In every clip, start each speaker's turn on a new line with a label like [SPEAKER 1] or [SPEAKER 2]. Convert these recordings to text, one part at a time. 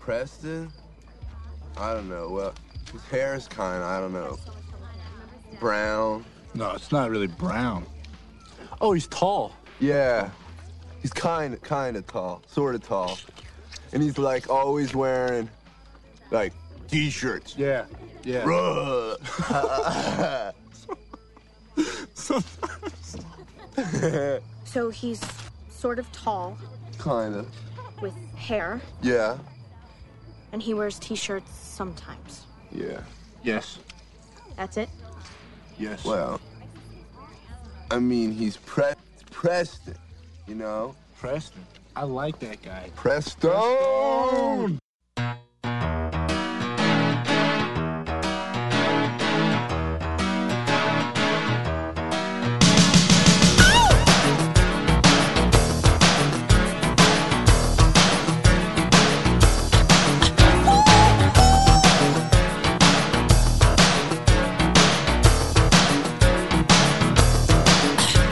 [SPEAKER 1] Preston? I don't know. Well, his hair is kind of, I don't know, brown.
[SPEAKER 2] No, it's not really brown.
[SPEAKER 3] Oh, he's tall.
[SPEAKER 1] Yeah. He's kind of, kind of tall, sort of tall. And he's like always wearing like t-shirts.
[SPEAKER 2] Yeah, yeah.
[SPEAKER 1] Bruh.
[SPEAKER 4] So he's sort of tall
[SPEAKER 1] kind of.
[SPEAKER 4] with hair,
[SPEAKER 1] Yeah.
[SPEAKER 4] and he wears t shirts sometimes.
[SPEAKER 1] Yeah.
[SPEAKER 2] Yes,
[SPEAKER 4] That's it?
[SPEAKER 2] yes.
[SPEAKER 1] Well, I mean, he's pre- Preston, you know?
[SPEAKER 2] Preston. I like that guy.
[SPEAKER 5] Oh,
[SPEAKER 1] Preston!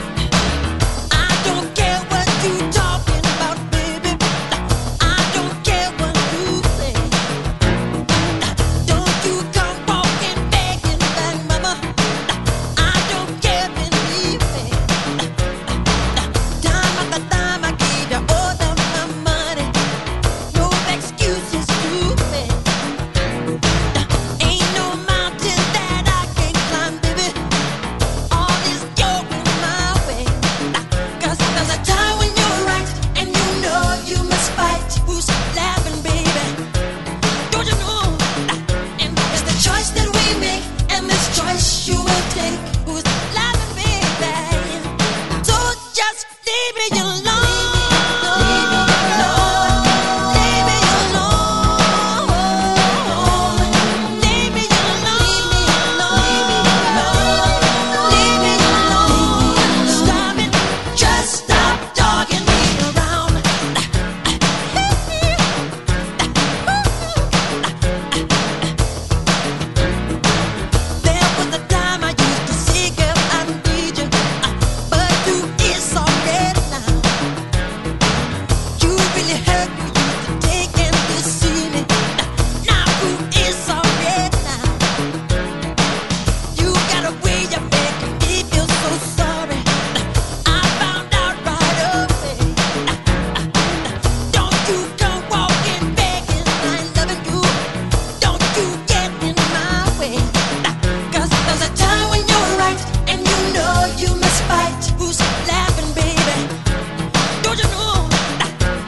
[SPEAKER 6] I don't care what you're talking about, baby. I don't care what you say. Don't you come walking begging back, mama. I don't care, believe me. Time after time I gave you all of my money. No excuses to me. Ain't no mountain that I can climb, baby. All is going my way. Cause there's a time when you're right and you know you must fight. Who's laughing, baby? Don't you know? And it's the choice that we make, and this choice you will take. Who's laughing, baby? So just leave me alone. Leave me alone. Leave me alone. Leave me alone. Leave me alone. Stop it. Just stop dogging me around. There was a time I used to seek if I need you, but you is so dead now. You really hurt me, you used to take and deceive me. Now you is so dead now. You got a way of making me feel so sorry. I found out right away. Don't you come walking begging, I loving you. Don't you get in my way. Cause there's a time when you're right, and you know you must fight. Who's laughing, baby? Don't you know?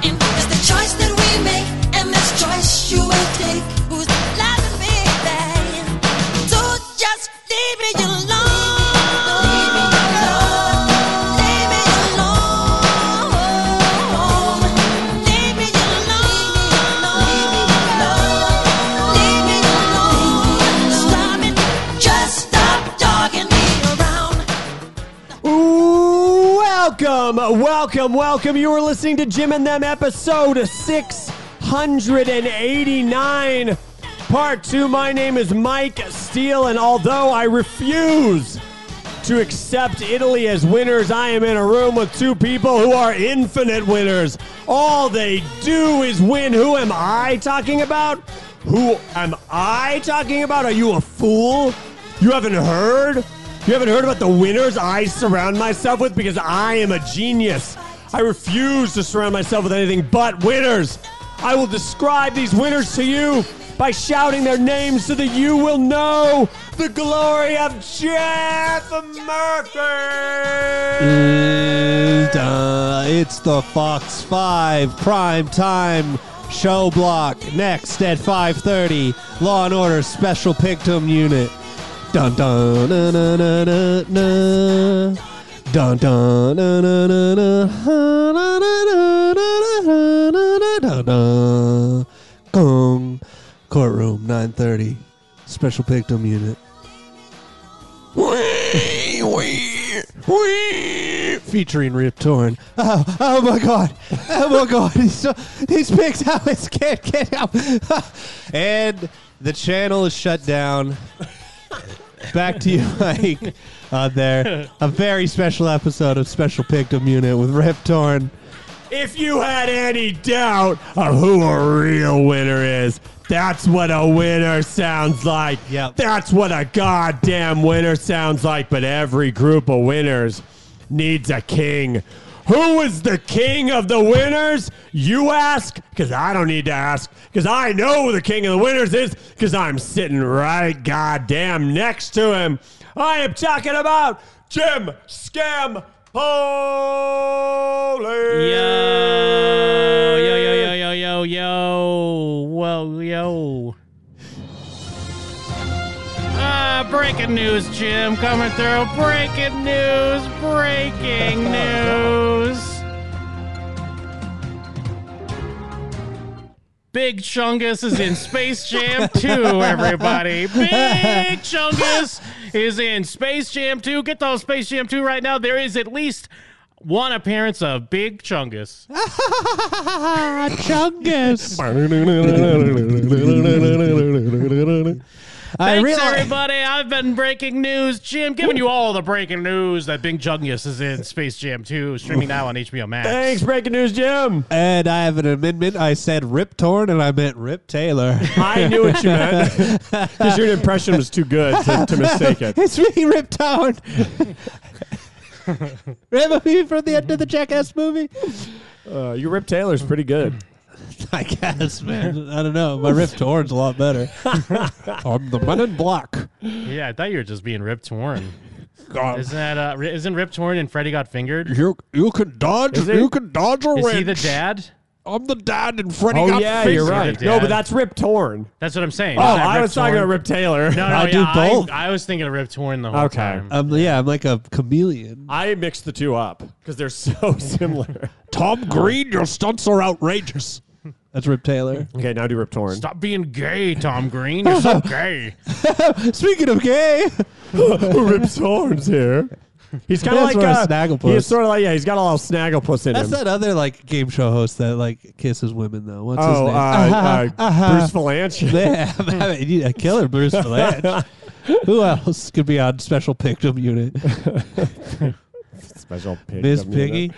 [SPEAKER 6] And it's the choice that we make, and this choice you will take. Who's laughing, baby? So just leave me alone. Leave me alone. Leave me alone. Leave me alone. Leave me alone. Stop it. Just stop dogging me around.
[SPEAKER 7] Welcome, welcome, welcome. You are listening to Jim and Them episode 689, part two. My name is Mike Steele, and although I refuse to accept Italy as winners, I am in a room with two people who are infinite winners. All they do is win. Who am I talking about? Who am I talking about? Are you a fool? You haven't heard? You haven't heard about the winners I surround myself with because I am a genius. I refuse to surround myself with anything but winners. I will describe these winners to you by shouting their names so that you will know the glory of Jeff Murphy.
[SPEAKER 5] And, uh, it's the Fox 5 prime time show block. Next at 5:30, Law and Order Special Pictum Unit. Dun dun na na na na na. Dun dun na na na na na na na na na na na na na. Gong. Courtroom 9:30. Special Pictum Unit. featuring Rip Torn. Oh, oh my god! Oh my god! He's so, these pigs, how it's can't get out. and the channel is shut down. Back to you, Mike. Out there, a very special episode of Special Pictum Unit with Rip Torn.
[SPEAKER 7] If you had any doubt of who a real winner is, That's what a winner sounds like.
[SPEAKER 5] Yep.
[SPEAKER 7] That's what a goddamn winner sounds like. But every group of winners needs a king. Who is the king of the winners? You ask, because I don't need to ask, because I know who the king of the winners is, because I'm sitting right goddamn next to him. I am talking about Jim Scam Polish.
[SPEAKER 8] Yo, yo, yo, yo, yo, yo, yo. Whoa, yo. Ah, breaking news, Jim, coming through. Breaking news, breaking news. Big Chungus is in Space Jam 2, everybody. Big Chungus is in Space Jam 2. Get those Space Jam 2 right now. There is at least one appearance of Big Chungus.
[SPEAKER 5] Chungus. I
[SPEAKER 8] Thanks,
[SPEAKER 5] realize
[SPEAKER 8] everybody. I've been breaking news. Jim, giving you all the breaking news that Big Jungus is in Space Jam 2, streaming now on HBO Max.
[SPEAKER 7] Thanks, breaking news, Jim.
[SPEAKER 5] and I have an amendment. I said Rip Torn and I meant Rip Taylor.
[SPEAKER 7] I knew what you meant because your impression was too good to, to mistake it.
[SPEAKER 5] it's me, Rip Torn. Remember me from the end of the Jackass movie?
[SPEAKER 7] Uh, your Rip Taylor's pretty good.
[SPEAKER 5] I guess, man. I don't know. My Rip Torn's a lot better. I'm the man in black.
[SPEAKER 8] Yeah, I thought you were just being Rip Torn.
[SPEAKER 5] God.
[SPEAKER 8] Isn't that uh, ri- isn't Rip Torn and Freddy Got Fingered?
[SPEAKER 5] You you can dodge
[SPEAKER 7] Is it-
[SPEAKER 5] you can dodge a
[SPEAKER 8] Is
[SPEAKER 5] wrench.
[SPEAKER 8] he the dad?
[SPEAKER 5] I'm the dad and Freddy
[SPEAKER 7] Oh
[SPEAKER 5] got
[SPEAKER 7] yeah,
[SPEAKER 5] fingered.
[SPEAKER 7] you're
[SPEAKER 8] You're
[SPEAKER 7] right.
[SPEAKER 8] the
[SPEAKER 7] No,
[SPEAKER 8] dad.
[SPEAKER 7] but that's Rip Torn.
[SPEAKER 8] That's what I'm saying.
[SPEAKER 7] Oh,
[SPEAKER 8] Isn't that
[SPEAKER 7] I
[SPEAKER 8] Rip
[SPEAKER 7] was talking
[SPEAKER 8] Torn?
[SPEAKER 7] about Rip Taylor.
[SPEAKER 8] No, no,
[SPEAKER 5] I
[SPEAKER 8] yeah,
[SPEAKER 5] do both.
[SPEAKER 8] I, I was thinking of Rip Torn the whole
[SPEAKER 7] Okay.
[SPEAKER 8] time.
[SPEAKER 5] Um, yeah, I'm like a chameleon.
[SPEAKER 7] I mixed the two up because they're so similar.
[SPEAKER 5] Tom Green, your stunts are outrageous. That's Rip Taylor.
[SPEAKER 7] okay, now do Rip Torn.
[SPEAKER 8] Stop being gay, Tom Green. You're so gay.
[SPEAKER 5] Speaking of gay,
[SPEAKER 7] Rip Torn's here. He's kind of
[SPEAKER 5] That's
[SPEAKER 7] like
[SPEAKER 5] where a
[SPEAKER 7] uh,
[SPEAKER 5] snagglepuss-
[SPEAKER 7] He's sort of like yeah. He's got a lot of snagglepuss in
[SPEAKER 5] that's
[SPEAKER 7] him.
[SPEAKER 5] that other like game show host that like kisses women though. What's his
[SPEAKER 7] oh, uh,
[SPEAKER 5] name? Uh-huh,
[SPEAKER 7] uh,
[SPEAKER 5] uh-huh.
[SPEAKER 7] Bruce Valanche.
[SPEAKER 5] Yeah, I mean, you- a killer Bruce Valanche. Who else could be on Special Pictum Unit?
[SPEAKER 7] Special pig.
[SPEAKER 5] Miss
[SPEAKER 7] doesn't mean
[SPEAKER 5] Piggy.
[SPEAKER 7] that.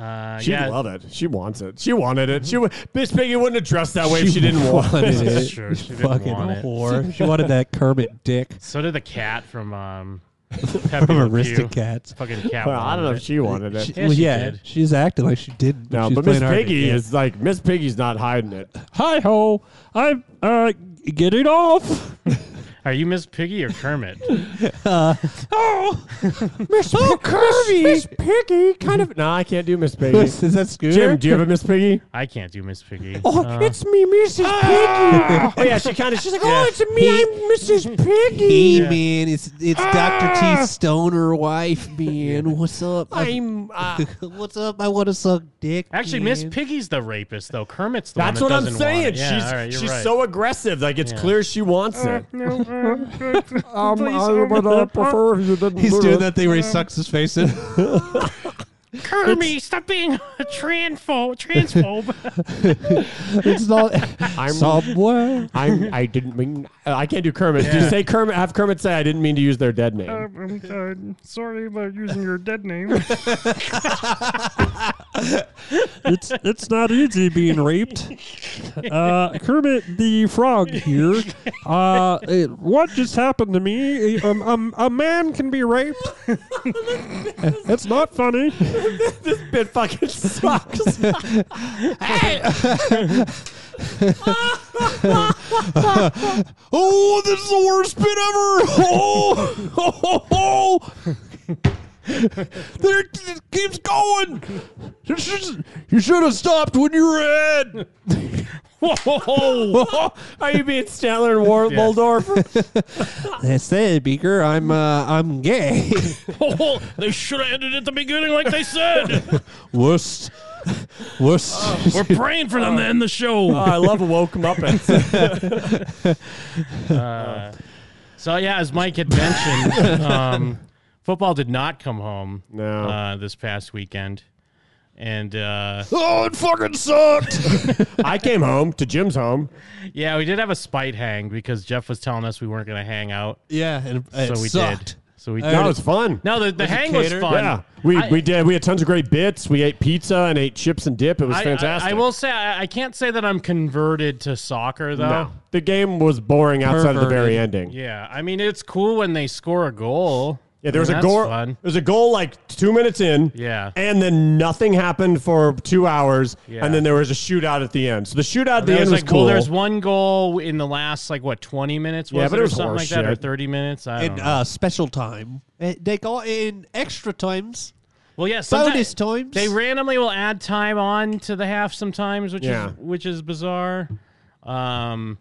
[SPEAKER 8] Uh,
[SPEAKER 7] She'd
[SPEAKER 8] yeah,
[SPEAKER 7] love it. She wants it. She wanted it. She wa- Miss Piggy wouldn't have dressed that way if she didn't want
[SPEAKER 5] wanted
[SPEAKER 7] it.
[SPEAKER 5] it.
[SPEAKER 8] Sure, she didn't
[SPEAKER 5] fucking
[SPEAKER 8] want it.
[SPEAKER 5] whore. She wanted that Kermit dick
[SPEAKER 8] So did the cat from um,
[SPEAKER 5] from
[SPEAKER 8] Pepe Le Pew.
[SPEAKER 5] Aristocats.
[SPEAKER 8] Fucking cat.
[SPEAKER 7] Well, I don't know if
[SPEAKER 8] wanted it.
[SPEAKER 7] she wanted it.
[SPEAKER 8] Yeah,
[SPEAKER 5] Well,
[SPEAKER 8] she
[SPEAKER 5] yeah,
[SPEAKER 8] did.
[SPEAKER 5] she's acting like she didn't.
[SPEAKER 7] No,
[SPEAKER 5] She's
[SPEAKER 7] but Miss
[SPEAKER 5] playing hard to
[SPEAKER 7] Piggy
[SPEAKER 5] get.
[SPEAKER 7] is like Miss Piggy's not hiding it.
[SPEAKER 5] hi ho. I'm uh getting off.
[SPEAKER 8] Are you Miss Piggy or Kermit?
[SPEAKER 5] Oh, Miss oh, Kirby.
[SPEAKER 7] Piggy kind of. No, I can't do Miss Piggy.
[SPEAKER 5] is that Scooter?
[SPEAKER 7] Jim, do you have a Miss Piggy?
[SPEAKER 8] I can't do Miss Piggy.
[SPEAKER 7] Oh,
[SPEAKER 8] Uh,
[SPEAKER 7] it's me, Mrs. Piggy. oh yeah, she kind of. She's like,
[SPEAKER 8] Yeah.
[SPEAKER 7] it's me, I'm Mrs. Piggy.
[SPEAKER 5] Hey man, it's it's Doctor T's stoner wife, man. What's up?
[SPEAKER 7] I'm. Uh,
[SPEAKER 5] What's up? I want to suck dick.
[SPEAKER 8] Actually,
[SPEAKER 5] man.
[SPEAKER 8] Miss Piggy's the rapist, though. Kermit's the
[SPEAKER 7] that's
[SPEAKER 8] one
[SPEAKER 7] what
[SPEAKER 8] that
[SPEAKER 7] I'm
[SPEAKER 8] doesn't
[SPEAKER 7] saying.
[SPEAKER 8] Want it. Yeah,
[SPEAKER 7] she's
[SPEAKER 8] all right, you're
[SPEAKER 7] she's
[SPEAKER 8] right.
[SPEAKER 7] so aggressive. Like it's Um,
[SPEAKER 8] Yeah.
[SPEAKER 7] clear she wants it.
[SPEAKER 1] I would uh, prefer if you didn't
[SPEAKER 5] He's
[SPEAKER 1] do
[SPEAKER 5] doing
[SPEAKER 1] that.
[SPEAKER 5] that thing where he sucks his face in.
[SPEAKER 8] Kermit, stop being a transphobe. transphobe.
[SPEAKER 5] it's not
[SPEAKER 7] I'm.
[SPEAKER 5] somewhere.
[SPEAKER 7] I'm. I didn't mean. Uh, I can't do Kermit. Just say Kermit. Have Kermit say I didn't mean to use their dead name.
[SPEAKER 8] I'm uh, sorry about using your dead name.
[SPEAKER 9] it's it's not easy being raped. Uh, Kermit the Frog here. Uh, it- what just happened to me? Um, um, a man can be raped. it's not funny.
[SPEAKER 7] It fucking sucks.
[SPEAKER 5] Oh, this is the worst bit ever! Oh, oh, oh, oh. There, it keeps going. You should, you should have stopped when you were ahead.
[SPEAKER 7] Are you being Statler and War-
[SPEAKER 8] Yeah.
[SPEAKER 7] Waldorf?
[SPEAKER 5] They said, Beaker, I'm, uh, I'm gay.
[SPEAKER 8] oh, they should have ended at the beginning, like they said.
[SPEAKER 5] Worst, worst.
[SPEAKER 8] Oh, We're praying for them to end the show.
[SPEAKER 7] Oh, I love woke muppets.
[SPEAKER 8] Uh, So yeah, as Mike had mentioned, um, football did not come home
[SPEAKER 7] No.
[SPEAKER 8] uh, this past weekend, and uh,
[SPEAKER 5] oh, it fucking sucked.
[SPEAKER 7] I came home to Jim's home.
[SPEAKER 8] yeah, we did have a spite hang because Jeff was telling us we weren't going to hang out.
[SPEAKER 5] yeah, it, it
[SPEAKER 8] So we did.
[SPEAKER 5] sucked.
[SPEAKER 8] So we
[SPEAKER 7] That was fun.
[SPEAKER 8] No, the, the
[SPEAKER 3] it
[SPEAKER 8] hang was
[SPEAKER 3] catered?
[SPEAKER 8] fun.
[SPEAKER 7] Yeah, we,
[SPEAKER 8] I-
[SPEAKER 7] we did. We had tons of great bits. We ate pizza and ate chips and dip. It was
[SPEAKER 8] I,
[SPEAKER 7] fantastic.
[SPEAKER 8] I, I will say I, I can't say that I'm converted to soccer though.
[SPEAKER 7] No, the game was boring outside of the very
[SPEAKER 3] Perverted.
[SPEAKER 7] ending. Yeah,
[SPEAKER 8] Yeah, I mean it's cool when they score a goal.
[SPEAKER 7] there was
[SPEAKER 8] I mean,
[SPEAKER 7] a
[SPEAKER 8] that's
[SPEAKER 7] goal.
[SPEAKER 8] fun.
[SPEAKER 7] There was a goal like two minutes in.
[SPEAKER 8] Yeah.
[SPEAKER 7] and then nothing happened for two hours,
[SPEAKER 8] Yeah.
[SPEAKER 7] and then there was a shootout at the end. So the shootout at the
[SPEAKER 8] There
[SPEAKER 7] end was,
[SPEAKER 8] was like,
[SPEAKER 7] cool.
[SPEAKER 8] well, there's one goal in the last like what 20 minutes. Was
[SPEAKER 7] Yeah, but
[SPEAKER 8] it,
[SPEAKER 7] it
[SPEAKER 8] or
[SPEAKER 7] was
[SPEAKER 8] something like that, or
[SPEAKER 7] horseshit.
[SPEAKER 8] 30 minutes. I don't
[SPEAKER 5] in
[SPEAKER 8] know.
[SPEAKER 5] uh, special time. Eh, They got in extra times.
[SPEAKER 8] well, yeah, sometimes-
[SPEAKER 5] Bonus times.
[SPEAKER 8] They randomly will add time on to the half sometimes, which
[SPEAKER 7] Yeah.
[SPEAKER 8] is which is bizarre. Um,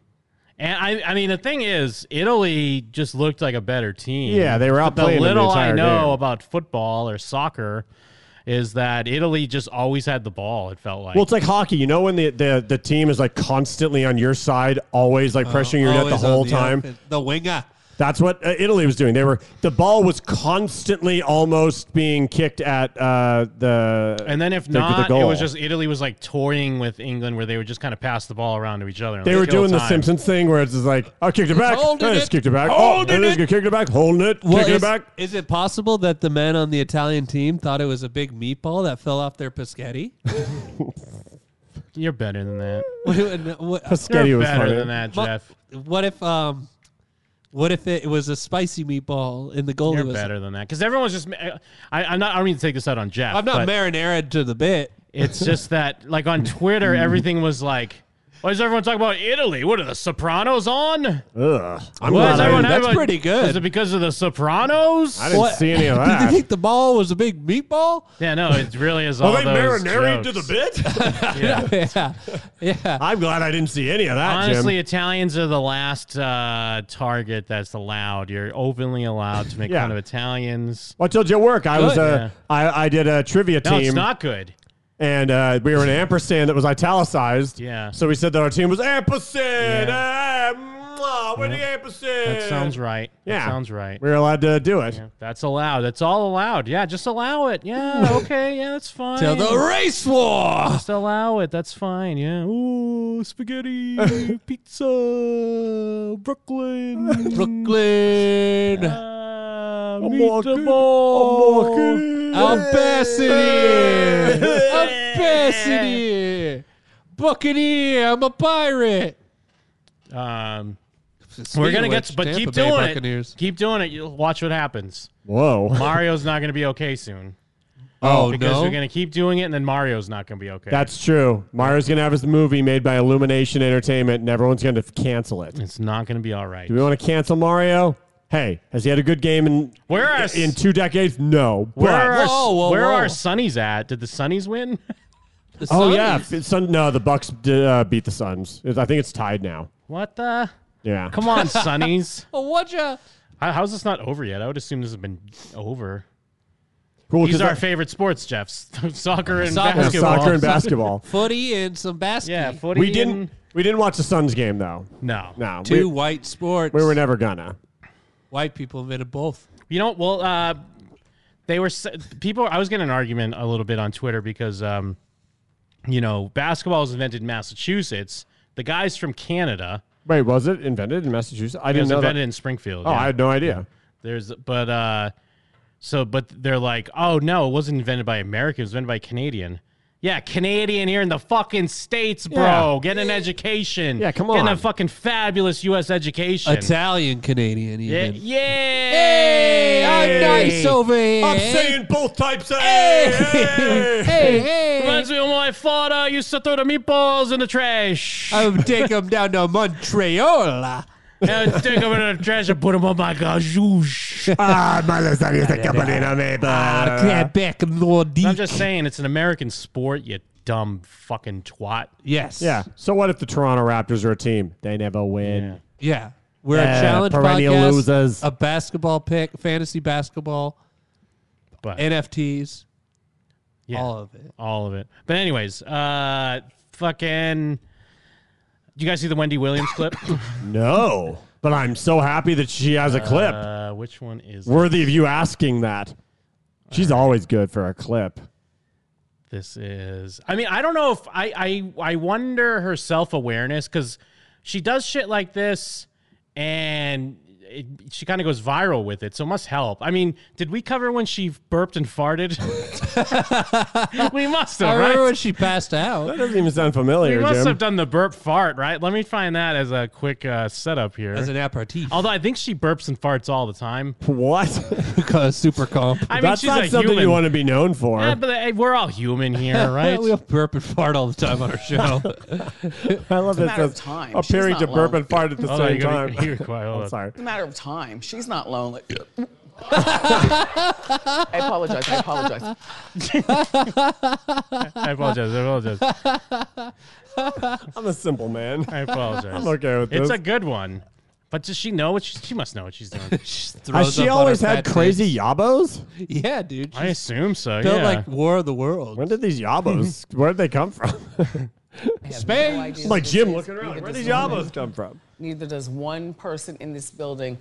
[SPEAKER 8] and I, I mean, the thing is, Italy just looked like a better team.
[SPEAKER 7] Yeah, they were outplaying
[SPEAKER 8] But
[SPEAKER 7] them
[SPEAKER 8] The
[SPEAKER 7] the
[SPEAKER 8] little I
[SPEAKER 7] entire
[SPEAKER 8] know
[SPEAKER 7] game.
[SPEAKER 8] about football or soccer is that Italy just always had the ball. It felt like.
[SPEAKER 7] well, it's like hockey. You know when the, the, the team is like constantly on your side, always like pressuring your net the
[SPEAKER 5] Always
[SPEAKER 7] whole
[SPEAKER 5] on
[SPEAKER 7] time.
[SPEAKER 5] offense. The winger.
[SPEAKER 7] That's what uh, Italy was doing. They were the ball was constantly almost being kicked at uh, the
[SPEAKER 8] and then if
[SPEAKER 7] the- the
[SPEAKER 8] not, it
[SPEAKER 7] goal.
[SPEAKER 8] was just Italy was like toying with England, where they would just kind of pass the ball around to each other. and,
[SPEAKER 7] They were
[SPEAKER 8] like, kill
[SPEAKER 7] doing the
[SPEAKER 8] time.
[SPEAKER 7] Simpsons thing where it's just like, I kicked it back.
[SPEAKER 5] holding
[SPEAKER 7] I just
[SPEAKER 5] it.
[SPEAKER 7] kicked it back.
[SPEAKER 5] Holding
[SPEAKER 7] oh, I just
[SPEAKER 5] it.
[SPEAKER 7] kicked it back. Holding it.
[SPEAKER 5] Well,
[SPEAKER 7] kicking
[SPEAKER 5] is-
[SPEAKER 7] it back.
[SPEAKER 5] Is it possible that the men on the Italian team thought it was a big meatball that fell off their pescetti?
[SPEAKER 8] You're better than that.
[SPEAKER 5] what, what,
[SPEAKER 7] Sketty
[SPEAKER 8] You're
[SPEAKER 7] was
[SPEAKER 8] better
[SPEAKER 7] funny.
[SPEAKER 8] than that,
[SPEAKER 5] Mu-
[SPEAKER 8] Jeff.
[SPEAKER 5] what if um, what if it was a spicy meatball and the goalie
[SPEAKER 8] You're
[SPEAKER 5] was?
[SPEAKER 8] better than that because everyone's just. I, I'm not. I don't mean to take this out on Jeff.
[SPEAKER 5] I'm not
[SPEAKER 8] but-
[SPEAKER 5] marinara to the bit.
[SPEAKER 8] It's just that, like on Twitter, everything was like, "Why does everyone talk about Italy? What are the Sopranos on?
[SPEAKER 7] Ugh. I'm
[SPEAKER 8] Why
[SPEAKER 7] glad
[SPEAKER 8] is
[SPEAKER 7] I
[SPEAKER 8] everyone
[SPEAKER 7] didn't,
[SPEAKER 5] That's
[SPEAKER 8] having-
[SPEAKER 5] pretty good.
[SPEAKER 8] Is it because of the Sopranos?
[SPEAKER 7] I didn't see any of
[SPEAKER 5] Did
[SPEAKER 7] that.
[SPEAKER 5] they think the ball was a big meatball?
[SPEAKER 8] yeah, no, it really is all
[SPEAKER 7] Are they
[SPEAKER 8] those
[SPEAKER 7] marinara to
[SPEAKER 8] jokes.
[SPEAKER 7] the bit?
[SPEAKER 8] Yeah.
[SPEAKER 5] yeah, yeah.
[SPEAKER 7] I'm glad I didn't see any of that,
[SPEAKER 8] Honestly,
[SPEAKER 7] Jim.
[SPEAKER 8] Italians are the last uh, target that's allowed. You're openly allowed to make
[SPEAKER 7] Yeah.
[SPEAKER 8] fun of Italians.
[SPEAKER 7] Well, I told you at work. I
[SPEAKER 5] Good.
[SPEAKER 7] was
[SPEAKER 8] Yeah.
[SPEAKER 7] uh, I, I did a trivia
[SPEAKER 8] No,
[SPEAKER 7] team,
[SPEAKER 8] it's not good.
[SPEAKER 7] and uh, we were in an ampersand that was italicized.
[SPEAKER 8] Yeah.
[SPEAKER 7] So we said that our team was ampersand. Yeah. we're the ampersand.
[SPEAKER 8] That sounds right.
[SPEAKER 7] Yeah.
[SPEAKER 8] That sounds right.
[SPEAKER 7] We were allowed to do it.
[SPEAKER 8] That's allowed. That's all allowed. Yeah, just allow it. Yeah, Oh, okay. Yeah, that's fine.
[SPEAKER 5] Till the race war.
[SPEAKER 8] Just allow it. That's fine. Yeah. Ooh, spaghetti, pizza, Brooklyn,
[SPEAKER 5] Brooklyn.
[SPEAKER 8] uh,
[SPEAKER 7] walking-
[SPEAKER 8] meatball.
[SPEAKER 5] Ambassador. Ambassador. Buccaneer. I'm a pirate.
[SPEAKER 8] Um, we're gonna get, but keep doing it. Keep doing it. You'll watch what happens.
[SPEAKER 7] Whoa.
[SPEAKER 8] Mario's not gonna be okay soon
[SPEAKER 5] Oh,
[SPEAKER 8] because
[SPEAKER 5] no.
[SPEAKER 8] we're gonna keep doing it, and then Mario's not gonna be okay.
[SPEAKER 7] That's true. Mario's gonna have his movie made by Illumination Entertainment, and everyone's gonna f- cancel it.
[SPEAKER 8] it's not gonna be all right.
[SPEAKER 7] Do we want to cancel Mario? Hey, has he had a good game in
[SPEAKER 8] Where are s-
[SPEAKER 7] in two decades? No.
[SPEAKER 8] Where
[SPEAKER 7] but-
[SPEAKER 8] are,
[SPEAKER 5] Whoa, whoa,
[SPEAKER 8] where
[SPEAKER 5] whoa.
[SPEAKER 8] are Sunnies at? Did the Sunnies win?
[SPEAKER 5] The
[SPEAKER 7] oh
[SPEAKER 5] Suns.
[SPEAKER 7] yeah, f- Sun, no, the Bucks did, uh, beat the Suns. It- I think it's tied now.
[SPEAKER 8] What the?
[SPEAKER 7] Yeah.
[SPEAKER 8] Come on, Sunnies.
[SPEAKER 5] Oh, what ya?
[SPEAKER 8] How, how's this not over yet? I would assume this has been over.
[SPEAKER 7] Cool,
[SPEAKER 8] These
[SPEAKER 7] 'cause
[SPEAKER 8] are our
[SPEAKER 7] that-
[SPEAKER 8] favorite sports, Jeff. soccer and
[SPEAKER 5] Soccer.
[SPEAKER 7] yeah,
[SPEAKER 8] basketball.
[SPEAKER 7] soccer and basketball.
[SPEAKER 5] Footy and some basket.
[SPEAKER 8] Yeah, footy.
[SPEAKER 7] we didn't
[SPEAKER 8] and-
[SPEAKER 7] we didn't watch the Suns game though.
[SPEAKER 8] No.
[SPEAKER 7] No, we,
[SPEAKER 5] Two white sports.
[SPEAKER 7] we were never gonna.
[SPEAKER 5] white people invented both.
[SPEAKER 8] You know, well, uh, they were s- people. I was getting an argument a little bit on Twitter because, um, you know, basketball was invented in Massachusetts. The guys from Canada
[SPEAKER 7] Wait, was it invented in Massachusetts? I
[SPEAKER 8] it
[SPEAKER 7] didn't
[SPEAKER 8] was
[SPEAKER 7] know
[SPEAKER 8] invented
[SPEAKER 7] that.
[SPEAKER 8] in Springfield.
[SPEAKER 7] Oh,
[SPEAKER 8] yeah.
[SPEAKER 7] I had no idea.
[SPEAKER 8] There's, but uh, so, but they're like, oh no, it wasn't invented by American. It was invented by Canadian. Yeah, Canadian here in the fucking states, bro.
[SPEAKER 7] Yeah.
[SPEAKER 8] Get an education.
[SPEAKER 7] Yeah, come
[SPEAKER 8] Get
[SPEAKER 7] on.
[SPEAKER 8] a fucking fabulous U.S. education.
[SPEAKER 5] Italian Canadian.
[SPEAKER 8] yeah,
[SPEAKER 5] Even.
[SPEAKER 8] yay!
[SPEAKER 5] Hey, I'm nice over here.
[SPEAKER 7] both types. Of
[SPEAKER 5] Hey, hey, hey.
[SPEAKER 8] Reminds me of my father used to throw the meatballs in the trash.
[SPEAKER 5] I would take him Oh, down to Montreal.
[SPEAKER 8] I would take them in the trash and put them on my gazoosh.
[SPEAKER 7] Ah, my lasagna is a capolino maple.
[SPEAKER 5] Ah, Quebec Nordique.
[SPEAKER 8] I'm just saying, it's an American sport, you dumb fucking twat.
[SPEAKER 5] Yes.
[SPEAKER 7] Yeah. So what if the Toronto Raptors are a team? They never win.
[SPEAKER 5] Yeah. We're
[SPEAKER 7] Yeah,
[SPEAKER 5] a challenge
[SPEAKER 7] perennial
[SPEAKER 5] podcast,
[SPEAKER 7] losers.
[SPEAKER 5] a basketball pick, fantasy basketball,
[SPEAKER 8] But
[SPEAKER 5] NFTs,
[SPEAKER 8] yeah,
[SPEAKER 5] all of it.
[SPEAKER 8] all of it. But anyways, uh, fucking. Do you guys see the Wendy Williams clip?
[SPEAKER 7] No. But I'm so happy that she has a clip.
[SPEAKER 8] uh, which one is
[SPEAKER 7] Worthy of you asking that. She's always good for a clip.
[SPEAKER 8] this? Is I mean, I don't know if I I I wonder her self awareness because she does shit like this and it, she kind of goes viral with it, so it must help. I mean, did we cover when she burped and farted? we must
[SPEAKER 5] I
[SPEAKER 8] have,
[SPEAKER 5] remember
[SPEAKER 8] right?
[SPEAKER 5] when she passed out.
[SPEAKER 7] That doesn't even sound
[SPEAKER 8] We
[SPEAKER 7] familiar,
[SPEAKER 8] must
[SPEAKER 7] Jim.
[SPEAKER 8] have done the burp fart, right? Let me find that as a quick uh, setup here.
[SPEAKER 5] As an aperitif,
[SPEAKER 8] Although I think she burps and farts all the time.
[SPEAKER 7] what?
[SPEAKER 5] because super comp.
[SPEAKER 8] I mean,
[SPEAKER 7] That's
[SPEAKER 8] she's
[SPEAKER 7] not
[SPEAKER 8] a
[SPEAKER 7] something
[SPEAKER 8] human.
[SPEAKER 7] you want to be known for.
[SPEAKER 8] Yeah, but hey, we're all human here, right?
[SPEAKER 5] we burp and fart all the time on our show.
[SPEAKER 7] I love
[SPEAKER 10] matter
[SPEAKER 7] that
[SPEAKER 10] of
[SPEAKER 7] says
[SPEAKER 10] time. She's
[SPEAKER 7] appearing
[SPEAKER 10] not
[SPEAKER 7] to burp
[SPEAKER 10] lonely.
[SPEAKER 7] and fart at the
[SPEAKER 8] Hold
[SPEAKER 7] same
[SPEAKER 8] on, Oh, you gotta-
[SPEAKER 7] time.
[SPEAKER 8] you gotta- hold
[SPEAKER 7] I'm
[SPEAKER 8] on.
[SPEAKER 7] sorry.
[SPEAKER 10] It's a matter of time. She's not lonely. I apologize. I apologize.
[SPEAKER 8] I apologize. I apologize.
[SPEAKER 7] I'm a simple man.
[SPEAKER 8] I apologize.
[SPEAKER 7] I'm okay with this.
[SPEAKER 8] It's a good one. But does she know what she's, she must know what she's doing?
[SPEAKER 7] Has she always had crazy yabos?
[SPEAKER 5] Yeah, dude. She
[SPEAKER 8] I assume so.
[SPEAKER 5] felt
[SPEAKER 8] Oh, yeah.
[SPEAKER 5] like War of the World.
[SPEAKER 7] When did these yabos? where did they come from?
[SPEAKER 5] Spain.
[SPEAKER 7] like Jim looking around. Where would these yabos come from?
[SPEAKER 11] Neither does one person in this building.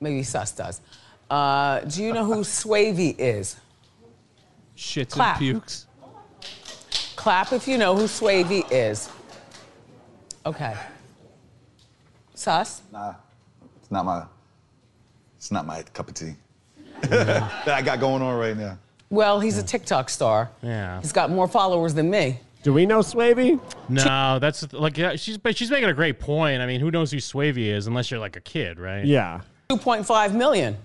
[SPEAKER 11] Maybe Sus does. Uh, do you know who Swavey is?
[SPEAKER 5] Shits
[SPEAKER 11] Clap.
[SPEAKER 5] and pukes.
[SPEAKER 11] Clap if you know who Swavey is. Okay. Sus?
[SPEAKER 12] It's not my. It's not my cup of tea. that I got going on right now.
[SPEAKER 11] Well, he's a TikTok star.
[SPEAKER 8] Yeah.
[SPEAKER 11] He's got more followers than me.
[SPEAKER 7] Do we know Swavey?
[SPEAKER 8] no, that's like yeah, she's but she's making a great point. I mean, who knows who Swavey is unless you're like a kid, right?
[SPEAKER 7] Yeah.
[SPEAKER 11] 2.5 million.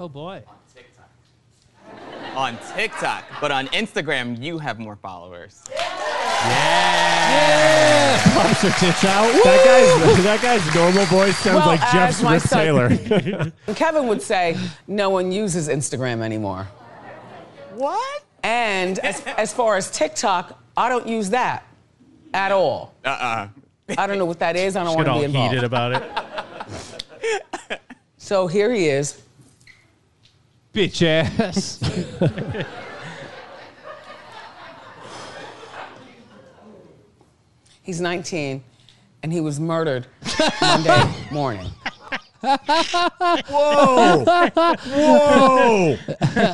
[SPEAKER 5] Oh boy.
[SPEAKER 10] On TikTok, but on Instagram, you have more followers.
[SPEAKER 5] Yeah. Pops her tits out. Woo!
[SPEAKER 7] That guy's that guy's normal voice sounds
[SPEAKER 11] Well,
[SPEAKER 7] like Jeff
[SPEAKER 11] as my
[SPEAKER 7] Smith
[SPEAKER 11] son-
[SPEAKER 7] Taylor.
[SPEAKER 11] And Kevin would say no one uses Instagram anymore.
[SPEAKER 7] what?
[SPEAKER 11] And as, as far as TikTok, I don't use that at all. Uh-uh. I don't know what that is. I don't
[SPEAKER 8] Get
[SPEAKER 11] want to
[SPEAKER 8] all
[SPEAKER 11] be involved.
[SPEAKER 8] heated about it.
[SPEAKER 11] So here he is.
[SPEAKER 5] Bitch ass.
[SPEAKER 11] He's 19, and he was murdered Monday morning.
[SPEAKER 7] Whoa! Whoa!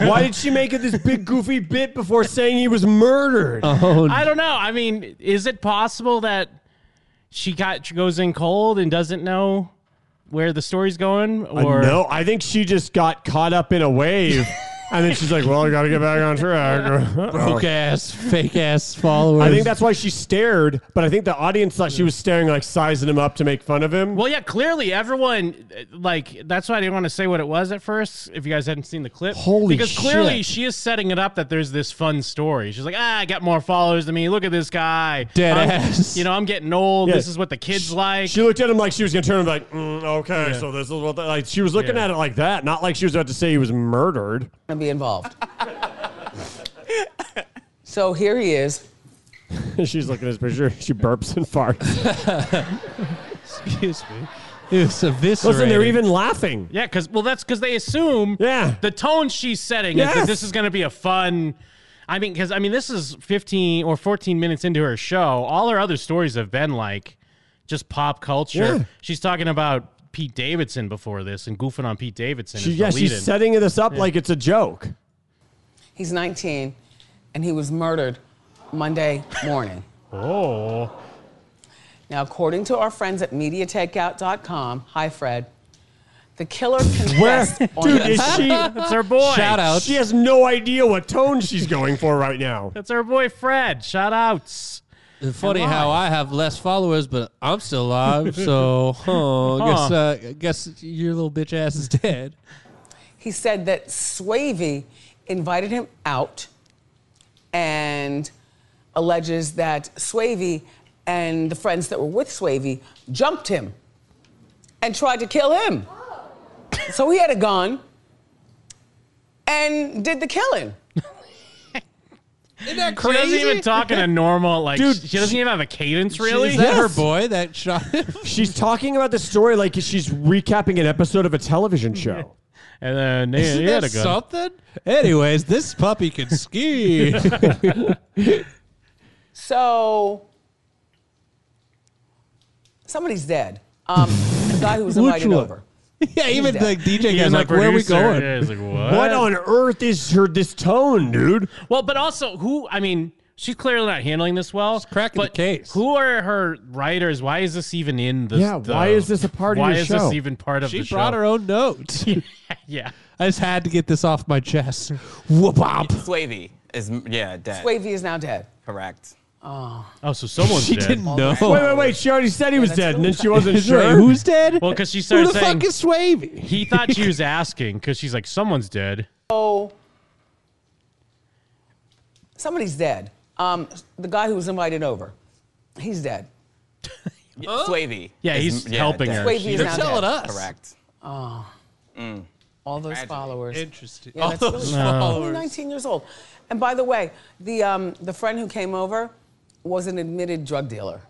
[SPEAKER 7] Why did she make it this big goofy bit before saying he was murdered?
[SPEAKER 8] I don't know. I mean, is it possible that she got she goes in cold and doesn't know where the story's going? Or
[SPEAKER 7] Uh, no, I think she just got caught up in a wave, and then she's like, "Well, I got to get back on track."
[SPEAKER 5] Broke ass, fake ass followers.
[SPEAKER 7] I think that's why she stared, but I think the audience thought she was staring, like sizing him up to make fun of him.
[SPEAKER 8] Well, yeah, clearly everyone like that's why I didn't want to say what it was at first. If you guys hadn't seen the clip,
[SPEAKER 7] Holy
[SPEAKER 8] because clearly
[SPEAKER 7] shit.
[SPEAKER 8] she is setting it up that there's this fun story. She's like, ah, I got more followers than me. Look at this guy,
[SPEAKER 5] Dead
[SPEAKER 8] I'm-
[SPEAKER 5] ass.
[SPEAKER 8] You know, I'm getting old.
[SPEAKER 7] Yeah.
[SPEAKER 8] This is what the kids like.
[SPEAKER 7] She looked at him like she was gonna turn him like, "Mm, okay, so this is what the, like she was looking
[SPEAKER 8] Yeah.
[SPEAKER 7] at it like that, not like she was about to say he was murdered.
[SPEAKER 11] I'm going to be involved. so here he is.
[SPEAKER 7] she's looking at his picture. She burps and farts.
[SPEAKER 5] Excuse me. It was eviscerated.
[SPEAKER 7] Listen, they're even laughing.
[SPEAKER 8] yeah, because well, that's because they assume
[SPEAKER 7] Yeah.
[SPEAKER 8] the tone she's setting is that
[SPEAKER 7] Yes.
[SPEAKER 8] this is going to be a fun. I mean, because I mean, this is 15 or 14 minutes into her show. All her other stories have been like just pop culture.
[SPEAKER 7] Yeah.
[SPEAKER 8] She's talking about Pete Davidson before this and goofing on Pete Davidson.
[SPEAKER 7] She,
[SPEAKER 8] is
[SPEAKER 7] yeah,
[SPEAKER 8] deleted.
[SPEAKER 7] she's setting this up like it's a joke.
[SPEAKER 11] He's 19, and he was murdered Monday morning.
[SPEAKER 8] Oh,
[SPEAKER 11] Now, according to our friends at MediaTakeout.com, hi, Fred, the killer
[SPEAKER 7] Where,
[SPEAKER 11] confessed on
[SPEAKER 7] dude, is she?
[SPEAKER 8] that's her boy.
[SPEAKER 5] Shout out.
[SPEAKER 7] She has no idea what tone she's going for right now.
[SPEAKER 8] That's her boy Fred. Shout outs.
[SPEAKER 5] It's funny how I have less followers, but I'm still alive. So, huh, I guess,
[SPEAKER 8] Huh.
[SPEAKER 5] uh, I guess your little bitch ass is dead.
[SPEAKER 11] he said that Swavey invited him out and alleges that Swavey and the friends that were with Swavey jumped him and tried to kill him. So he had a gun and did the killing.
[SPEAKER 5] Isn't that
[SPEAKER 8] She
[SPEAKER 5] crazy?
[SPEAKER 8] doesn't even talk in a normal like.
[SPEAKER 7] Dude,
[SPEAKER 8] she doesn't even have a cadence, really.
[SPEAKER 5] Is that her
[SPEAKER 7] Yes.
[SPEAKER 5] boy that shot him?
[SPEAKER 7] She's talking about the story like she's recapping an episode of a television show.
[SPEAKER 8] and then they,
[SPEAKER 5] Isn't
[SPEAKER 8] he had
[SPEAKER 5] that
[SPEAKER 8] a gun.
[SPEAKER 5] something? Anyways, this puppy can ski.
[SPEAKER 11] So somebody's dead. Um, the guy who was
[SPEAKER 5] Which
[SPEAKER 11] invited
[SPEAKER 5] one?
[SPEAKER 11] over.
[SPEAKER 5] yeah, even the
[SPEAKER 11] dead.
[SPEAKER 5] DJ guy's
[SPEAKER 8] Even the
[SPEAKER 5] like, where are we
[SPEAKER 8] producer,
[SPEAKER 5] going?
[SPEAKER 8] Yeah, he's like,
[SPEAKER 7] What on earth is her this tone, dude?
[SPEAKER 8] Well, but also who? I mean, she's clearly not handling this well. She's cracking but the case. Who are her writers? Why is this even in the?
[SPEAKER 3] Yeah,
[SPEAKER 8] the-
[SPEAKER 3] why is this a part of
[SPEAKER 8] Why
[SPEAKER 3] your
[SPEAKER 8] is
[SPEAKER 3] show?
[SPEAKER 8] this even part of
[SPEAKER 3] She
[SPEAKER 8] the show?
[SPEAKER 3] brought her own notes.
[SPEAKER 8] yeah.
[SPEAKER 5] I just had to get this off my chest. Whoop op.
[SPEAKER 10] Swavey is yeah dead.
[SPEAKER 11] Swavey is now dead.
[SPEAKER 10] Correct.
[SPEAKER 11] Oh.
[SPEAKER 8] Oh, so someone's
[SPEAKER 10] She
[SPEAKER 8] dead.
[SPEAKER 10] didn't
[SPEAKER 5] know.
[SPEAKER 7] Wait, wait, wait. She already said he was dead, and then she wasn't
[SPEAKER 8] Wait,
[SPEAKER 7] sure.
[SPEAKER 8] who's
[SPEAKER 5] dead?
[SPEAKER 8] Well, because she started
[SPEAKER 5] Who the
[SPEAKER 8] saying
[SPEAKER 5] fuck is Swavey?
[SPEAKER 8] he thought she was asking because she's like someone's dead.
[SPEAKER 11] So somebody's dead. Um, the guy who was invited over, he's dead.
[SPEAKER 10] Swavey.
[SPEAKER 8] Yeah,
[SPEAKER 10] is-
[SPEAKER 8] he's helping
[SPEAKER 10] dead.
[SPEAKER 8] her. Swavey
[SPEAKER 11] is You're now telling dead. us.
[SPEAKER 10] Correct.
[SPEAKER 11] Oh. All those followers. Interesting.
[SPEAKER 10] All
[SPEAKER 11] that's
[SPEAKER 10] those
[SPEAKER 11] really shocking.
[SPEAKER 10] No.
[SPEAKER 11] Only 19 years old. And by the way, the, um, the friend who came over was an admitted drug dealer.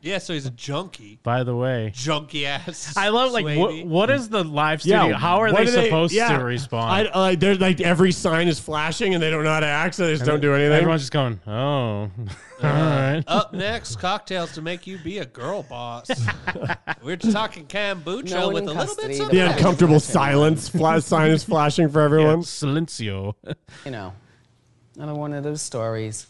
[SPEAKER 5] Yeah, so he's a junkie.
[SPEAKER 8] By the way,
[SPEAKER 5] Junkie ass.
[SPEAKER 8] I love like what, what is the live studio? How are
[SPEAKER 7] what
[SPEAKER 8] they
[SPEAKER 7] do
[SPEAKER 8] supposed
[SPEAKER 7] yeah.
[SPEAKER 8] to respond?
[SPEAKER 7] I, I- like, there's like every sign is flashing, and they don't know how to act, so they just don't do anything.
[SPEAKER 8] Everyone's just going, oh, all right.
[SPEAKER 5] Up next, cocktails to make you be a girl boss. We're talking kombucha
[SPEAKER 11] No one
[SPEAKER 5] with
[SPEAKER 11] in
[SPEAKER 5] a little bit.
[SPEAKER 11] custody,
[SPEAKER 5] something.
[SPEAKER 7] the uncomfortable silence. Fla- sign is flashing for everyone.
[SPEAKER 8] silencio.
[SPEAKER 11] You know, another one of those stories.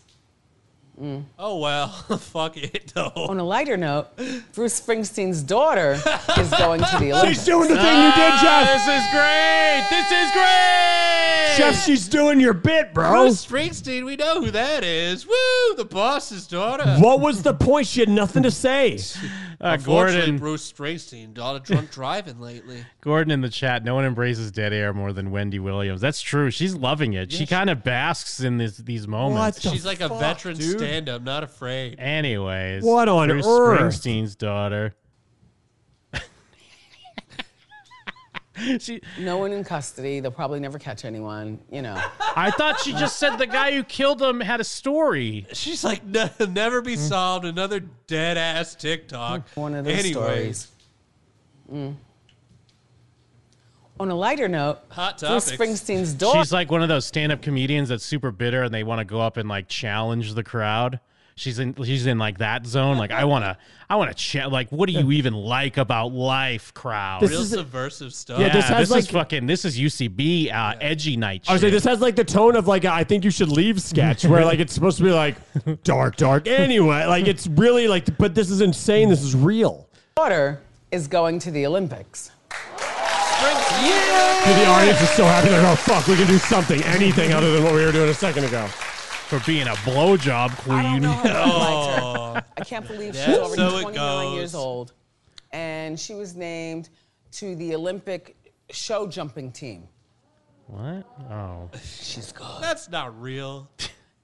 [SPEAKER 11] Mm.
[SPEAKER 5] Oh well, fuck it. No.
[SPEAKER 11] On a lighter note, Bruce Springsteen's daughter is going to the Olympics.
[SPEAKER 7] She's doing the thing you did, Jeff.
[SPEAKER 8] This is great. This is great.
[SPEAKER 7] Jeff, she's doing your bit, bro.
[SPEAKER 5] Bruce Springsteen, we know who that is. Woo, the boss's daughter.
[SPEAKER 7] What was the point? She had nothing to say.
[SPEAKER 8] Uh,
[SPEAKER 5] Unfortunately,
[SPEAKER 8] Gordon,
[SPEAKER 5] Bruce Springsteen, a lot of drunk driving lately.
[SPEAKER 8] Gordon in the chat. No one embraces dead air more than Wendy Williams. That's true. She's loving it. she kind of basks in this, these moments.
[SPEAKER 5] She's like a veteran stand-up, not afraid.
[SPEAKER 8] Anyways,
[SPEAKER 7] What on
[SPEAKER 8] Bruce
[SPEAKER 7] earth?
[SPEAKER 8] Springsteen's daughter.
[SPEAKER 11] No one in custody. They'll probably never catch anyone, you know.
[SPEAKER 8] I thought she just said the guy who killed him had a story.
[SPEAKER 5] She's like, "Ne- never be
[SPEAKER 8] Mm.
[SPEAKER 5] solved. Another dead ass TikTok.
[SPEAKER 11] One of those
[SPEAKER 5] Anyways,
[SPEAKER 11] stories. Mm. On a lighter note,
[SPEAKER 5] Hot
[SPEAKER 11] Bruce
[SPEAKER 5] topics.
[SPEAKER 11] Springsteen's daughter.
[SPEAKER 8] She's like one of those stand-up comedians that's super bitter and they want to go up and like challenge the crowd. She's in she's in like that zone. Like I wanna I wanna chat. Like what do you even like about life, crowd?
[SPEAKER 5] real subversive stuff.
[SPEAKER 8] yeah,
[SPEAKER 7] Yeah, this
[SPEAKER 8] this,
[SPEAKER 7] has,
[SPEAKER 8] is
[SPEAKER 7] like-
[SPEAKER 8] fucking this is UCB uh, edgy night.
[SPEAKER 7] I was like,
[SPEAKER 8] shit.
[SPEAKER 7] this has like the tone of like a I think you should leave sketch where like it's supposed to be like dark, dark. Anyway, like it's really like, but this is insane. This is real.
[SPEAKER 11] daughter is going to the Olympics.
[SPEAKER 7] Dude, the audience is so happy. They're like, oh fuck, we can do something, anything other than what we were doing a second ago.
[SPEAKER 8] for being a blowjob queen.
[SPEAKER 7] Oh.
[SPEAKER 11] I can't believe
[SPEAKER 5] Yeah,
[SPEAKER 11] she's already
[SPEAKER 5] so it
[SPEAKER 11] 29 years
[SPEAKER 5] goes.
[SPEAKER 11] old. And she was named to the Olympic show jumping team.
[SPEAKER 8] what? Oh,
[SPEAKER 11] She's good.
[SPEAKER 5] That's not real.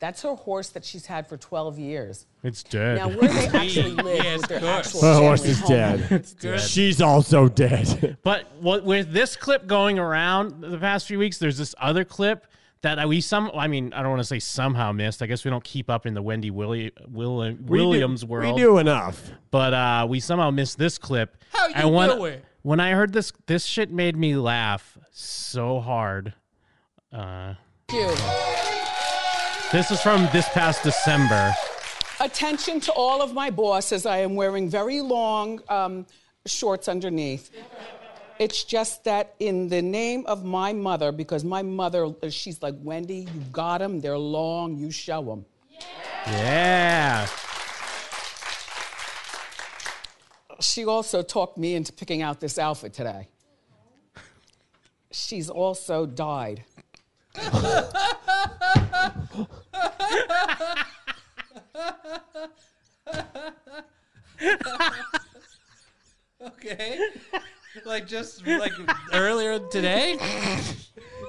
[SPEAKER 11] That's her horse that she's had for 12 years.
[SPEAKER 8] it's dead.
[SPEAKER 11] Now, where they actually live
[SPEAKER 5] Yes,
[SPEAKER 11] with their
[SPEAKER 5] of course.
[SPEAKER 11] actual
[SPEAKER 7] Oh,
[SPEAKER 11] family
[SPEAKER 7] horse is
[SPEAKER 11] home.
[SPEAKER 7] dead. She's also dead.
[SPEAKER 8] But what, with this clip going around the past few weeks, there's this other clip that we some. I mean, I don't want to say somehow missed. I guess we don't keep up in the Wendy Willi- Willi- Williams
[SPEAKER 7] we do,
[SPEAKER 8] world.
[SPEAKER 7] We do enough.
[SPEAKER 8] but uh, we somehow missed this clip.
[SPEAKER 5] How you
[SPEAKER 8] and when,
[SPEAKER 5] know it?
[SPEAKER 8] When I heard this, this shit made me laugh so hard. Uh,
[SPEAKER 11] You.
[SPEAKER 8] this is from this past December.
[SPEAKER 11] Attention to all of my bosses. I am wearing very long um, shorts underneath. It's just that in the name of my mother, because my mother, uh, she's like, Wendy, you got them. They're long. You show them.
[SPEAKER 8] Yeah.
[SPEAKER 11] She also talked me into picking out this outfit today. She's also died.
[SPEAKER 5] Okay. Like just like earlier today,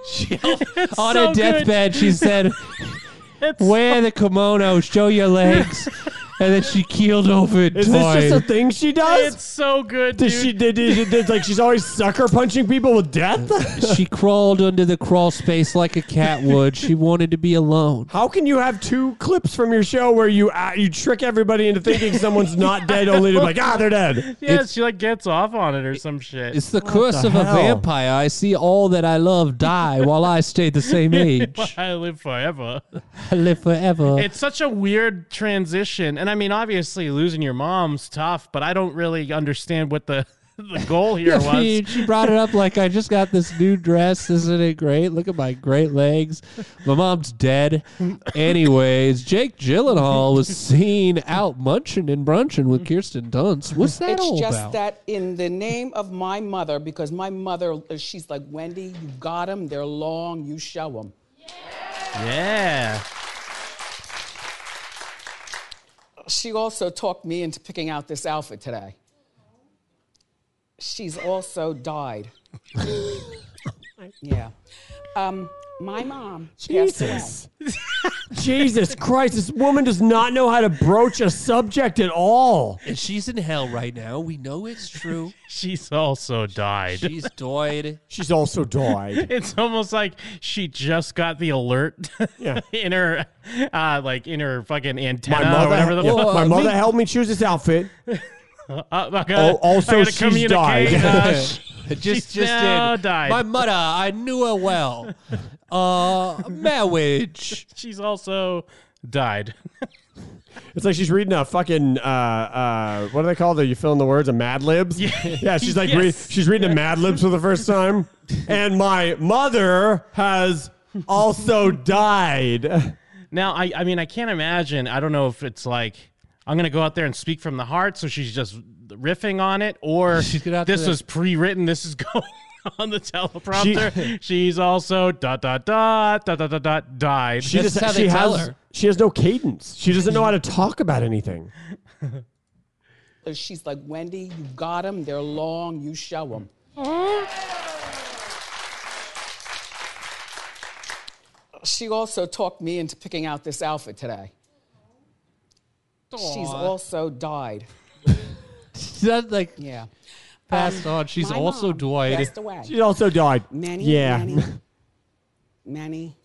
[SPEAKER 5] she, on
[SPEAKER 8] so
[SPEAKER 5] a
[SPEAKER 8] good.
[SPEAKER 5] deathbed, she said, "Wear the kimono, show your legs," and then she keeled over.
[SPEAKER 7] Is this just a thing she does?
[SPEAKER 8] It's so good, dude.
[SPEAKER 7] Does she did, did, did- like she's always sucker punching people with death?
[SPEAKER 5] she crawled under the crawl space like a cat would. She wanted to be alone.
[SPEAKER 7] How can you have two clips from your show where you uh, you trick everybody into thinking someone's not dead, only to be like, ah, they're dead.
[SPEAKER 8] yeah, she like gets off on it or some shit.
[SPEAKER 5] It's the curse
[SPEAKER 7] the
[SPEAKER 5] of
[SPEAKER 7] hell?
[SPEAKER 5] a vampire. I see all that I love die while I stay the same age.
[SPEAKER 8] I live forever.
[SPEAKER 5] I live
[SPEAKER 7] Uh.
[SPEAKER 5] forever.
[SPEAKER 8] It's such a weird transition. And I mean, obviously, losing your mom's tough, but I don't really understand what the the goal here was.
[SPEAKER 5] she, she brought it up like I just got this new dress. Isn't it great? Look at my great legs. My mom's dead. Anyways, Jake Gyllenhaal was seen out munching and brunching with Kirsten Dunst. What's that all
[SPEAKER 11] it's just
[SPEAKER 5] about?
[SPEAKER 11] that in the name of my mother, because my mother, uh, she's like Wendy. You got them. They're long. You show them.
[SPEAKER 8] Yeah.
[SPEAKER 11] She also talked me into picking out this outfit today. She's also died. yeah. Um, my mom. passed away.
[SPEAKER 7] Jesus. Jesus Christ, this woman does not know how to broach a subject at all.
[SPEAKER 5] And she's in hell right now. We know it's true.
[SPEAKER 8] She's also died.
[SPEAKER 5] She's doid.
[SPEAKER 7] She's also died.
[SPEAKER 8] it's almost like she just got the alert
[SPEAKER 7] Yeah.
[SPEAKER 8] in her, uh, like in her fucking
[SPEAKER 7] My
[SPEAKER 8] antenna or whatever
[SPEAKER 7] mother,
[SPEAKER 8] the
[SPEAKER 7] yeah,
[SPEAKER 8] fuck.
[SPEAKER 7] my mother
[SPEAKER 8] Uh,
[SPEAKER 7] helped me choose this outfit.
[SPEAKER 8] I gotta-
[SPEAKER 7] Oh, also
[SPEAKER 8] I gotta
[SPEAKER 7] she's
[SPEAKER 8] communicate,
[SPEAKER 7] died.
[SPEAKER 8] uh, sh-
[SPEAKER 5] It just
[SPEAKER 8] She's
[SPEAKER 5] just
[SPEAKER 8] now
[SPEAKER 5] did.
[SPEAKER 8] died.
[SPEAKER 5] My mother, I knew her well. Uh, marriage.
[SPEAKER 8] she's also died.
[SPEAKER 7] It's like she's reading a fucking uh, uh, what do they call it? You fill in the words, a Mad Libs. Yeah, she's like read,
[SPEAKER 8] Yes.
[SPEAKER 7] she's reading a Mad Libs for the first time, and my mother has also died.
[SPEAKER 8] Now, I, I mean, I can't imagine. I don't know if it's like I'm gonna go out there and speak from the heart, so she's just riffing on it, or
[SPEAKER 5] She's gonna have
[SPEAKER 8] this
[SPEAKER 5] to-
[SPEAKER 8] was pre-written. This is going on the teleprompter. she's also dot dot dot dot dot dot dot died.
[SPEAKER 7] She
[SPEAKER 5] That's
[SPEAKER 7] just
[SPEAKER 5] how they
[SPEAKER 7] she
[SPEAKER 5] tell
[SPEAKER 7] has
[SPEAKER 5] her.
[SPEAKER 7] she has no cadence. She doesn't know how to talk about anything.
[SPEAKER 11] She's like Wendy. You got them. They're long. You show them. She also talked me into picking out this outfit today. She's also died.
[SPEAKER 5] That, like
[SPEAKER 11] Yeah. Um,
[SPEAKER 5] passed on. She's
[SPEAKER 11] my
[SPEAKER 5] also
[SPEAKER 11] mom
[SPEAKER 5] doid.
[SPEAKER 11] Passed away.
[SPEAKER 7] She also died.
[SPEAKER 11] many,
[SPEAKER 7] yeah.
[SPEAKER 11] many, many,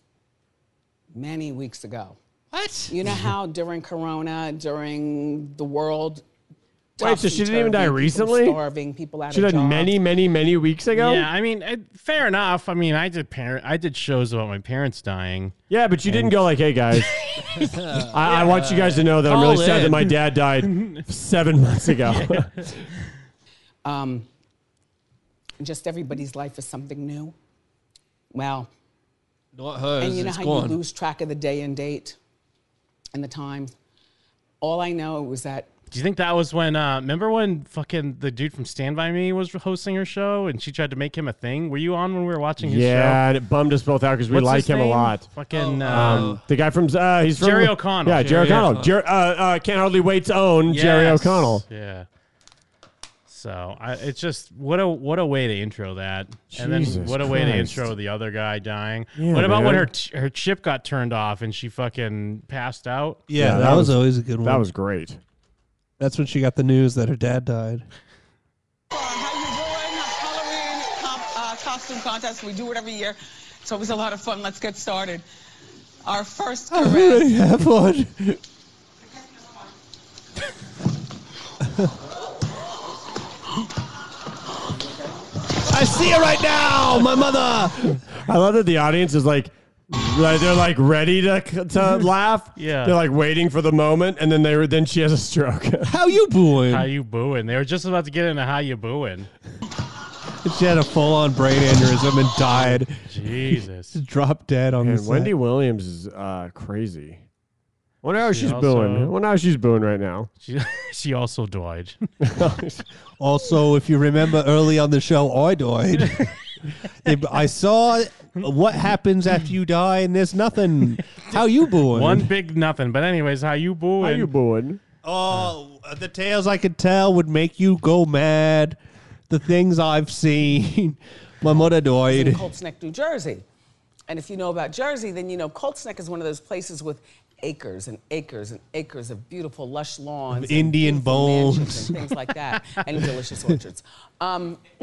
[SPEAKER 11] many weeks ago.
[SPEAKER 5] What?
[SPEAKER 11] You know how during Corona, during the world.
[SPEAKER 7] Wait, so she didn't even die
[SPEAKER 11] topsy-turvy, people
[SPEAKER 7] recently?
[SPEAKER 11] Starving people out
[SPEAKER 7] She
[SPEAKER 11] of
[SPEAKER 7] died
[SPEAKER 11] jobs.
[SPEAKER 7] many, many, many weeks ago.
[SPEAKER 8] Yeah, I mean, I, fair enough. I mean, I did parent, I did shows about my parents dying.
[SPEAKER 7] Yeah, but you didn't go like, "Hey guys, I, I want you guys to know that I'm really
[SPEAKER 5] Call
[SPEAKER 7] sad that
[SPEAKER 5] in."
[SPEAKER 7] my dad died seven months ago."
[SPEAKER 11] um, just everybody's life is something new. Wow.
[SPEAKER 5] Not hers.
[SPEAKER 11] And you know
[SPEAKER 5] it's
[SPEAKER 11] how
[SPEAKER 5] gone.
[SPEAKER 11] you lose track of the day and date and the time? All I know was that
[SPEAKER 8] Do you think that was when? Uh, remember when fucking the dude from Stand by Me was hosting her show, and she tried to make him a thing? Were you on when we were watching his
[SPEAKER 7] yeah,
[SPEAKER 8] show?
[SPEAKER 7] and it bummed us both out because we
[SPEAKER 8] What's
[SPEAKER 7] like
[SPEAKER 8] his
[SPEAKER 7] him a
[SPEAKER 8] name?
[SPEAKER 7] lot.
[SPEAKER 8] Fucking.
[SPEAKER 5] Oh,
[SPEAKER 8] uh,
[SPEAKER 7] Um, the guy from uh, he's from
[SPEAKER 8] Jerry O'Connell.
[SPEAKER 7] Yeah, Jerry,
[SPEAKER 8] Jerry
[SPEAKER 7] O'Connell. Jer- uh, uh, Can't hardly wait's own Jerry
[SPEAKER 8] Yes.
[SPEAKER 7] O'Connell.
[SPEAKER 8] Yeah. So I, it's just what a what a way to intro that, and then
[SPEAKER 7] Jesus
[SPEAKER 8] what a way to
[SPEAKER 7] Christ.
[SPEAKER 8] intro the other guy dying.
[SPEAKER 7] Yeah,
[SPEAKER 8] what about when
[SPEAKER 7] man.
[SPEAKER 8] her t- her chip got turned off and she fucking passed out?
[SPEAKER 5] yeah, that, was, always a good one.
[SPEAKER 7] That was great.
[SPEAKER 5] That's when she got the news that her dad died.
[SPEAKER 13] How you doing? Halloween com- uh, costume contest. We do it every year. It's always a lot of fun. Let's get started. Our first correct.
[SPEAKER 5] have one. I see her right now, Oh, my mother.
[SPEAKER 7] I love that the audience is like, like, they're like ready to to laugh.
[SPEAKER 8] Yeah.
[SPEAKER 7] they're like waiting for the moment, and then they were then she has a stroke.
[SPEAKER 5] How you doing?
[SPEAKER 8] How you booing? They were just about to get into how you booing.
[SPEAKER 5] she had a full-on brain aneurysm and died.
[SPEAKER 8] Jesus.
[SPEAKER 5] Just dropped dead on
[SPEAKER 7] And
[SPEAKER 5] the
[SPEAKER 7] Wendy
[SPEAKER 5] set.
[SPEAKER 7] Williams is uh, crazy. Wonder how she's
[SPEAKER 8] also-
[SPEAKER 7] booing. Wonder how she's booing right now.
[SPEAKER 8] She, she also died.
[SPEAKER 5] Also, if you remember early on the show, I died. If I saw what happens after you die, and there's nothing. How you booing?
[SPEAKER 8] One big nothing. But anyways, how you booing?
[SPEAKER 7] How you booing?
[SPEAKER 5] Oh, the tales I could tell would make you go mad. The things I've seen. My mother
[SPEAKER 11] in
[SPEAKER 5] died.
[SPEAKER 11] Colts Neck, New Jersey. And if you know about Jersey, then you know Colts Neck is one of those places with acres and acres and acres of beautiful, lush lawns, and
[SPEAKER 5] Indian
[SPEAKER 11] beautiful mansions
[SPEAKER 5] bones.
[SPEAKER 11] and things like that, and delicious orchards. Um,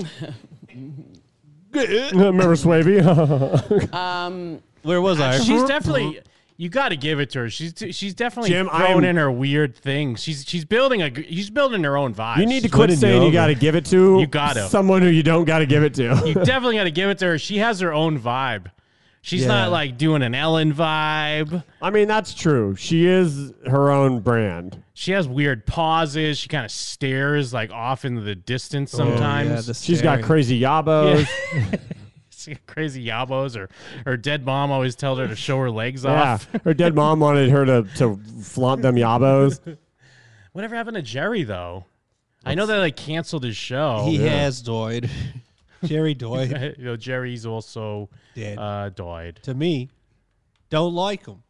[SPEAKER 7] Remember Swavey?
[SPEAKER 5] Um, Where was I?
[SPEAKER 8] She's definitely. You got to give it to her. She's she's definitely
[SPEAKER 7] Jim, I am-
[SPEAKER 8] throwing in her weird things. She's she's building a she's building her own vibe.
[SPEAKER 7] you need to quit saying you got to give it to
[SPEAKER 8] You gotta.
[SPEAKER 7] someone who you don't got to give it to.
[SPEAKER 8] You definitely got to give it to her. She has her own vibe. She's
[SPEAKER 7] Yeah.
[SPEAKER 8] not like doing an Ellen vibe.
[SPEAKER 7] I mean, that's true. She is her own brand.
[SPEAKER 8] She has weird pauses. She kind of stares like off into the distance
[SPEAKER 5] Oh,
[SPEAKER 8] sometimes.
[SPEAKER 7] she's got crazy yabos.
[SPEAKER 8] She's got crazy yabos. Her her dead mom always tells her to show her legs
[SPEAKER 7] Yeah.
[SPEAKER 8] off.
[SPEAKER 7] her dead mom wanted her to, to flaunt them yabos.
[SPEAKER 8] Whatever happened to Jerry though? I know they like canceled his show.
[SPEAKER 5] He has died. Jerry died.
[SPEAKER 8] you know, Jerry's also dead. Uh, died.
[SPEAKER 5] to me, don't like him.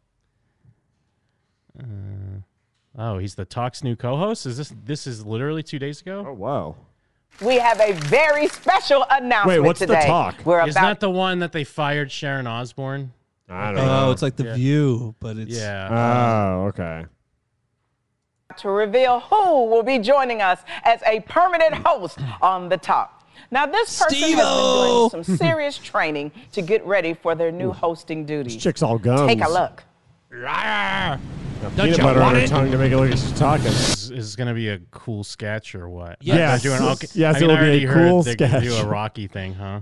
[SPEAKER 8] Oh, he's the Talk's new co-host. Is this this is literally two days ago? Oh
[SPEAKER 7] wow.
[SPEAKER 14] We have a very special announcement today. We're
[SPEAKER 8] Isn't
[SPEAKER 14] about
[SPEAKER 8] that the one that they fired Sharon Osbourne?
[SPEAKER 7] I
[SPEAKER 5] don't Oh, know. it's like The View, but it's- uh,
[SPEAKER 8] yeah.
[SPEAKER 7] Oh, okay.
[SPEAKER 14] to reveal who will be joining us as a permanent host on the top. Now, this person has been doing some serious training to get ready for their new hosting duties.
[SPEAKER 7] This chick's all gums.
[SPEAKER 14] Take a look.
[SPEAKER 7] Got
[SPEAKER 8] Don't
[SPEAKER 7] peanut
[SPEAKER 8] you
[SPEAKER 7] butter on
[SPEAKER 8] want
[SPEAKER 7] her
[SPEAKER 8] it?
[SPEAKER 7] tongue to make it look like she's talking.
[SPEAKER 8] Is, is going to be a cool sketch or what?
[SPEAKER 7] Yes. Yes.
[SPEAKER 8] They're doing, okay.
[SPEAKER 7] Yes,
[SPEAKER 8] I can
[SPEAKER 7] it'll be a
[SPEAKER 8] already heard
[SPEAKER 7] cool
[SPEAKER 8] they can do
[SPEAKER 7] sketch.
[SPEAKER 8] a Rocky thing, huh?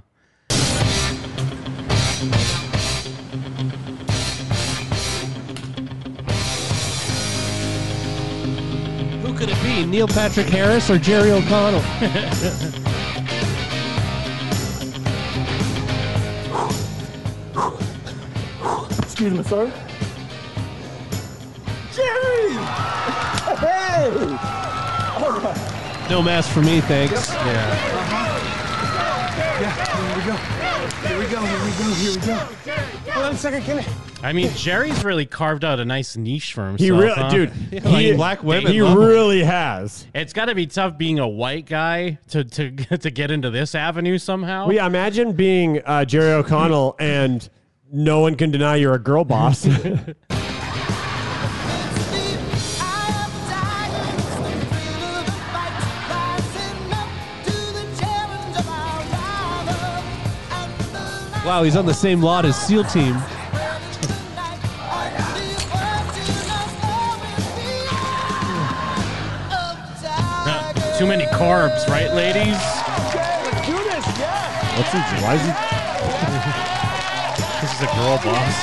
[SPEAKER 7] Uh,
[SPEAKER 5] Who could it be? Neil Patrick Harris or Jerry O'Connell?
[SPEAKER 15] Excuse me, sir. Jerry! Hey! All right.
[SPEAKER 5] No mask for me, thanks.
[SPEAKER 8] Yeah.
[SPEAKER 15] Yeah, here we go. Here we go. Here we go. Here we go. Hold on a second. Can I?
[SPEAKER 8] I mean, Jerry's really carved out a nice niche for himself.
[SPEAKER 7] He really,
[SPEAKER 8] huh?
[SPEAKER 7] dude. he, He really has.
[SPEAKER 8] It's got to be tough being a white guy to to to get into this avenue somehow.
[SPEAKER 7] Well, yeah. Imagine being uh, Jerry O'Connell and no one can deny you're a girl boss.
[SPEAKER 5] Wow, he's on the same lot as SEAL Team.
[SPEAKER 8] Too many carbs, right, ladies?
[SPEAKER 15] Let's do this. Yeah.
[SPEAKER 7] What's he? Why is
[SPEAKER 8] This is a girl boss.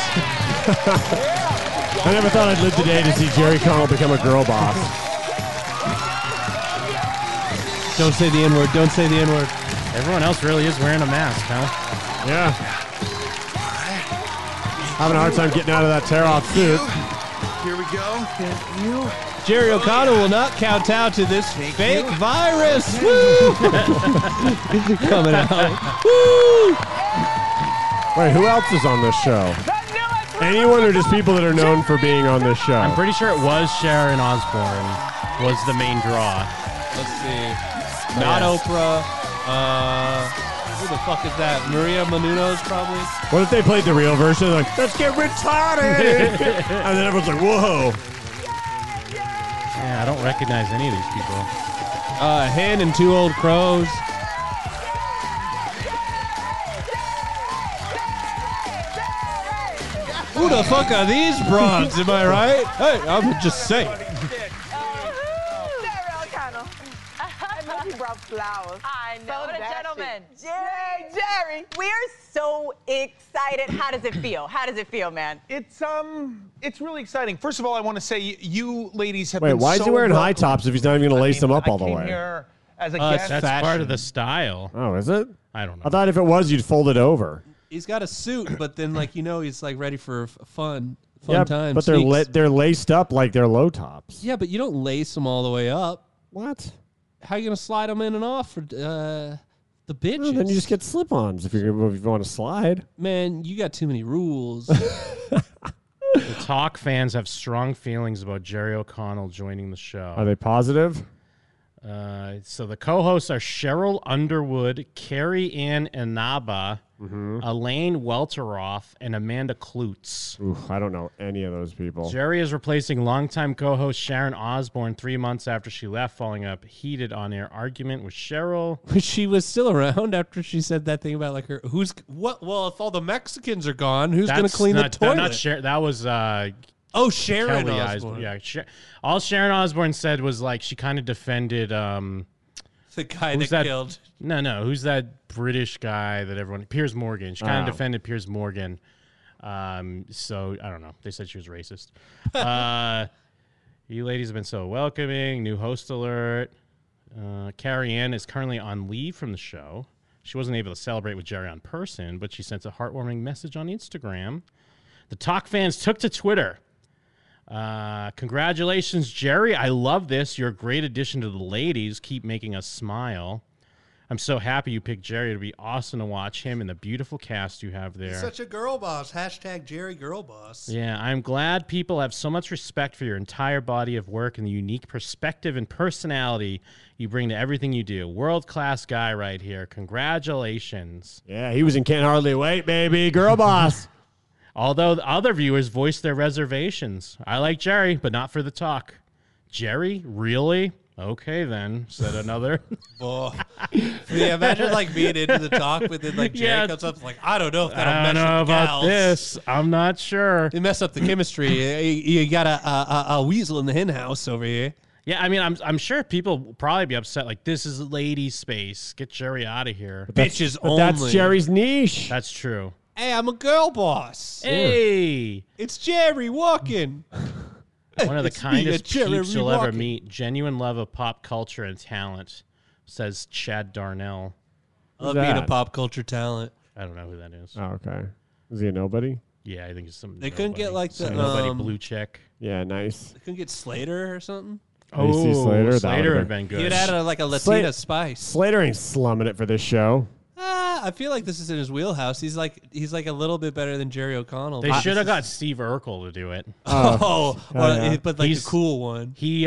[SPEAKER 7] I never thought I'd live today to see Jerry O'Connell become a girl boss.
[SPEAKER 5] Don't say the N word. Don't say the N word.
[SPEAKER 8] Everyone else really is wearing a mask, huh?
[SPEAKER 7] Yeah. Having a hard time getting out of that tear off suit.
[SPEAKER 16] Here we go. Thank you.
[SPEAKER 5] Jerry O'Connell will not kowtow to this fake virus. Woo! Coming out. Woo!
[SPEAKER 7] Wait, who else is on this show? Anyone or just people that are known for being on this show?
[SPEAKER 8] I'm pretty sure it was Sharon Osbourne was the main draw.
[SPEAKER 5] Let's see. Not
[SPEAKER 8] Yes.
[SPEAKER 5] Oprah. Uh, who the fuck is that? Maria Menounos, probably.
[SPEAKER 7] What if they played the real version? Like, let's get retarded! and then everyone's like, whoa.
[SPEAKER 8] Yeah, I don't recognize any of these people.
[SPEAKER 5] Uh, Hen and Two Old Crows. Who the fuck are these broads? Am I right? Hey, I'm just saying.
[SPEAKER 14] I love you brought flowers. I know. What a gentleman. Jerry, Jerry, we are so excited. How does it feel? How does it feel, man?
[SPEAKER 17] It's um, it's really exciting. First of all, I want to say you, you ladies have
[SPEAKER 7] Wait,
[SPEAKER 17] been
[SPEAKER 7] why
[SPEAKER 17] so
[SPEAKER 7] is he wearing high
[SPEAKER 17] welcome.
[SPEAKER 7] tops if he's not even going to lace them up all the
[SPEAKER 17] Came
[SPEAKER 7] way?
[SPEAKER 17] here as a
[SPEAKER 8] Uh,
[SPEAKER 17] guest.
[SPEAKER 8] that's part of the style.
[SPEAKER 7] Oh, is it?
[SPEAKER 8] I don't know.
[SPEAKER 7] I thought if it was, you'd fold it over.
[SPEAKER 5] He's got a suit, but then like you know, he's like ready for f- fun, fun
[SPEAKER 7] Yeah,
[SPEAKER 5] time.
[SPEAKER 7] But they're
[SPEAKER 5] sneaks.
[SPEAKER 7] la- they're laced up like they're low tops.
[SPEAKER 5] Yeah, but you don't lace them all the way up.
[SPEAKER 7] What?
[SPEAKER 5] How you gonna slide them in and off for uh, the bitches?
[SPEAKER 7] Well, then you just get slip-ons if you're gonna- if you want to slide.
[SPEAKER 5] Man, you got too many rules.
[SPEAKER 8] The Talk fans have strong feelings about Jerry O'Connell joining the show.
[SPEAKER 7] Are they positive?
[SPEAKER 8] Uh, so the co-hosts are Cheryl Underwood, Carrie Ann Inaba,
[SPEAKER 7] Mm-hmm.
[SPEAKER 8] Elaine Welteroth, and Amanda Klutz.
[SPEAKER 7] Oof, I don't know any of those people.
[SPEAKER 8] Jerry is replacing longtime co-host Sharon Osbourne three months after she left, following up heated on-air argument with Cheryl.
[SPEAKER 5] she was still around after she said that thing about like her. Who's what? Well, if all the Mexicans are gone, who's gonna
[SPEAKER 8] That's
[SPEAKER 5] clean
[SPEAKER 8] not-
[SPEAKER 5] the
[SPEAKER 8] that-
[SPEAKER 5] toilet?
[SPEAKER 8] Not Sher- that was uh,
[SPEAKER 5] oh Sharon
[SPEAKER 8] Kelly
[SPEAKER 5] Osbourne.
[SPEAKER 8] Yeah, Sher- all Sharon Osbourne said was like she kind of defended um,
[SPEAKER 5] the guy
[SPEAKER 8] who's
[SPEAKER 5] that killed-
[SPEAKER 8] No, no, who's that British guy that everyone Piers Morgan? She kind
[SPEAKER 5] Oh.
[SPEAKER 8] of defended Piers Morgan Um, so I don't know. They said she was racist. uh, you ladies have been so welcoming. New host alert. Uh, Carrie Ann is currently on leave from the show. She wasn't able to celebrate with Jerry on person, but she sent a heartwarming message on Instagram. The Talk fans took to Twitter. Uh, congratulations, Jerry. I love this. You're a great addition to the ladies. Keep making us smile. I'm so happy you picked Jerry. It'll be awesome to watch him and the beautiful cast you have there.
[SPEAKER 18] He's such a girl boss. Hashtag Jerry Girl Boss.
[SPEAKER 8] Yeah, I'm glad people have so much respect for your entire body of work and the unique perspective and personality you bring to everything you do. World class guy right here. Congratulations.
[SPEAKER 7] Yeah, he was in Can't Hardly Wait, baby. Girl boss.
[SPEAKER 8] Although the other viewers voiced their reservations. I like Jerry, but not for the talk. Jerry? Really? Okay, then, said another.
[SPEAKER 18] Oh. yeah, imagine like being into the talk, but then like Jerry comes up like, I don't know if that'll
[SPEAKER 8] I
[SPEAKER 18] mesh
[SPEAKER 8] don't know
[SPEAKER 18] with the
[SPEAKER 8] about
[SPEAKER 18] gals.
[SPEAKER 8] this. I'm not sure.
[SPEAKER 5] They mess up the chemistry. you, you got a, a, a- a weasel in the hen house over here.
[SPEAKER 8] Yeah, I mean, I'm I'm sure people will probably be upset. Like, this is lady space. Get Jerry out of here.
[SPEAKER 5] that's- Bitches but that's only. Jerry's
[SPEAKER 7] niche.
[SPEAKER 8] That's true.
[SPEAKER 5] Hey, I'm a girl boss.
[SPEAKER 8] Hey,
[SPEAKER 5] It's Jerry walking.
[SPEAKER 8] one of the
[SPEAKER 5] It's me,
[SPEAKER 8] kindest
[SPEAKER 5] a Jerry
[SPEAKER 8] peeps you'll ever
[SPEAKER 5] Rewalking.
[SPEAKER 8] meet. Genuine love of pop culture and talent, says Chad Darnell.
[SPEAKER 5] I love being a pop culture talent.
[SPEAKER 8] I don't know who that is.
[SPEAKER 7] Oh, okay. Is he a nobody?
[SPEAKER 8] Yeah, I think it's some.
[SPEAKER 5] They couldn't get, like, the,
[SPEAKER 8] some nobody
[SPEAKER 5] um,
[SPEAKER 8] blue check.
[SPEAKER 7] Yeah, nice.
[SPEAKER 5] They couldn't get Slater or something.
[SPEAKER 7] AC Slater, that
[SPEAKER 8] Oh, Slater
[SPEAKER 7] would've
[SPEAKER 8] had been good.
[SPEAKER 5] You'd add a, uh, like a Latina
[SPEAKER 7] Slater-
[SPEAKER 5] spice.
[SPEAKER 7] Slater ain't slumming it for this show.
[SPEAKER 5] Ah, I feel like this is in his wheelhouse. He's like he's like a little bit better than Jerry O'Connell.
[SPEAKER 8] They
[SPEAKER 5] but
[SPEAKER 8] should have
[SPEAKER 5] this
[SPEAKER 8] got Steve Urkel to do it.
[SPEAKER 7] Uh,
[SPEAKER 5] Oh, Oh, well, yeah. it- but, like, the cool one.
[SPEAKER 8] He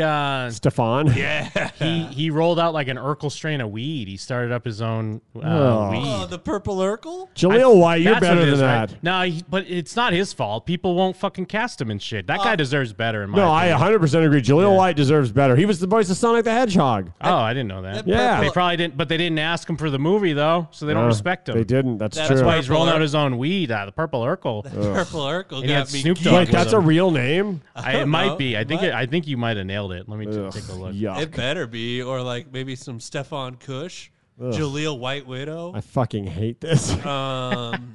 [SPEAKER 8] uh
[SPEAKER 7] Stefan.
[SPEAKER 8] Yeah. He he rolled out like an Urkel strain of weed. He started up his own uh,
[SPEAKER 7] Oh.
[SPEAKER 8] weed.
[SPEAKER 5] is- Oh, the purple Urkel.
[SPEAKER 7] Jaleel
[SPEAKER 8] I-
[SPEAKER 7] White, you're
[SPEAKER 8] that's what
[SPEAKER 7] better
[SPEAKER 8] it
[SPEAKER 7] than
[SPEAKER 8] is, right?
[SPEAKER 7] that.
[SPEAKER 8] No, he, but it's not his fault. People won't fucking cast him and shit.
[SPEAKER 5] Uh,
[SPEAKER 8] That guy deserves better. In my
[SPEAKER 7] No, I
[SPEAKER 8] opinion.
[SPEAKER 7] 100% agree. Jaleel White deserves better. He was the voice of Sonic the Hedgehog.
[SPEAKER 8] Oh, I didn't know that.
[SPEAKER 7] that Yeah.
[SPEAKER 8] they
[SPEAKER 7] purple-
[SPEAKER 8] probably didn't, but they didn't ask him for the movie though, so they don't
[SPEAKER 7] No,
[SPEAKER 8] respect him.
[SPEAKER 7] they didn't. That's
[SPEAKER 8] that's
[SPEAKER 7] true.
[SPEAKER 8] why he's
[SPEAKER 7] Purple
[SPEAKER 8] rolling out
[SPEAKER 7] Ur-
[SPEAKER 8] his own weed. Uh, the purple Urkel.
[SPEAKER 5] Purple Urkel
[SPEAKER 8] And he
[SPEAKER 5] got
[SPEAKER 8] had
[SPEAKER 5] me
[SPEAKER 8] Snoop
[SPEAKER 5] geeked.
[SPEAKER 8] Dogg.
[SPEAKER 5] Wait,
[SPEAKER 8] with
[SPEAKER 5] that's
[SPEAKER 8] him.
[SPEAKER 5] a
[SPEAKER 7] real name?
[SPEAKER 5] I
[SPEAKER 8] it
[SPEAKER 5] don't
[SPEAKER 8] might
[SPEAKER 5] know.
[SPEAKER 8] be. I think.
[SPEAKER 5] Might.
[SPEAKER 8] It, I think you might have nailed it. Let me t- take a look.
[SPEAKER 5] It better be, or like maybe some Stefan Kush,
[SPEAKER 7] Ugh.
[SPEAKER 5] Jaleel White Widow.
[SPEAKER 7] I fucking hate this.
[SPEAKER 5] um,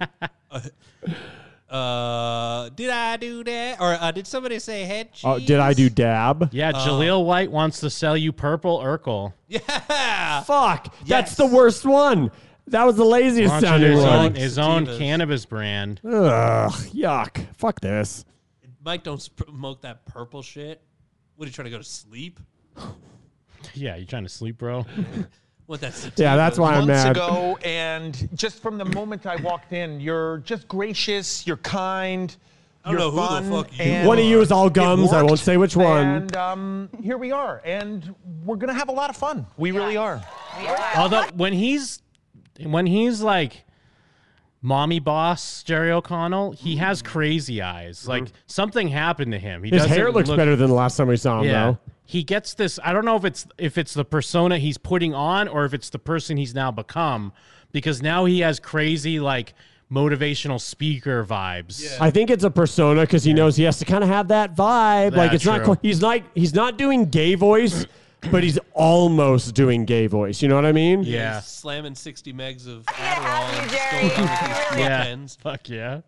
[SPEAKER 5] uh, uh, did I do that? Or uh, did somebody say head?
[SPEAKER 7] Oh, did I do dab?
[SPEAKER 8] Yeah,
[SPEAKER 5] uh,
[SPEAKER 8] Jaleel White wants to sell you purple Urkel. Ah,
[SPEAKER 7] Fuck. That's the worst one. That was the laziest
[SPEAKER 8] Launching
[SPEAKER 7] sounding
[SPEAKER 8] his
[SPEAKER 7] one.
[SPEAKER 8] own, his own cannabis brand.
[SPEAKER 7] Ugh, yuck. Fuck this.
[SPEAKER 5] Mike, don't sp- smoke that purple shit. What are you trying to go to sleep?
[SPEAKER 8] Yeah, you trying to sleep, bro?
[SPEAKER 5] What that's
[SPEAKER 7] Yeah, that's why I'm
[SPEAKER 17] months
[SPEAKER 7] mad.
[SPEAKER 17] ago, and just from the moment I walked in, you're just gracious, you're kind,
[SPEAKER 5] I don't
[SPEAKER 17] you're
[SPEAKER 5] know who the
[SPEAKER 17] fun.
[SPEAKER 5] fuck you
[SPEAKER 17] and
[SPEAKER 7] One of you is all
[SPEAKER 17] it
[SPEAKER 7] gums. I won't say which one.
[SPEAKER 17] And um, here we are, and we're gonna have a lot of fun. We really are.
[SPEAKER 8] Although when he's when he's like mommy boss Jerry O'Connell, he has crazy eyes. Like something happened to him. He
[SPEAKER 7] Mm-hmm. His
[SPEAKER 8] doesn't
[SPEAKER 7] hair looks
[SPEAKER 8] look-
[SPEAKER 7] better than the last time we saw him, though.
[SPEAKER 8] He gets this I don't know if it's if it's the persona he's putting on or if it's the person he's now become because now he has crazy like motivational speaker vibes.
[SPEAKER 7] I think it's a persona because he knows he has to kind of have that vibe.
[SPEAKER 8] Yeah,
[SPEAKER 7] like it's not
[SPEAKER 8] true.
[SPEAKER 7] quite, he's like he's not doing gay voice, but he's almost doing gay voice. You know what I mean?
[SPEAKER 5] He's slamming 60 megs of Adderall and Jerry.
[SPEAKER 8] Yeah. Fuck yeah.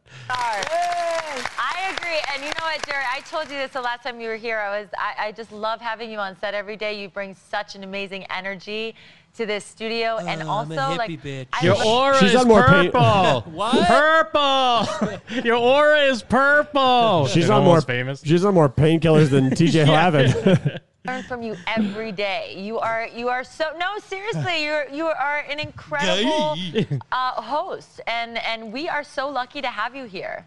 [SPEAKER 19] I agree. And you know what, Jerry? I told you this the last time you were here. I was I, I just love having you on set every day. You bring such an amazing energy to this studio. and
[SPEAKER 8] Oh, I'm
[SPEAKER 19] also
[SPEAKER 8] a hippie
[SPEAKER 19] like
[SPEAKER 8] bitch.
[SPEAKER 19] I
[SPEAKER 8] Your
[SPEAKER 19] love-
[SPEAKER 8] aura
[SPEAKER 7] She's
[SPEAKER 8] is
[SPEAKER 7] on more pain-
[SPEAKER 8] purple.
[SPEAKER 19] What?
[SPEAKER 8] Purple. Your aura is purple.
[SPEAKER 7] She's
[SPEAKER 8] And
[SPEAKER 7] on more
[SPEAKER 8] almost famous.
[SPEAKER 7] She's on more painkillers than TJ Lavin.
[SPEAKER 19] learn from you every day. You are you are so no seriously. You're you are an incredible uh, host, and and we are so lucky to have you here.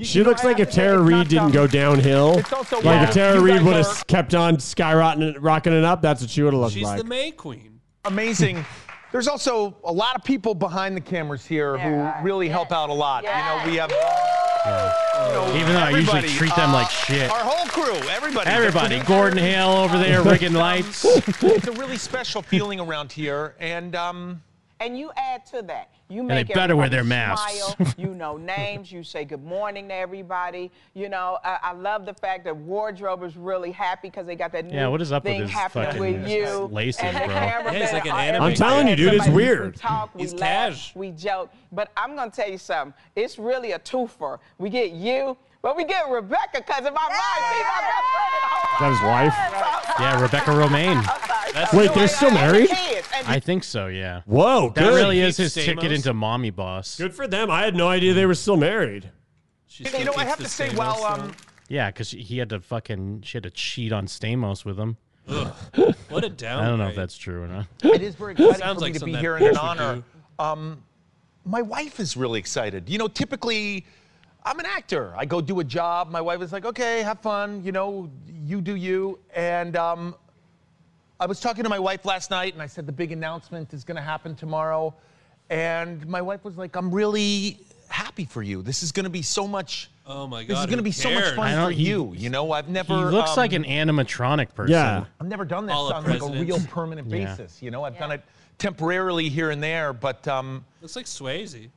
[SPEAKER 7] she looks like if Tara Reed didn't go downhill.
[SPEAKER 19] also
[SPEAKER 7] like
[SPEAKER 19] why
[SPEAKER 7] if Tara
[SPEAKER 19] you
[SPEAKER 7] Reed
[SPEAKER 19] guys
[SPEAKER 7] would have
[SPEAKER 19] are-
[SPEAKER 7] kept on skyrocketing rocking it up, that's what she would have looked
[SPEAKER 17] She's
[SPEAKER 7] like.
[SPEAKER 17] the
[SPEAKER 5] May Queen.
[SPEAKER 17] Amazing. There's also a lot of people behind the cameras here who really help out a lot. You know, we have. you know,
[SPEAKER 8] Even though I usually
[SPEAKER 17] everybody,
[SPEAKER 8] treat them
[SPEAKER 17] uh,
[SPEAKER 8] like shit.
[SPEAKER 17] Our whole crew, everybody.
[SPEAKER 8] Everybody, Gordon Hale over there rigging lights.
[SPEAKER 17] it's a really special feeling around here, and um,
[SPEAKER 14] and you add to that. You
[SPEAKER 8] And
[SPEAKER 14] make
[SPEAKER 8] they better wear
[SPEAKER 14] everybody
[SPEAKER 8] their masks.
[SPEAKER 14] Smile. you know names. You say good morning to everybody. You know, I, I love the fact that wardrobe is really happy because they got that new
[SPEAKER 8] Yeah, what is up with
[SPEAKER 14] thing
[SPEAKER 8] his
[SPEAKER 14] happening
[SPEAKER 8] fucking
[SPEAKER 14] with you.
[SPEAKER 8] laces,
[SPEAKER 14] and the
[SPEAKER 8] bro?
[SPEAKER 14] cameramen
[SPEAKER 8] Yeah, he's like an
[SPEAKER 14] are
[SPEAKER 8] anime
[SPEAKER 14] everybody.
[SPEAKER 8] I'm telling you, dude, it's
[SPEAKER 14] Everybody, we
[SPEAKER 8] weird.
[SPEAKER 14] Talk, we
[SPEAKER 8] He's
[SPEAKER 14] laugh,
[SPEAKER 8] cash.
[SPEAKER 14] we joke. But I'm gonna tell you something. It's really a twofer. We get you, but we get Rebecca because of my mind. She's my best friend.
[SPEAKER 8] Is that his wife? Yeah, Rebecca Romaine.
[SPEAKER 7] Wait, they're still married?
[SPEAKER 8] I think so, yeah.
[SPEAKER 7] Whoa,
[SPEAKER 8] That
[SPEAKER 7] good.
[SPEAKER 8] really is
[SPEAKER 7] Keith
[SPEAKER 8] his ticket
[SPEAKER 7] Stamos.
[SPEAKER 8] into Mommy Boss.
[SPEAKER 7] Good for them. I had no idea they were still married.
[SPEAKER 17] you know, I have to say, well, um,
[SPEAKER 8] Yeah, because he had to fucking, she had to cheat on Stamos with him.
[SPEAKER 13] What a
[SPEAKER 8] I don't
[SPEAKER 13] down.
[SPEAKER 8] know if that's true or not.
[SPEAKER 17] it is very exciting
[SPEAKER 13] Sounds
[SPEAKER 17] for
[SPEAKER 13] like
[SPEAKER 17] me to be
[SPEAKER 13] something
[SPEAKER 17] here
[SPEAKER 13] that
[SPEAKER 17] and an
[SPEAKER 13] Bush would
[SPEAKER 17] honor. Um, my wife is really excited. You know, typically, I'm an actor. I go do a job. My wife is like, okay, have fun. You know, you do you. And um, I was talking to my wife last night, and I said the big announcement is going to happen tomorrow. And my wife was like, I'm really happy for you. This is going to be so much.
[SPEAKER 13] Oh my God.
[SPEAKER 17] This is going to
[SPEAKER 13] who
[SPEAKER 17] be so much
[SPEAKER 13] cares?
[SPEAKER 17] fun
[SPEAKER 8] I don't-
[SPEAKER 17] for
[SPEAKER 8] he-
[SPEAKER 17] you. You know, I've never.
[SPEAKER 8] He looks
[SPEAKER 17] um,
[SPEAKER 8] like an animatronic person.
[SPEAKER 7] Yeah.
[SPEAKER 17] I've never done this
[SPEAKER 13] All the
[SPEAKER 17] on like a real
[SPEAKER 13] presidents.
[SPEAKER 17] permanent
[SPEAKER 8] Yeah.
[SPEAKER 17] basis. You know, I've done it temporarily here and there, but um,
[SPEAKER 13] Looks like Swayze.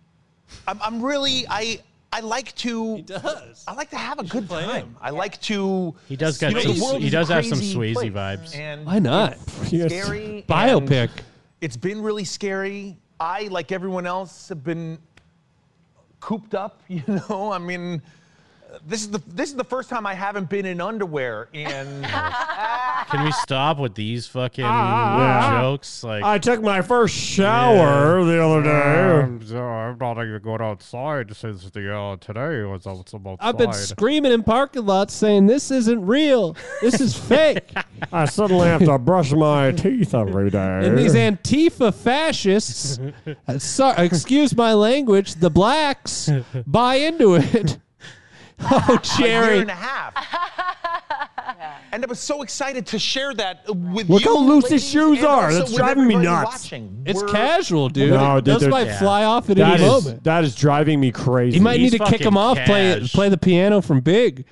[SPEAKER 17] I'm, I'm really I I like to. He
[SPEAKER 13] does.
[SPEAKER 17] I like to have a good time. I like to.
[SPEAKER 8] He does
[SPEAKER 17] you
[SPEAKER 8] got
[SPEAKER 17] know,
[SPEAKER 8] some-
[SPEAKER 17] the world
[SPEAKER 8] he
[SPEAKER 17] is a
[SPEAKER 8] does have some
[SPEAKER 17] crazy
[SPEAKER 8] Swayze
[SPEAKER 17] place,
[SPEAKER 8] vibes.
[SPEAKER 17] And
[SPEAKER 8] Why not?
[SPEAKER 17] it's
[SPEAKER 8] Yes.
[SPEAKER 17] Scary. and
[SPEAKER 7] Biopic.
[SPEAKER 17] It's been really scary. I, like everyone else, have been cooped up. You know, I mean. This is the this is the first time I haven't been in underwear in
[SPEAKER 8] Can we stop with these fucking
[SPEAKER 7] Ah.
[SPEAKER 8] jokes? Like,
[SPEAKER 7] I took my first shower the other day.
[SPEAKER 20] Um, I'm not even going outside since the uh, today was outside.
[SPEAKER 5] I've been screaming in parking lots saying this isn't real. This is fake.
[SPEAKER 7] I suddenly have to brush my teeth every day.
[SPEAKER 5] And these Antifa fascists, uh, so- excuse my language, the blacks buy into it. Oh,
[SPEAKER 17] a year
[SPEAKER 5] Jerry.
[SPEAKER 17] and a half. And I was so excited to share that with
[SPEAKER 7] Look
[SPEAKER 17] you.
[SPEAKER 7] how loose his
[SPEAKER 17] ladies,
[SPEAKER 7] shoes
[SPEAKER 17] and
[SPEAKER 7] are.
[SPEAKER 17] also
[SPEAKER 7] That's
[SPEAKER 17] with
[SPEAKER 7] driving me
[SPEAKER 17] everybody
[SPEAKER 7] nuts.
[SPEAKER 17] watching.
[SPEAKER 5] It's
[SPEAKER 17] We're-
[SPEAKER 5] cashable, dude.
[SPEAKER 7] No, dude,
[SPEAKER 5] Those
[SPEAKER 7] they're-
[SPEAKER 5] might
[SPEAKER 7] yeah.
[SPEAKER 5] fly off at
[SPEAKER 7] That
[SPEAKER 5] any
[SPEAKER 7] is-
[SPEAKER 5] moment.
[SPEAKER 7] That is driving me crazy.
[SPEAKER 5] You might need to kick him off, play, play the piano from Big.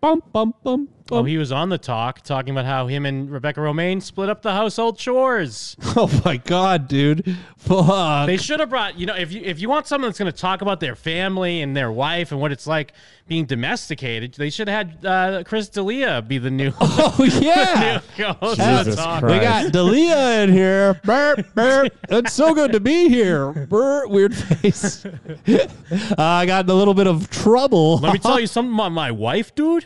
[SPEAKER 5] Bum, bum, bum.
[SPEAKER 8] oh, he was on the talk talking about how him and Rebecca Romaine split up the household chores.
[SPEAKER 5] Oh, my God, dude. Fuck.
[SPEAKER 8] They should have brought, you know, if you if you want someone that's going to talk about their family and their wife and what it's like being domesticated, they should have had uh, Chris D'Elia be the new.
[SPEAKER 5] Oh yeah,
[SPEAKER 8] new host of the
[SPEAKER 5] Jesus
[SPEAKER 8] talk.
[SPEAKER 5] we got Dalia in here. Burp, burp. It's so good to be here. Burp, weird face. Uh, I got in a little bit of trouble.
[SPEAKER 8] Let me tell you something about my wife, dude.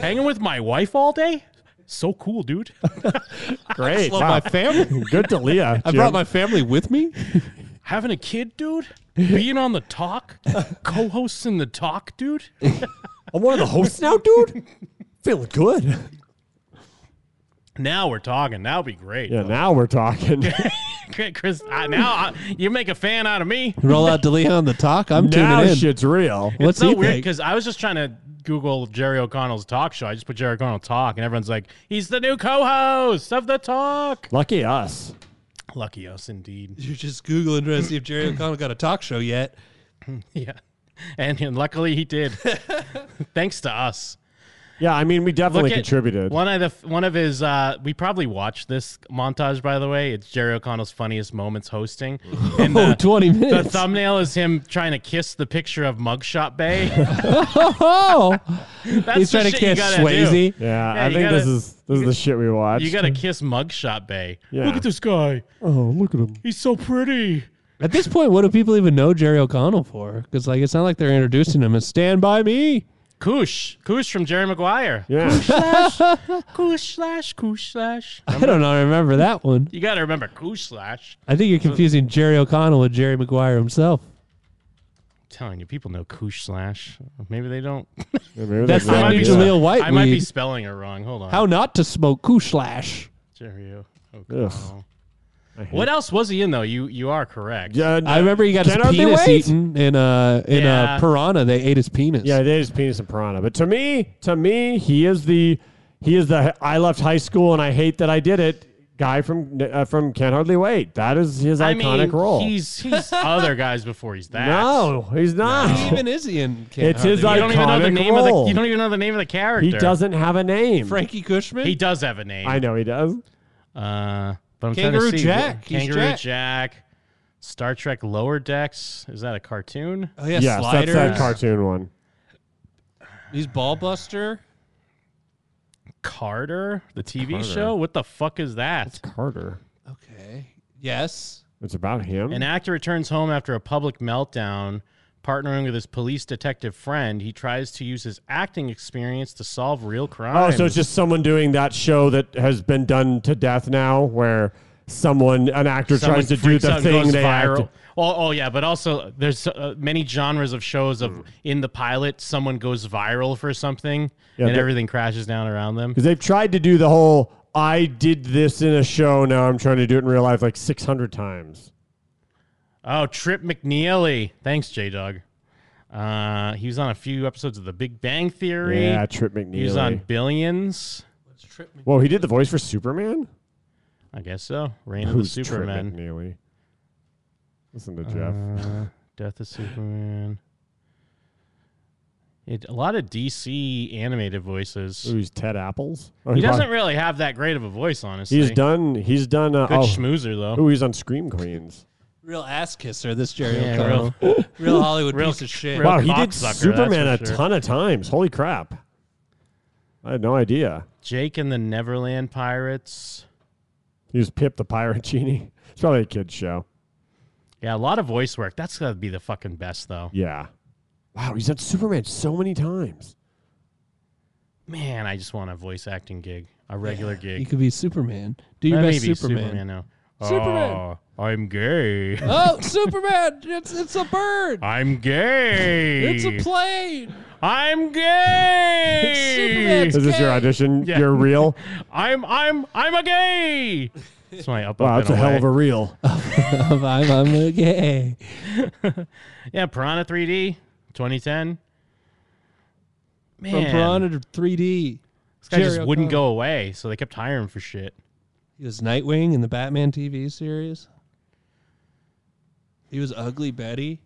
[SPEAKER 8] Hanging with my wife all day, so cool, dude.
[SPEAKER 7] Great.
[SPEAKER 5] love my family.
[SPEAKER 7] Good to Leah.
[SPEAKER 5] I brought my family with me.
[SPEAKER 8] Having a kid, dude. Being on the talk, co-hosts in the talk, dude.
[SPEAKER 7] I'm one of the hosts now, dude. Feeling good.
[SPEAKER 8] Now we're talking. That would be great.
[SPEAKER 7] Yeah, now we're talking.
[SPEAKER 8] Chris, I, now I, you make a fan out of me.
[SPEAKER 5] Roll out Dalia on the talk. I'm
[SPEAKER 7] now
[SPEAKER 5] tuning in.
[SPEAKER 7] shit's real.
[SPEAKER 5] What's
[SPEAKER 8] it's so
[SPEAKER 5] he
[SPEAKER 8] weird
[SPEAKER 5] think?
[SPEAKER 8] because I was just trying to Google Jerry O'Connell's talk show. I just put Jerry O'Connell talk, and everyone's like, "He's the new co-host of the talk."
[SPEAKER 7] Lucky us.
[SPEAKER 8] Lucky us, indeed.
[SPEAKER 5] You're just googling to see if Jerry O'Connell got a talk show yet.
[SPEAKER 8] Yeah, and, and luckily he did. Thanks to us.
[SPEAKER 7] Yeah, I mean, we definitely
[SPEAKER 8] Look at-
[SPEAKER 7] contributed.
[SPEAKER 8] One of the one of his uh, we probably watched this montage by the way. It's Jerry O'Connell's funniest moments hosting. And uh,
[SPEAKER 5] Oh, 20
[SPEAKER 8] The
[SPEAKER 5] minutes.
[SPEAKER 8] thumbnail is him trying to kiss the picture of Mugshot Bay.
[SPEAKER 5] oh,
[SPEAKER 8] That's
[SPEAKER 5] he's
[SPEAKER 8] the
[SPEAKER 5] trying to
[SPEAKER 8] shit you
[SPEAKER 5] kiss
[SPEAKER 8] gotta
[SPEAKER 5] Swayze.
[SPEAKER 8] do.
[SPEAKER 7] yeah,
[SPEAKER 8] Yeah,
[SPEAKER 7] I
[SPEAKER 8] you
[SPEAKER 7] think this
[SPEAKER 8] gotta-
[SPEAKER 7] is this is the shit we watched.
[SPEAKER 8] You got to kiss Mugshot Bay.
[SPEAKER 7] Yeah.
[SPEAKER 8] Look at this guy.
[SPEAKER 7] Oh, look at him.
[SPEAKER 8] He's so pretty.
[SPEAKER 5] At this point, what do people even know Jerry O'Connell for? Because like, it's not like they're introducing him as "Stand by Me."
[SPEAKER 8] Koosh. Koosh from Jerry Maguire.
[SPEAKER 7] Yeah.
[SPEAKER 8] Koosh slash. Koosh slash. Koosh slash.
[SPEAKER 5] I don't know. I remember that one.
[SPEAKER 8] You got to remember Koosh slash.
[SPEAKER 5] I think you're confusing Jerry O'Connell with Jerry Maguire himself.
[SPEAKER 8] I'm telling you, people know Koosh slash. Maybe they don't.
[SPEAKER 7] maybe
[SPEAKER 5] That's they the don't. new
[SPEAKER 8] be-
[SPEAKER 5] Jaleel White
[SPEAKER 8] I might be
[SPEAKER 5] weed.
[SPEAKER 8] spelling it wrong. Hold on.
[SPEAKER 5] How not to smoke Kushlash.
[SPEAKER 8] Jerry O-
[SPEAKER 7] Ugh.
[SPEAKER 8] O'Connell. What else was he in though? You you are correct.
[SPEAKER 7] Yeah,
[SPEAKER 5] I remember he got his
[SPEAKER 7] Cannot be
[SPEAKER 5] penis
[SPEAKER 7] wait.
[SPEAKER 5] eaten in a in
[SPEAKER 8] Yeah.
[SPEAKER 5] a piranha. They ate his penis.
[SPEAKER 7] Yeah, it is penis and piranha. But to me, to me, he is the he is the I left high school and I hate that I did it guy from uh, from Can't Hardly Wait. That is his
[SPEAKER 8] I
[SPEAKER 7] iconic
[SPEAKER 8] mean,
[SPEAKER 7] role.
[SPEAKER 8] He's he's other guys before he's that.
[SPEAKER 7] no, he's not.
[SPEAKER 5] Who even is he in? Can't
[SPEAKER 7] It's his
[SPEAKER 5] Hardly Wait?
[SPEAKER 8] You don't even know the
[SPEAKER 7] Iconic
[SPEAKER 8] name of
[SPEAKER 7] role.
[SPEAKER 8] the. You don't even know the name of the character.
[SPEAKER 7] He doesn't have a name.
[SPEAKER 5] Frankie Cushman.
[SPEAKER 8] He does have a name.
[SPEAKER 7] I know he does.
[SPEAKER 8] Uh, but I'm trying to
[SPEAKER 5] Kangaroo
[SPEAKER 8] see.
[SPEAKER 5] Jack. He's
[SPEAKER 8] Kangaroo
[SPEAKER 5] Jack.
[SPEAKER 8] Jack. Star Trek Lower Decks. Is that a cartoon?
[SPEAKER 18] Oh, yeah, Yes, that's that Sliders.
[SPEAKER 7] cartoon one.
[SPEAKER 18] He's Ballbuster.
[SPEAKER 8] Carter, the TV
[SPEAKER 18] Carter.
[SPEAKER 8] show. What the fuck is that?
[SPEAKER 7] Carter.
[SPEAKER 18] Okay. Yes.
[SPEAKER 7] It's about him.
[SPEAKER 8] An actor returns home after a public meltdown. Partnering with his police detective friend, he tries to use his acting experience to solve real
[SPEAKER 7] Oh,
[SPEAKER 8] crimes.
[SPEAKER 7] so it's just someone doing that show that has been done to death now, where someone, an actor,
[SPEAKER 8] Someone
[SPEAKER 7] tries to do
[SPEAKER 8] freaks out
[SPEAKER 7] the
[SPEAKER 8] and
[SPEAKER 7] thing
[SPEAKER 8] goes
[SPEAKER 7] they
[SPEAKER 8] viral.
[SPEAKER 7] act.
[SPEAKER 8] Oh, oh yeah, but also there's uh, many genres of shows
[SPEAKER 7] Hmm.
[SPEAKER 8] of in the pilot someone goes viral for something
[SPEAKER 7] Yeah,
[SPEAKER 8] and
[SPEAKER 7] they-
[SPEAKER 8] everything crashes down around them.
[SPEAKER 7] Because they've tried to do the whole "I did this in a show, now I'm trying to do it in real life" like 600 times.
[SPEAKER 8] Oh, Trip McNeely. Thanks, J Dog. Uh, he was on a few episodes of The Big Bang Theory.
[SPEAKER 7] Yeah, Trip
[SPEAKER 8] He was on
[SPEAKER 7] McNeely.
[SPEAKER 8] Billions.
[SPEAKER 7] Whoa, he did the voice for Superman.
[SPEAKER 8] I guess so. Reign
[SPEAKER 7] Who's
[SPEAKER 8] of the
[SPEAKER 7] Trip
[SPEAKER 8] Superman.
[SPEAKER 7] McNeely? Listen to Jeff.
[SPEAKER 8] Uh, Death of Superman. It, a lot of DC animated voices.
[SPEAKER 7] Who's Ted Apples? Oh, he
[SPEAKER 8] he doesn't
[SPEAKER 7] probably-
[SPEAKER 8] really have that great of a voice, honestly.
[SPEAKER 7] He's done. He's done. Uh,
[SPEAKER 8] Good
[SPEAKER 7] oh,
[SPEAKER 8] schmoozer, though.
[SPEAKER 7] Ooh, he's on Scream Queens.
[SPEAKER 18] Real ass kisser, this Jerry
[SPEAKER 8] Yeah,
[SPEAKER 18] O'Connell.
[SPEAKER 8] real-
[SPEAKER 18] Real, Hollywood
[SPEAKER 8] real-
[SPEAKER 18] piece of shit.
[SPEAKER 7] wow, he did Superman a ton of times. Holy crap! I had no idea.
[SPEAKER 8] Jake and the Neverland Pirates.
[SPEAKER 7] He was Pip the Pirate Genie. It's probably a kids show.
[SPEAKER 8] Yeah, a lot of voice work. That's got to be the fucking best, though.
[SPEAKER 7] Yeah. Wow, he's done Superman so many times.
[SPEAKER 8] Man, I just want a voice acting gig, a regular gig.
[SPEAKER 18] You could be Superman. Do your
[SPEAKER 8] Let me
[SPEAKER 18] best
[SPEAKER 8] be
[SPEAKER 18] Superman.
[SPEAKER 8] Superman now.
[SPEAKER 18] Superman!
[SPEAKER 8] Oh, I'm gay.
[SPEAKER 18] Oh, Superman! It's it's a bird.
[SPEAKER 8] I'm gay.
[SPEAKER 18] It's a plane.
[SPEAKER 8] I'm gay.
[SPEAKER 7] Is this your audition?
[SPEAKER 8] Yeah.
[SPEAKER 7] You're real.
[SPEAKER 8] I'm I'm I'm a gay. That's my up.
[SPEAKER 7] wow,
[SPEAKER 8] up
[SPEAKER 7] that's a
[SPEAKER 8] and
[SPEAKER 7] hell
[SPEAKER 8] away.
[SPEAKER 7] of a reel.
[SPEAKER 18] I'm, I'm a gay.
[SPEAKER 8] Yeah, Piranha 3D, 2010. Man,
[SPEAKER 18] From Piranha to 3D.
[SPEAKER 8] this guy just wouldn't go away, so they kept hiring him for shit.
[SPEAKER 18] He was Nightwing in the Batman TV series. He was Ugly Betty.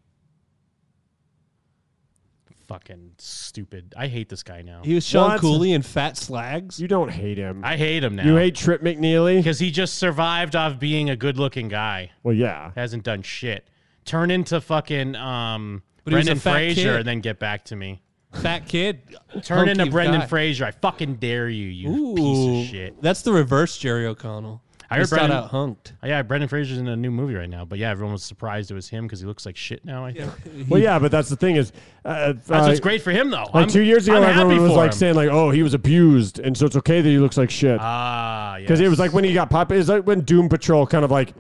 [SPEAKER 8] Fucking stupid. I hate this guy now.
[SPEAKER 18] He was Sean Cooley in Fat Slags.
[SPEAKER 7] You don't hate him.
[SPEAKER 8] I hate him now.
[SPEAKER 7] You hate Trip McNeely?
[SPEAKER 8] because he just survived off being a good-looking guy.
[SPEAKER 7] Well, yeah.
[SPEAKER 8] Hasn't done shit. Turn into fucking um,
[SPEAKER 18] But he was a
[SPEAKER 8] Brendan
[SPEAKER 18] fat
[SPEAKER 8] Fraser
[SPEAKER 18] kid.
[SPEAKER 8] and then get back to me.
[SPEAKER 18] Fat kid.
[SPEAKER 8] Turn into
[SPEAKER 18] hunky
[SPEAKER 8] Brendan
[SPEAKER 18] guy.
[SPEAKER 8] Fraser. I fucking dare you, you piece of shit.
[SPEAKER 18] That's the reverse Jerry O'Connell.
[SPEAKER 8] I heard
[SPEAKER 18] Just got
[SPEAKER 8] Brendan,
[SPEAKER 18] out hunked.
[SPEAKER 8] Yeah, Brendan Fraser's in a new movie right now, but yeah, everyone was surprised it was him because he looks like shit now. I think.
[SPEAKER 7] Well, yeah, but that's the thing is, uh,
[SPEAKER 8] That's
[SPEAKER 7] uh,
[SPEAKER 8] what's great for him, though.
[SPEAKER 7] Like
[SPEAKER 8] I'm-
[SPEAKER 7] two years ago,
[SPEAKER 8] I'm happy
[SPEAKER 7] everyone was
[SPEAKER 8] for
[SPEAKER 7] like
[SPEAKER 8] him.
[SPEAKER 7] saying like, "Oh, he was abused," and so it's okay that he looks like shit.
[SPEAKER 8] Ah, yeah.
[SPEAKER 7] Because it was like when he got popular, it was like when Doom Patrol kind of like,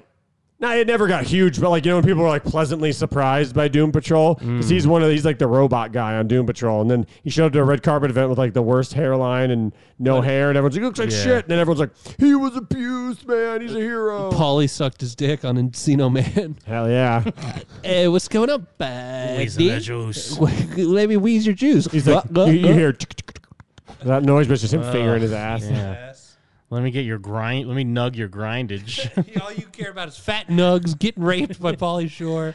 [SPEAKER 7] nah, it never got huge, but like, you know, when people were like pleasantly surprised by Doom Patrol,
[SPEAKER 8] Mm.
[SPEAKER 7] because he's one of the, he's like the robot guy on Doom Patrol. And then he showed up to a red carpet event with like the worst hairline and no hair, and everyone's like, looks like
[SPEAKER 18] Yeah.
[SPEAKER 7] shit. And then everyone's like, he was abused, man. He's a hero.
[SPEAKER 18] Polly sucked his dick on Encino Man.
[SPEAKER 7] Hell yeah.
[SPEAKER 18] hey, what's going on, buddy?
[SPEAKER 7] Wheezing the
[SPEAKER 8] juice.
[SPEAKER 18] Let me wheeze your juice.
[SPEAKER 7] He's like,
[SPEAKER 18] Go, go,
[SPEAKER 7] you, you
[SPEAKER 18] go.
[SPEAKER 7] hear tick, tick, tick, tick. that noise, but it's just him
[SPEAKER 8] Ugh,
[SPEAKER 7] fingering his ass.
[SPEAKER 8] yeah. Let me get your grind. Let me nug your grindage.
[SPEAKER 18] All you care about is fat nugs getting raped by Polly Shore.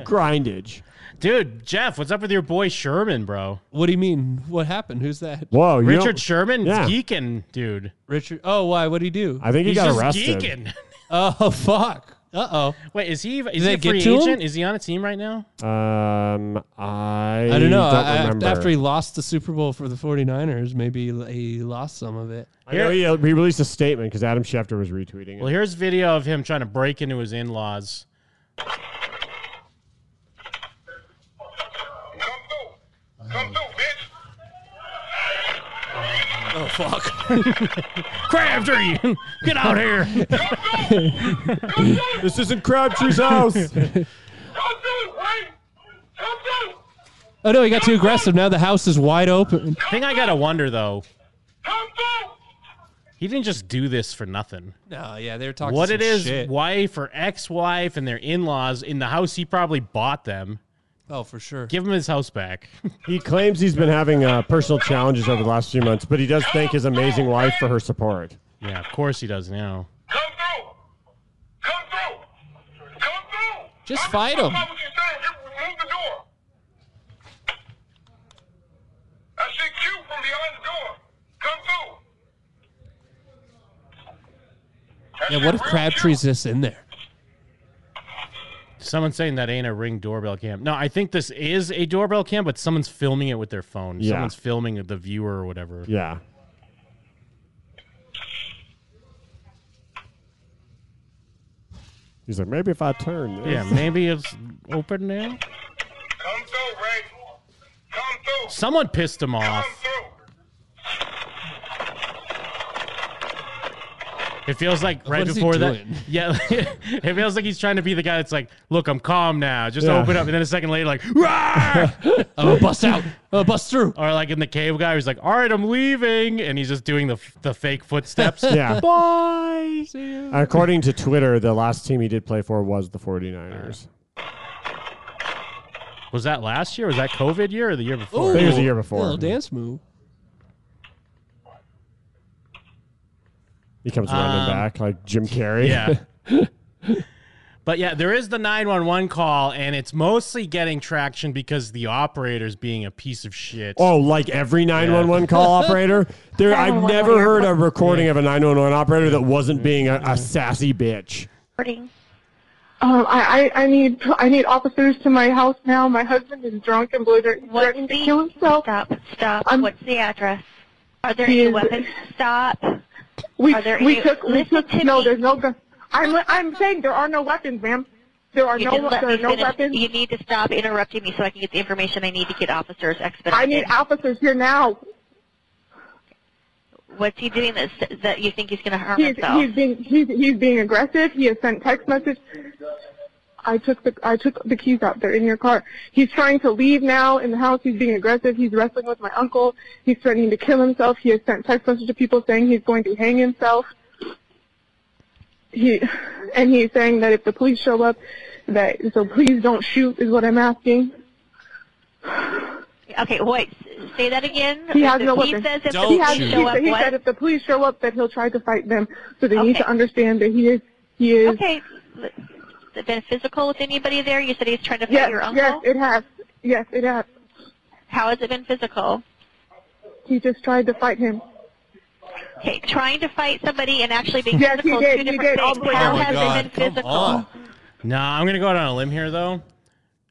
[SPEAKER 7] Grindage.
[SPEAKER 8] Dude, Jeff, what's up with your boy Sherman, bro?
[SPEAKER 18] What do you mean? What happened? Who's that?
[SPEAKER 7] Whoa, you
[SPEAKER 8] Richard
[SPEAKER 7] don't-
[SPEAKER 8] Sherman?
[SPEAKER 7] Yeah.
[SPEAKER 8] geeking, dude.
[SPEAKER 18] Richard. Oh, why? What would he do?
[SPEAKER 7] I think he
[SPEAKER 8] He's
[SPEAKER 7] got
[SPEAKER 8] just
[SPEAKER 7] arrested.
[SPEAKER 8] geeking.
[SPEAKER 18] Oh fuck. Uh oh.
[SPEAKER 8] Wait, is he?
[SPEAKER 18] Did
[SPEAKER 8] Is
[SPEAKER 18] they
[SPEAKER 8] he a
[SPEAKER 18] get
[SPEAKER 8] free
[SPEAKER 18] to him?
[SPEAKER 8] agent? Is he on a team right now?
[SPEAKER 7] Um, I
[SPEAKER 18] I don't know. I- I-
[SPEAKER 7] remember.
[SPEAKER 18] after he lost the Super Bowl for the 49ers, maybe he he lost some of it.
[SPEAKER 7] I know he, uh, he released a statement because Adam Schefter was retweeting it.
[SPEAKER 8] Well, here's video of him trying to break into his in-laws.
[SPEAKER 18] Oh fuck!
[SPEAKER 8] Crabtree, get out here!
[SPEAKER 7] this isn't Crabtree's house.
[SPEAKER 18] Oh no, he got too aggressive. Now the house is wide open.
[SPEAKER 8] I think I gotta wonder though. He didn't just do this for nothing.
[SPEAKER 18] No, yeah, they're talking.
[SPEAKER 8] what
[SPEAKER 18] some
[SPEAKER 8] it is,
[SPEAKER 18] shit.
[SPEAKER 8] wife or ex-wife and their in-laws in the house he probably bought them.
[SPEAKER 18] Oh, for sure.
[SPEAKER 8] Give him his house back.
[SPEAKER 7] he claims he's been having uh, personal challenges over the last few months, but he does thank his amazing wife for her support.
[SPEAKER 8] yeah, of course he does now.
[SPEAKER 18] Just fight him. Yeah, what if Crabtree's just in there?
[SPEAKER 8] Someone's saying that ain't a ring doorbell cam. No, I think this is a doorbell cam, but someone's filming it with their phone.
[SPEAKER 7] Yeah.
[SPEAKER 8] Someone's filming the viewer or whatever.
[SPEAKER 7] Yeah. He's like, maybe if I turn this.
[SPEAKER 8] Yeah, maybe it's open now. Come through, Ray. Come through. Someone pissed him off. It feels like right
[SPEAKER 7] What is he
[SPEAKER 8] before that.
[SPEAKER 7] doing?
[SPEAKER 8] Yeah, it feels like he's trying to be the guy that's like, "Look, I'm calm now. Just
[SPEAKER 7] Yeah.
[SPEAKER 8] open up." And then a second later, like, "Rawr!"
[SPEAKER 7] I'm gonna bust out.
[SPEAKER 8] I'm
[SPEAKER 7] gonna bust through.
[SPEAKER 8] Or like in the cave guy, who's like, "All right, I'm leaving," and he's just doing the the fake footsteps.
[SPEAKER 7] Yeah.
[SPEAKER 8] Bye.
[SPEAKER 7] According to Twitter, the last team he did play for was the 49ers.
[SPEAKER 8] Was that last year? Was that COVID year or the year before? Oh.
[SPEAKER 7] I think it was the year before.
[SPEAKER 8] Little
[SPEAKER 7] dance move. He comes running
[SPEAKER 8] Um,
[SPEAKER 7] back like Jim Carrey.
[SPEAKER 8] yeah. But yeah, there is the 911 call, and it's mostly getting traction because the operator's being a piece of shit.
[SPEAKER 7] Oh, like every 911 call operator? There, I've
[SPEAKER 8] 911
[SPEAKER 7] never heard a recording of a 911 operator that wasn't being a, a sassy bitch.
[SPEAKER 21] recording. Um, I, I, I need I need officers to my house now. My husband is drunk and belligerent. He's threatening to kill himself. Stop! Stop! What's the address? Are
[SPEAKER 15] there any weapons?
[SPEAKER 21] Stop! We
[SPEAKER 15] Are there
[SPEAKER 21] we
[SPEAKER 15] any-
[SPEAKER 21] took we
[SPEAKER 15] Listen
[SPEAKER 21] took no. There's no gun. I'm I'm saying there are no weapons, ma'am. There are
[SPEAKER 15] You
[SPEAKER 21] no
[SPEAKER 15] didn't let
[SPEAKER 21] there are
[SPEAKER 15] me
[SPEAKER 21] no
[SPEAKER 15] finish.
[SPEAKER 21] weapons.
[SPEAKER 15] You need to stop interrupting me so I can get the information I need to get officers expedited.
[SPEAKER 21] I need officers here now.
[SPEAKER 15] What's he doing that that you think he's going to harm
[SPEAKER 21] He's,
[SPEAKER 15] himself?
[SPEAKER 21] he's being he's, he's being aggressive. He has sent text message. I took the I took the keys out. They're in your car. He's trying to leave now in the house. He's being aggressive. He's wrestling with my uncle. He's threatening to kill himself. He has sent text message to people saying he's going to hang himself. He and he's saying that if the police show up, that so please don't shoot is what I'm asking.
[SPEAKER 15] okay, wait. Say that again.
[SPEAKER 21] He has no
[SPEAKER 15] He
[SPEAKER 21] weapon.
[SPEAKER 15] says if
[SPEAKER 21] he
[SPEAKER 15] the
[SPEAKER 21] has,
[SPEAKER 15] police show up,
[SPEAKER 21] he
[SPEAKER 15] what?
[SPEAKER 21] said if the police show up, that he'll try to fight them. So they need
[SPEAKER 15] Okay.
[SPEAKER 21] to understand that he is he is
[SPEAKER 15] okay. L- Been physical with anybody there? You said he's trying to fight
[SPEAKER 21] Yes,
[SPEAKER 15] your uncle.
[SPEAKER 21] yes, it has. Yes, it has.
[SPEAKER 15] How has it been physical?
[SPEAKER 21] He just tried to fight him.
[SPEAKER 15] Okay, trying to fight somebody and actually being
[SPEAKER 21] Yes, he
[SPEAKER 15] physical.
[SPEAKER 21] did.
[SPEAKER 15] Two
[SPEAKER 21] He
[SPEAKER 15] different
[SPEAKER 21] did, Oh, all
[SPEAKER 15] things.
[SPEAKER 21] the way
[SPEAKER 15] How
[SPEAKER 21] down.
[SPEAKER 15] has
[SPEAKER 8] Oh God,
[SPEAKER 15] it
[SPEAKER 8] come
[SPEAKER 15] been physical?
[SPEAKER 8] on. Nah, I'm gonna go out on a limb here though,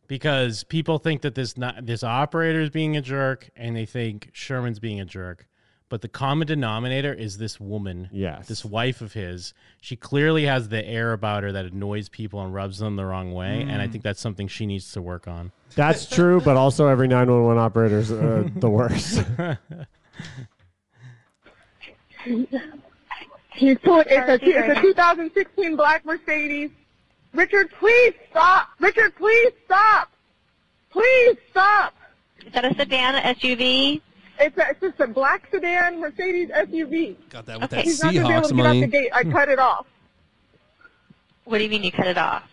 [SPEAKER 8] because people think that this not, this operator is being a jerk, and they think Sherman's being a jerk. But the common denominator is this woman,
[SPEAKER 7] Yes.
[SPEAKER 8] this wife of his. She clearly has the air about her that annoys people and rubs them the wrong way, and I
[SPEAKER 7] Mm.
[SPEAKER 8] think that's something she needs to work on.
[SPEAKER 7] That's true, but also every 911 operator is uh, the worst.
[SPEAKER 21] He's pulling. It's a,
[SPEAKER 15] Sorry,
[SPEAKER 21] it's a
[SPEAKER 15] sorry.
[SPEAKER 21] 2016 black Mercedes. Richard, please stop. Richard, please stop. Please stop.
[SPEAKER 15] Is that a sedan, a SUV?
[SPEAKER 21] It's, a, it's just a black sedan Mercedes SUV.
[SPEAKER 18] Got that
[SPEAKER 15] Okay.
[SPEAKER 21] He's not gonna be able to get out the gate. I cut it off.
[SPEAKER 15] What do you mean you cut it off?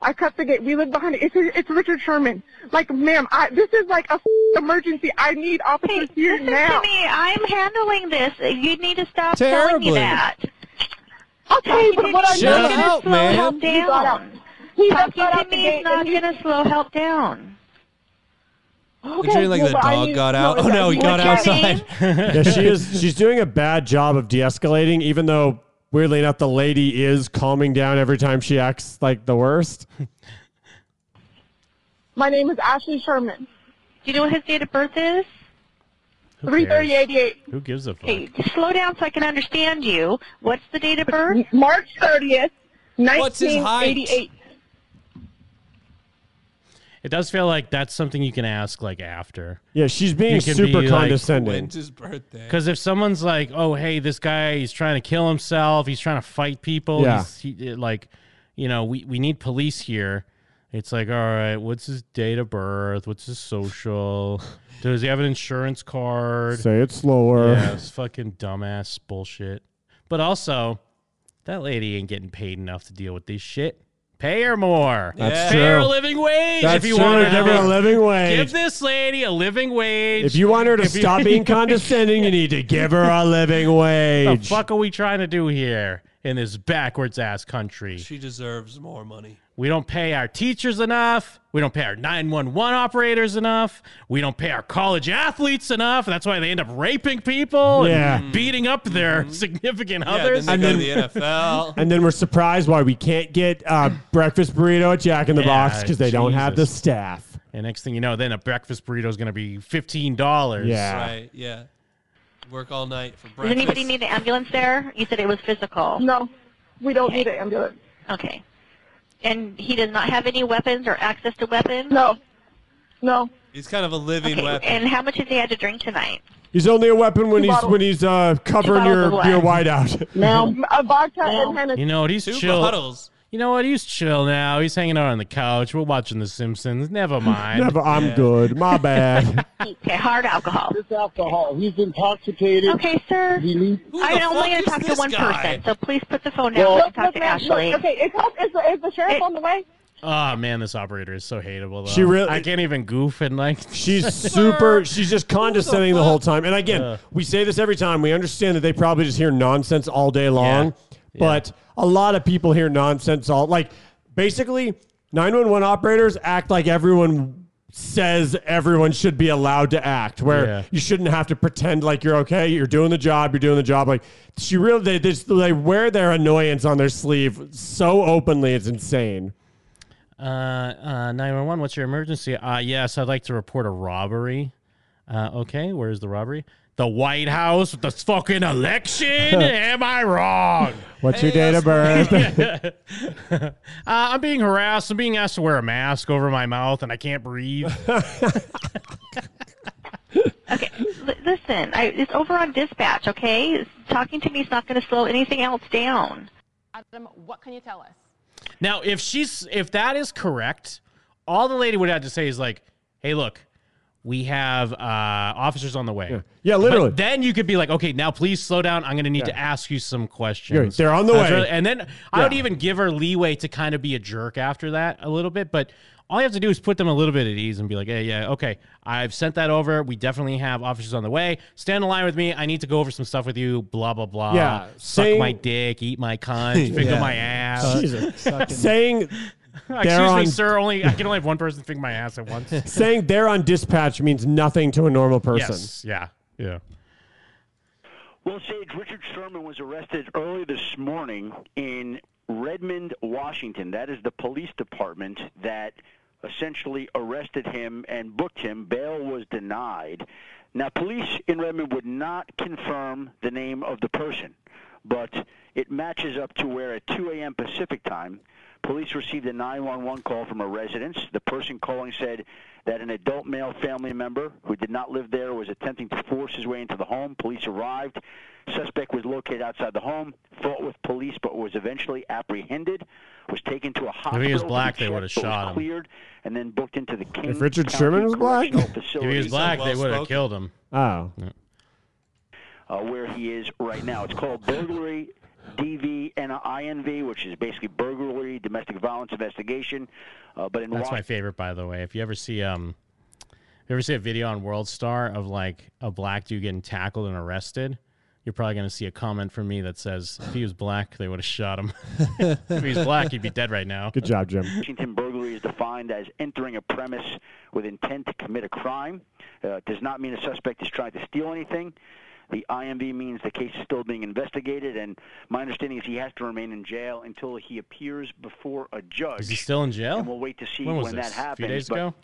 [SPEAKER 21] I cut the gate. We live behind it. It's, it's Richard Sherman. Like, ma'am, I, this is like a f- emergency. I need officers here
[SPEAKER 15] Listen
[SPEAKER 21] now.
[SPEAKER 15] to me. I'm handling this. You need to stop telling
[SPEAKER 21] Terribly.
[SPEAKER 15] me that.
[SPEAKER 21] Okay, but what I
[SPEAKER 15] Shut
[SPEAKER 21] did is
[SPEAKER 15] up,
[SPEAKER 21] slow
[SPEAKER 15] man.
[SPEAKER 21] help
[SPEAKER 15] Down.
[SPEAKER 21] He got out. He just
[SPEAKER 15] Talking
[SPEAKER 21] got
[SPEAKER 15] to
[SPEAKER 21] out the
[SPEAKER 15] me is
[SPEAKER 21] gate
[SPEAKER 15] not
[SPEAKER 21] and he-
[SPEAKER 15] going to slow help down.
[SPEAKER 21] Okay,
[SPEAKER 18] Picturing like
[SPEAKER 21] well,
[SPEAKER 18] the
[SPEAKER 21] but I
[SPEAKER 18] dog
[SPEAKER 21] need-
[SPEAKER 18] got out. Oh
[SPEAKER 21] but
[SPEAKER 18] no, he
[SPEAKER 21] you-
[SPEAKER 18] got
[SPEAKER 21] what's your
[SPEAKER 18] outside.
[SPEAKER 7] yeah, she is. She's doing a bad job of de-escalating, even though weirdly enough, the lady is calming down every time she acts like the worst.
[SPEAKER 21] My name is Ashley
[SPEAKER 15] Do
[SPEAKER 21] Sherman.
[SPEAKER 15] you know what his date of birth is?
[SPEAKER 8] Who
[SPEAKER 21] Three
[SPEAKER 8] cares?
[SPEAKER 21] thirty eighty-eight.
[SPEAKER 8] Who gives a fuck?
[SPEAKER 15] Okay, slow down so I can understand you. What's the date of birth?
[SPEAKER 21] March 30th,
[SPEAKER 18] What's his height?
[SPEAKER 21] 1988.
[SPEAKER 8] It does feel like that's something you can ask like after.
[SPEAKER 7] Yeah, she's being
[SPEAKER 8] You can
[SPEAKER 7] super
[SPEAKER 8] be, like-
[SPEAKER 7] condescending. When's
[SPEAKER 18] his birthday?
[SPEAKER 8] Because if someone's like, "Oh, hey, this guy, he's trying to kill himself. He's trying to fight people.
[SPEAKER 7] Yeah.
[SPEAKER 8] He's, he, like, you know, we, we need police here." It's like, all right, what's his date of birth? What's his social? Does he have an insurance card?
[SPEAKER 7] Say it slower.
[SPEAKER 8] Yeah, it's fucking dumbass bullshit. But also, that lady ain't getting paid enough to deal with this shit. Pay her more.
[SPEAKER 7] That's
[SPEAKER 8] Pay her a
[SPEAKER 7] true.
[SPEAKER 8] living wage.
[SPEAKER 7] That's
[SPEAKER 8] if you
[SPEAKER 7] true.
[SPEAKER 8] want
[SPEAKER 7] Give her a living wage.
[SPEAKER 8] Give this lady a living wage.
[SPEAKER 7] If you want her to
[SPEAKER 8] If you-
[SPEAKER 7] stop being condescending, you need to give her a living
[SPEAKER 8] What the
[SPEAKER 7] wage.
[SPEAKER 8] fuck are we trying to do here in this backwards ass country?
[SPEAKER 18] She deserves more money.
[SPEAKER 8] We don't pay our teachers enough. We don't pay our 911 operators enough. We don't pay our college athletes enough. That's why they end up raping people
[SPEAKER 7] Yeah.
[SPEAKER 8] and beating up their significant
[SPEAKER 18] Mm-hmm. then
[SPEAKER 8] others.
[SPEAKER 18] they go to the NFL.
[SPEAKER 7] and then we're surprised why we can't get uh, breakfast burrito at Jack in the Box 'cause Box
[SPEAKER 8] Yeah,
[SPEAKER 7] because they don't have the
[SPEAKER 8] Jesus.
[SPEAKER 7] staff.
[SPEAKER 8] And next thing you know, then a breakfast burrito is going to be $15.
[SPEAKER 7] Yeah.
[SPEAKER 18] Right, yeah. Work all night for
[SPEAKER 15] Does
[SPEAKER 18] breakfast.
[SPEAKER 15] anybody need an ambulance there? You said it was physical.
[SPEAKER 21] No, we don't need an ambulance.
[SPEAKER 15] Okay. And he does not have any weapons or access to weapons?
[SPEAKER 21] No. No.
[SPEAKER 18] He's kind of a living weapon.
[SPEAKER 15] And how much has he had to drink tonight?
[SPEAKER 7] He's only a weapon when
[SPEAKER 15] Two
[SPEAKER 7] he's
[SPEAKER 15] bottles-
[SPEAKER 7] when he's uh, covering
[SPEAKER 15] bottles
[SPEAKER 7] your
[SPEAKER 15] of
[SPEAKER 7] your
[SPEAKER 15] wine.
[SPEAKER 7] whiteout.
[SPEAKER 21] a vodka and Hennessy.
[SPEAKER 8] You know what? He's
[SPEAKER 21] Two
[SPEAKER 8] chill.
[SPEAKER 21] bottles.
[SPEAKER 8] You know what? He's chill now. He's hanging out on the couch. We're watching The Simpsons. Never mind.
[SPEAKER 7] Never, I'm good. My bad.
[SPEAKER 15] Okay, hard alcohol.
[SPEAKER 4] It's alcohol. He's intoxicated.
[SPEAKER 15] Okay, sir.
[SPEAKER 4] He needs.
[SPEAKER 15] I only want to talk to one person, so please put the phone down and talk to
[SPEAKER 21] ma'am,
[SPEAKER 15] Ashley.
[SPEAKER 21] Look, okay, is, help, is, the, is the sheriff on the way?
[SPEAKER 8] Oh man, this operator is so hateable. Though.
[SPEAKER 7] She really-
[SPEAKER 8] I can't even goof and like.
[SPEAKER 7] She's super. She's just condescending the, whole time. And again,
[SPEAKER 8] Uh,
[SPEAKER 7] we say this every time. We understand that they probably just hear nonsense all day long, but a lot of people hear nonsense all like. Basically, nine one one operators act like everyone says everyone should be allowed to act, where
[SPEAKER 8] Yeah.
[SPEAKER 7] you shouldn't have to pretend like you're okay. You're doing the job. You're doing the job. Like she really, they they, just, they wear their annoyance on their sleeve so openly. It's insane.
[SPEAKER 8] Uh, uh, nine one one. What's your emergency? Uh, yes, I'd like to report a robbery. Uh, okay, where's the robbery? The White House with the fucking election. Am I wrong?
[SPEAKER 7] What's your date of birth?
[SPEAKER 8] uh, I'm being harassed. I'm being asked to wear a mask over my mouth, and I can't breathe.
[SPEAKER 15] L- listen, I, it's over on dispatch, okay? Talking to me is not going to slow anything else down.
[SPEAKER 22] Adam, what can you tell us?
[SPEAKER 8] Now, if she's if that is correct, all the lady would have to say is like, "Hey, look, we have uh, officers on the way." Yeah,
[SPEAKER 7] literally.
[SPEAKER 8] then you could be like, "Okay, now please slow down. I'm going to need to ask you some questions."
[SPEAKER 7] Yeah, they're on the
[SPEAKER 8] That's
[SPEAKER 7] way.
[SPEAKER 8] really- and then I would
[SPEAKER 7] Yeah.
[SPEAKER 8] even give her leeway to kind of be a jerk after that a little bit, but. All you have to do is put them a little bit at ease and be like, "Hey, yeah, okay, I've sent that over. We definitely have officers on the way. Stand in line with me. I need to go over some stuff with you. Blah blah blah.
[SPEAKER 7] Yeah,
[SPEAKER 8] suck
[SPEAKER 7] saying-
[SPEAKER 8] my dick, eat my cunt, finger
[SPEAKER 7] Yeah. Uh,
[SPEAKER 8] my ass.
[SPEAKER 7] Jesus. Saying
[SPEAKER 8] Excuse
[SPEAKER 7] they're
[SPEAKER 8] me,
[SPEAKER 7] on-
[SPEAKER 8] sir. Only I can only have one person finger my ass at once.
[SPEAKER 7] saying they're on dispatch means nothing to a normal person.
[SPEAKER 8] Yes. Yeah. Yeah.
[SPEAKER 23] Well, Sage, Richard Sherman was arrested early this morning in Redmond, Washington. That is the police department that essentially arrested him and booked him. Bail was denied. Now, police in Redmond would not confirm the name of the person, but it matches up to where at 2 a.m. Pacific time, Police received a 911 call from a residence. The person calling said that an adult male family member who did not live there was attempting to force his way into the home. Police arrived. Suspect was located outside the home, fought with police, but was eventually apprehended, was taken to a hospital.
[SPEAKER 8] If he was
[SPEAKER 23] to
[SPEAKER 8] black,
[SPEAKER 23] be
[SPEAKER 8] they would have
[SPEAKER 23] checked, but was
[SPEAKER 8] shot him.
[SPEAKER 23] Cleared and then booked into the King
[SPEAKER 7] If Richard
[SPEAKER 23] County
[SPEAKER 7] Sherman was black,
[SPEAKER 23] Correctional
[SPEAKER 8] If he
[SPEAKER 23] Facility.
[SPEAKER 8] was black, they would have killed him.
[SPEAKER 7] Oh.
[SPEAKER 23] uh, where he is right now. It's called burglary DV and INV, which is basically burglary, domestic violence investigation. Uh, but in
[SPEAKER 8] That's
[SPEAKER 23] Washington,
[SPEAKER 8] my favorite, by the way. If you ever see um, if you ever see a video on World Star of like a black dude getting tackled and arrested, you're probably gonna see a comment from me that says if he was black, they would have shot him. if he's black, he'd be dead right now.
[SPEAKER 7] Good job, Jim.
[SPEAKER 23] Washington burglary is defined as entering a premise with intent to commit a crime. Uh, it does not mean a suspect is trying to steal anything. The IMV means the case is still being investigated, and my understanding is he has to remain in jail until he appears before a judge.
[SPEAKER 8] Is he still in jail?
[SPEAKER 23] And we'll wait to see
[SPEAKER 8] When
[SPEAKER 23] when,
[SPEAKER 8] was
[SPEAKER 23] that
[SPEAKER 8] this? A few
[SPEAKER 23] happens.
[SPEAKER 8] days
[SPEAKER 23] but
[SPEAKER 8] ago?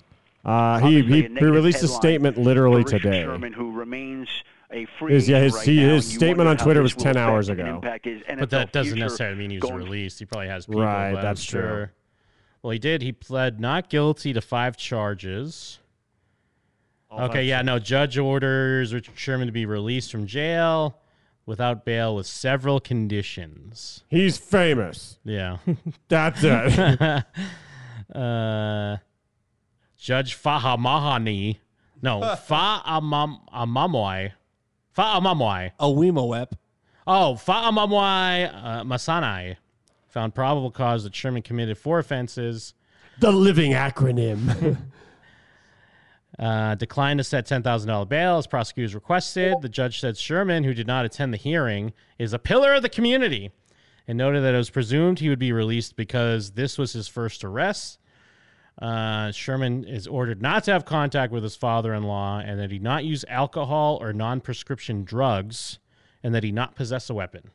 [SPEAKER 7] Uh, he
[SPEAKER 23] obviously
[SPEAKER 7] he,
[SPEAKER 23] a
[SPEAKER 7] he
[SPEAKER 23] negative
[SPEAKER 7] released a
[SPEAKER 23] headline
[SPEAKER 7] statement
[SPEAKER 23] for
[SPEAKER 7] literally
[SPEAKER 23] Richard
[SPEAKER 7] today.
[SPEAKER 23] Sherman, who remains a free
[SPEAKER 7] His, yeah,
[SPEAKER 23] agent
[SPEAKER 7] his,
[SPEAKER 23] right
[SPEAKER 7] he-
[SPEAKER 23] now,
[SPEAKER 7] his
[SPEAKER 23] and you
[SPEAKER 7] statement
[SPEAKER 23] wonder
[SPEAKER 7] on
[SPEAKER 23] how
[SPEAKER 7] Twitter was
[SPEAKER 23] this will
[SPEAKER 7] 10 hours
[SPEAKER 23] affect and
[SPEAKER 7] ago.
[SPEAKER 23] impact his
[SPEAKER 8] But that
[SPEAKER 23] NFL
[SPEAKER 8] doesn't
[SPEAKER 23] future
[SPEAKER 8] necessarily mean he was released. He probably has people.
[SPEAKER 7] Right,
[SPEAKER 8] but I'm
[SPEAKER 7] that's true.
[SPEAKER 8] Well, he did. He pled not guilty to five charges. okay,
[SPEAKER 7] five
[SPEAKER 8] yeah, no. Judge orders Richard Sherman to be released from jail without bail with several conditions.
[SPEAKER 7] He's famous.
[SPEAKER 8] Yeah.
[SPEAKER 7] That's it.
[SPEAKER 8] uh, Judge Fahamahani. No, Faamamoy. Faamamoy.
[SPEAKER 5] Awimawep.
[SPEAKER 8] Oh, Faamamoy uh, Masanai found probable cause that Sherman committed four offenses.
[SPEAKER 7] the living acronym.
[SPEAKER 8] Uh, declined to set $10,000 bail as prosecutors requested. The judge said Sherman, who did not attend the hearing, is a pillar of the community and noted that it was presumed he would be released because this was his first arrest. Uh, Sherman is ordered not to have contact with his father in law and that he not use alcohol or non prescription drugs and that he not possess a weapon.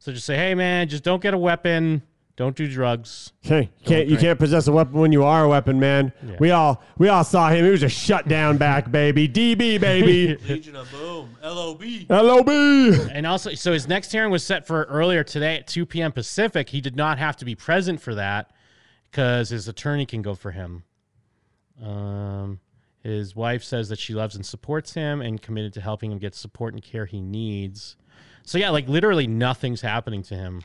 [SPEAKER 8] So just say, hey, man, just don't get a weapon. Don't do drugs.
[SPEAKER 7] Okay, you can't, you can't possess a weapon when you are a weapon, man. We all we all saw him. He was a shutdown back, baby. DB, baby.
[SPEAKER 8] Legion of Boom. LOB.
[SPEAKER 7] LOB.
[SPEAKER 8] And also, so his next hearing was set for earlier today at 2 p.m. Pacific. He did not have to be present for that because his attorney can go for him. Um, his wife says that she loves and supports him and committed to helping him get support and care he needs. So, yeah, like literally nothing's happening to him.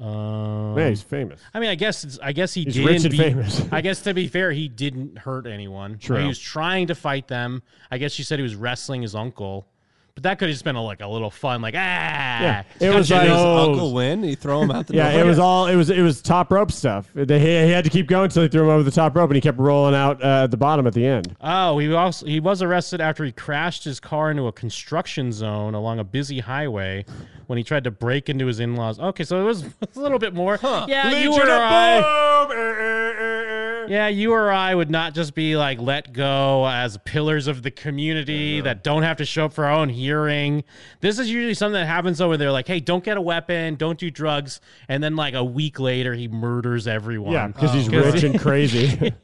[SPEAKER 8] Um,
[SPEAKER 7] Man, he's famous.
[SPEAKER 8] I mean, I guess it's, I guess he
[SPEAKER 7] He's
[SPEAKER 8] didn't
[SPEAKER 7] rich and
[SPEAKER 8] be-
[SPEAKER 7] famous.
[SPEAKER 8] I guess to be fair, he didn't hurt anyone.
[SPEAKER 7] True.
[SPEAKER 8] He was trying to fight them. I guess she said he was wrestling his uncle, but that could have just been a, like a little fun, like ah. Yeah,
[SPEAKER 7] it was like Oh.
[SPEAKER 5] his uncle win. He throw him out the
[SPEAKER 7] yeah,
[SPEAKER 5] door.
[SPEAKER 7] it was all it was it was top rope stuff. They, he, he had to keep going until they threw him over the top rope, and he kept rolling out uh, at the bottom at the end.
[SPEAKER 8] Oh, he also he was arrested after he crashed his car into a construction zone along a busy highway when he tried to break into his in-laws. Okay, so it was a little bit more. Yeah, you
[SPEAKER 7] Legion
[SPEAKER 8] or
[SPEAKER 7] of
[SPEAKER 8] I. Yeah, you or I would not just be like let go as pillars of the community that don't have to show up for our own hearing. This is usually something that happens though, where they're like, "Hey, don't get a weapon, don't do drugs," and then like a week later, he murders everyone. Oh,
[SPEAKER 7] Yeah, because he's rich and crazy.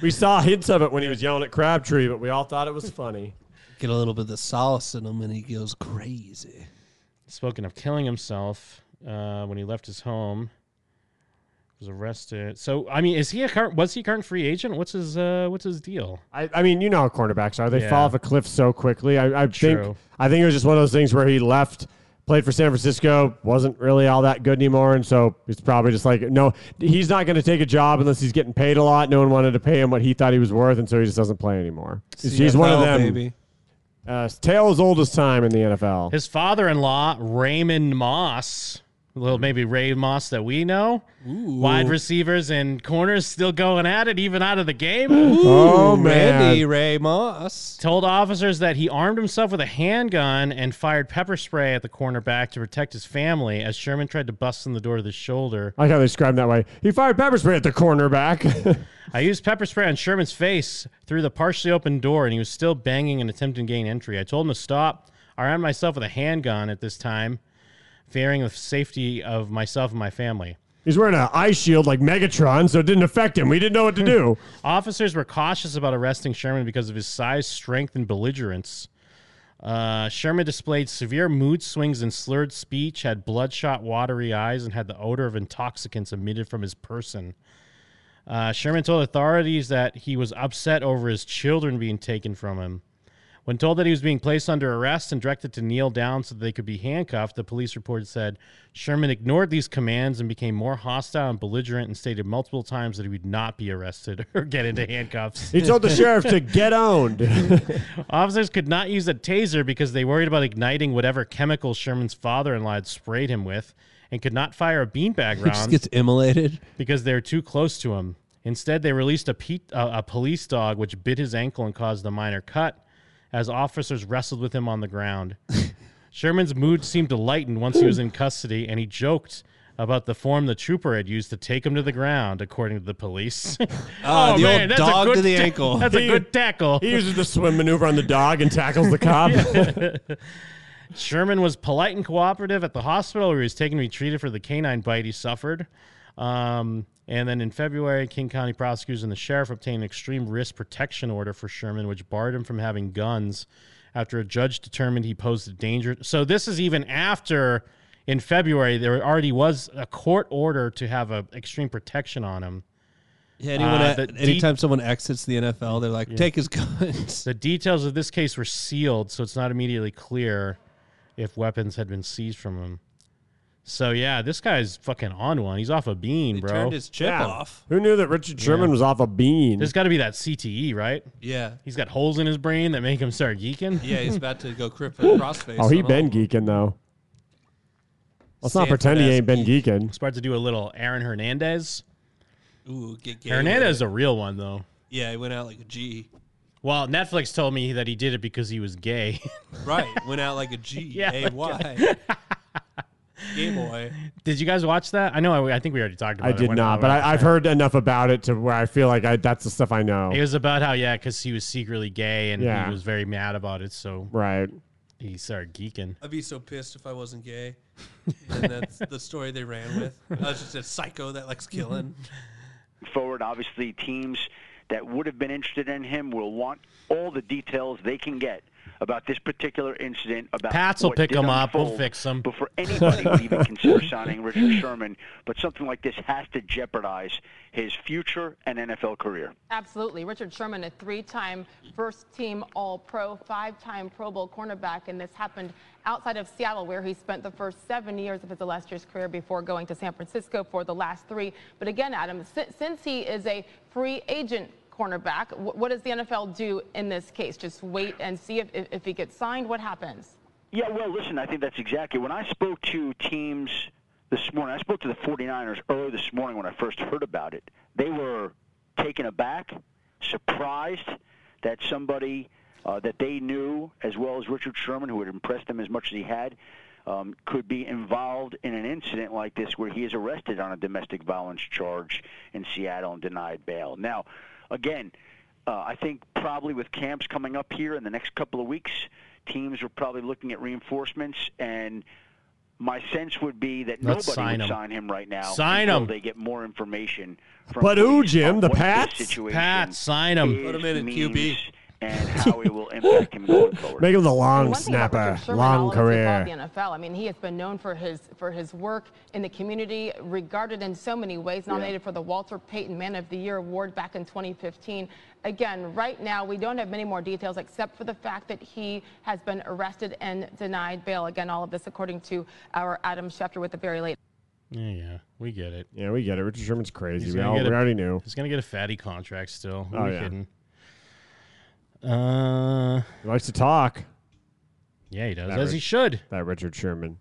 [SPEAKER 7] we saw hints of it when he was yelling at Crabtree, but we all thought it was funny.
[SPEAKER 5] Get a little bit of the solace in him, and he goes crazy.
[SPEAKER 8] Spoken of killing himself uh, when he left his home, was arrested. So I mean, is he a current? Was he a current free agent? What's his uh, What's his deal?
[SPEAKER 7] I, I mean, you know how cornerbacks are. They
[SPEAKER 8] Yeah.
[SPEAKER 7] fall off a cliff so quickly. I, I
[SPEAKER 8] True.
[SPEAKER 7] think I think it was just one of those things where he left, played for San Francisco, wasn't really all that good anymore, and so it's probably just like no, he's not going to take a job unless he's getting paid a lot. No one wanted to pay him what he thought he was worth, and so he just doesn't play anymore. He's- he's one of
[SPEAKER 5] CFL,
[SPEAKER 7] them.
[SPEAKER 5] baby.
[SPEAKER 7] Uh, tale as old as time in the NFL.
[SPEAKER 8] His father-in-law Raymond Moss, a little maybe Ray Moss that we know, wide receivers and corners still going at it even out of the game.
[SPEAKER 7] Oh, man. Randy
[SPEAKER 8] Ray Moss told officers that he armed himself with a handgun and fired pepper spray at the cornerback to protect his family as Sherman tried to bust in the door with his shoulder.
[SPEAKER 7] I like how they describe him that way. He fired pepper spray at the cornerback.
[SPEAKER 8] I used pepper spray on Sherman's face through the partially open door, and he was still banging and attempting to gain entry. I told him to stop. I armed myself with a handgun at this time, fearing the safety of myself and my family.
[SPEAKER 7] he's wearing an eye shield like Megatron, so it didn't affect him. We didn't know what to do.
[SPEAKER 8] Officers were cautious about arresting Sherman because of his size, strength, and belligerence. Uh, Sherman displayed severe mood swings and slurred speech, had bloodshot, watery eyes, and had the odor of intoxicants emitted from his person. Uh, Sherman told authorities that he was upset over his children being taken from him. When told that he was being placed under arrest and directed to kneel down so that they could be handcuffed, the police report said Sherman ignored these commands and became more hostile and belligerent and stated multiple times that he would not be arrested or get into handcuffs.
[SPEAKER 7] He told the sheriff to get owned.
[SPEAKER 8] Officers could not use a taser because they worried about igniting whatever chemical Sherman's father in law had sprayed him with and could not fire a beanbag
[SPEAKER 5] He
[SPEAKER 8] round
[SPEAKER 5] just gets immolated.
[SPEAKER 8] because they were too close to him. Instead, they released a, pe- uh, a police dog, which bit his ankle and caused a minor cut as officers wrestled with him on the ground. Sherman's mood seemed to lighten once he was in custody, and he joked about the form the trooper had used to take him to the ground, according to the police. Oh,
[SPEAKER 5] Ah, the old dog to the
[SPEAKER 8] ta-
[SPEAKER 5] ankle.
[SPEAKER 8] That's a
[SPEAKER 5] He-
[SPEAKER 8] good tackle.
[SPEAKER 7] He uses the swim maneuver on the dog and tackles the cop.
[SPEAKER 8] Sherman was polite and cooperative at the hospital where he was taken to be treated for the canine bite he suffered. Um, and then in February, King County prosecutors and the sheriff obtained an extreme risk protection order for Sherman, which barred him from having guns after a judge determined he posed a danger. So this is even after in February, there already was a court order to have a extreme protection on him.
[SPEAKER 5] Yeah, anyone
[SPEAKER 8] Uh,
[SPEAKER 5] at-
[SPEAKER 8] the D-
[SPEAKER 5] anytime someone exits the NFL, they're like, take his guns.
[SPEAKER 8] The details of this case were sealed, so it's not immediately clear if weapons had been seized from him. So yeah, this guy's fucking on one. He's off a bean, bro.
[SPEAKER 5] turned his chip
[SPEAKER 8] Yeah.
[SPEAKER 5] off.
[SPEAKER 7] Who knew that Richard Sherman was off a bean?
[SPEAKER 8] There's got to be that CTE, right?
[SPEAKER 5] Yeah.
[SPEAKER 8] He's got holes in his brain that make him start geeking.
[SPEAKER 5] Yeah, he's about to go crip for the crossface
[SPEAKER 7] oh, he been geeking though. Let's not
[SPEAKER 8] Sanford
[SPEAKER 7] pretend he
[SPEAKER 8] ass
[SPEAKER 7] ain't been geeking.
[SPEAKER 8] He's about to do a little Aaron Hernandez.
[SPEAKER 5] Ooh, get gay
[SPEAKER 8] Hernandez is
[SPEAKER 5] with it.
[SPEAKER 8] a real one though.
[SPEAKER 5] Yeah, he went out like a G.
[SPEAKER 8] Well, Netflix told me that he did it because he was gay.
[SPEAKER 5] Right, went out like a G.
[SPEAKER 8] Yeah,
[SPEAKER 5] A
[SPEAKER 8] like
[SPEAKER 5] Y.
[SPEAKER 18] game away.
[SPEAKER 8] Did you guys watch that? I know. I, I think we already talked about
[SPEAKER 7] I
[SPEAKER 8] it.
[SPEAKER 7] did
[SPEAKER 8] when-
[SPEAKER 7] not, but
[SPEAKER 8] when-
[SPEAKER 7] I, I've heard enough about it to where I feel like I, that's the stuff I know.
[SPEAKER 8] It was about how yeah, because he was secretly gay and
[SPEAKER 7] Yeah.
[SPEAKER 8] he was very mad about it. So
[SPEAKER 7] Right.
[SPEAKER 8] he started geeking.
[SPEAKER 18] I'd be so pissed if I wasn't gay. and that's the story they ran with. I was just a psycho that likes killing.
[SPEAKER 23] forward. Obviously, teams that would have been interested in him will want all the details they can get about this particular incident. About
[SPEAKER 8] Pats will
[SPEAKER 23] what
[SPEAKER 8] pick
[SPEAKER 23] did
[SPEAKER 8] him up. We'll
[SPEAKER 23] unfold
[SPEAKER 8] fix him.
[SPEAKER 23] Before anybody would even consider signing Richard Sherman, but something like this has to jeopardize his future and NFL career.
[SPEAKER 22] Absolutely. Richard Sherman, a three time first team All Pro, five time Pro Bowl cornerback, and this happened outside of Seattle, where he spent the first seven years of his illustrious career before going to San Francisco for the last three. But again, Adam, si- since he is a free agent cornerback, wh- what does the NFL do in this case? Just wait and see if, if, if he gets signed? What happens?
[SPEAKER 23] Yeah, well, listen, I think that's exactly. When I spoke to teams this morning, I spoke to the 49ers early this morning when I first heard about it. They were taken aback, surprised that somebody uh, that they knew, as well as Richard Sherman, who had impressed them as much as he had, um, could be involved in an incident like this where he is arrested on a domestic violence charge in Seattle and denied bail. Now, again, uh, I think probably with camps coming up here in the next couple of weeks, teams are probably looking at reinforcements, and my sense would be that
[SPEAKER 7] Let's
[SPEAKER 23] nobody
[SPEAKER 7] sign
[SPEAKER 23] would
[SPEAKER 7] him.
[SPEAKER 23] sign him right now
[SPEAKER 7] Sign
[SPEAKER 23] until
[SPEAKER 7] him.
[SPEAKER 23] they get more information. From
[SPEAKER 7] But who,
[SPEAKER 23] police
[SPEAKER 7] Jim?
[SPEAKER 23] on
[SPEAKER 7] The
[SPEAKER 23] what this
[SPEAKER 7] Pats?
[SPEAKER 23] situation
[SPEAKER 7] Pats, sign him.
[SPEAKER 23] is,
[SPEAKER 7] Put him in at
[SPEAKER 23] means,
[SPEAKER 7] QB.
[SPEAKER 23] and how it will impact him going forward.
[SPEAKER 7] Make him the long
[SPEAKER 22] One thing about
[SPEAKER 7] snapper,
[SPEAKER 22] Richard Sherman, all
[SPEAKER 7] long
[SPEAKER 22] of us who
[SPEAKER 7] career.
[SPEAKER 22] follow The NFL. I mean, he has been known for his for his work in the community, regarded in so many ways. Nominated for the Walter Payton Man of the Year award back in 2015. Again, right now we don't have many more details except for the fact that he has been arrested and denied bail. Again, all of this according to our Adam Schefter with the very late.
[SPEAKER 8] Yeah, yeah, we get it.
[SPEAKER 7] Yeah, we get it. Richard Sherman's crazy.
[SPEAKER 8] He's
[SPEAKER 7] We,
[SPEAKER 8] gonna
[SPEAKER 7] all,
[SPEAKER 8] get
[SPEAKER 7] we
[SPEAKER 8] a-
[SPEAKER 7] already knew.
[SPEAKER 8] He's gonna get a fatty contract still. Who
[SPEAKER 7] Oh,
[SPEAKER 8] are you
[SPEAKER 7] yeah.
[SPEAKER 8] kidding? Uh,
[SPEAKER 7] he likes to talk.
[SPEAKER 8] Yeah, he does, as he should.
[SPEAKER 7] That Richard Sherman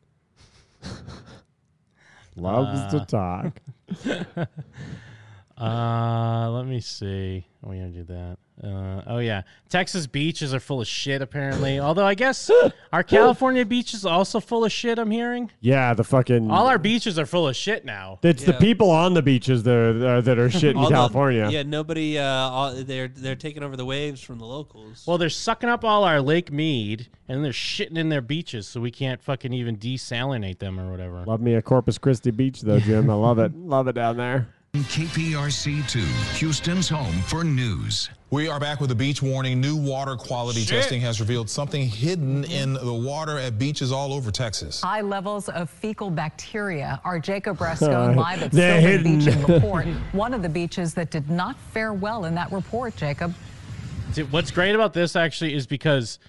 [SPEAKER 7] loves
[SPEAKER 8] Uh,
[SPEAKER 7] to talk.
[SPEAKER 8] Uh, let me see. Oh, we gotta do that. Uh, oh yeah, Texas beaches are full of shit apparently. Although I guess our California beaches also full of shit. I'm hearing
[SPEAKER 7] Yeah, the fucking.
[SPEAKER 8] all our beaches are full of shit now.
[SPEAKER 7] it's the people on the beaches that are, uh, that are shit in
[SPEAKER 18] All the-
[SPEAKER 7] California.
[SPEAKER 18] yeah, nobody. Uh, all, they're they're taking over the waves from the locals.
[SPEAKER 8] Well, they're sucking up all our Lake Mead and they're shitting in their beaches, so we can't fucking even desalinate them or whatever.
[SPEAKER 7] Love me a Corpus Christi beach though, Jim. I love it. love it down there.
[SPEAKER 1] KPRC2, Houston's home for news.
[SPEAKER 2] We are back with a beach warning. New water quality testing has revealed something hidden in the water at beaches all over Texas.
[SPEAKER 9] High levels of fecal bacteria are Jacob Rascone live at
[SPEAKER 2] They're
[SPEAKER 9] Silver
[SPEAKER 2] hidden.
[SPEAKER 9] Beach in La Porte, one of the beaches that did not fare well in that report, Jacob.
[SPEAKER 8] See, what's great about this actually is because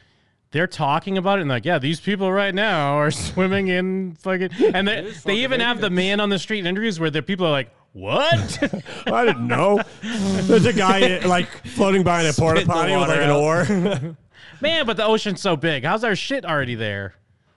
[SPEAKER 8] they're talking about it and like, yeah, these people right now are swimming in fucking, and they, they even have the man on the street interviews where the people are like, what?
[SPEAKER 7] I didn't know. There's a guy like floating by in a porta
[SPEAKER 8] Spitting the
[SPEAKER 7] potty with like an
[SPEAKER 8] water
[SPEAKER 7] oar.
[SPEAKER 8] Man, but the ocean's so big. How's our shit already there?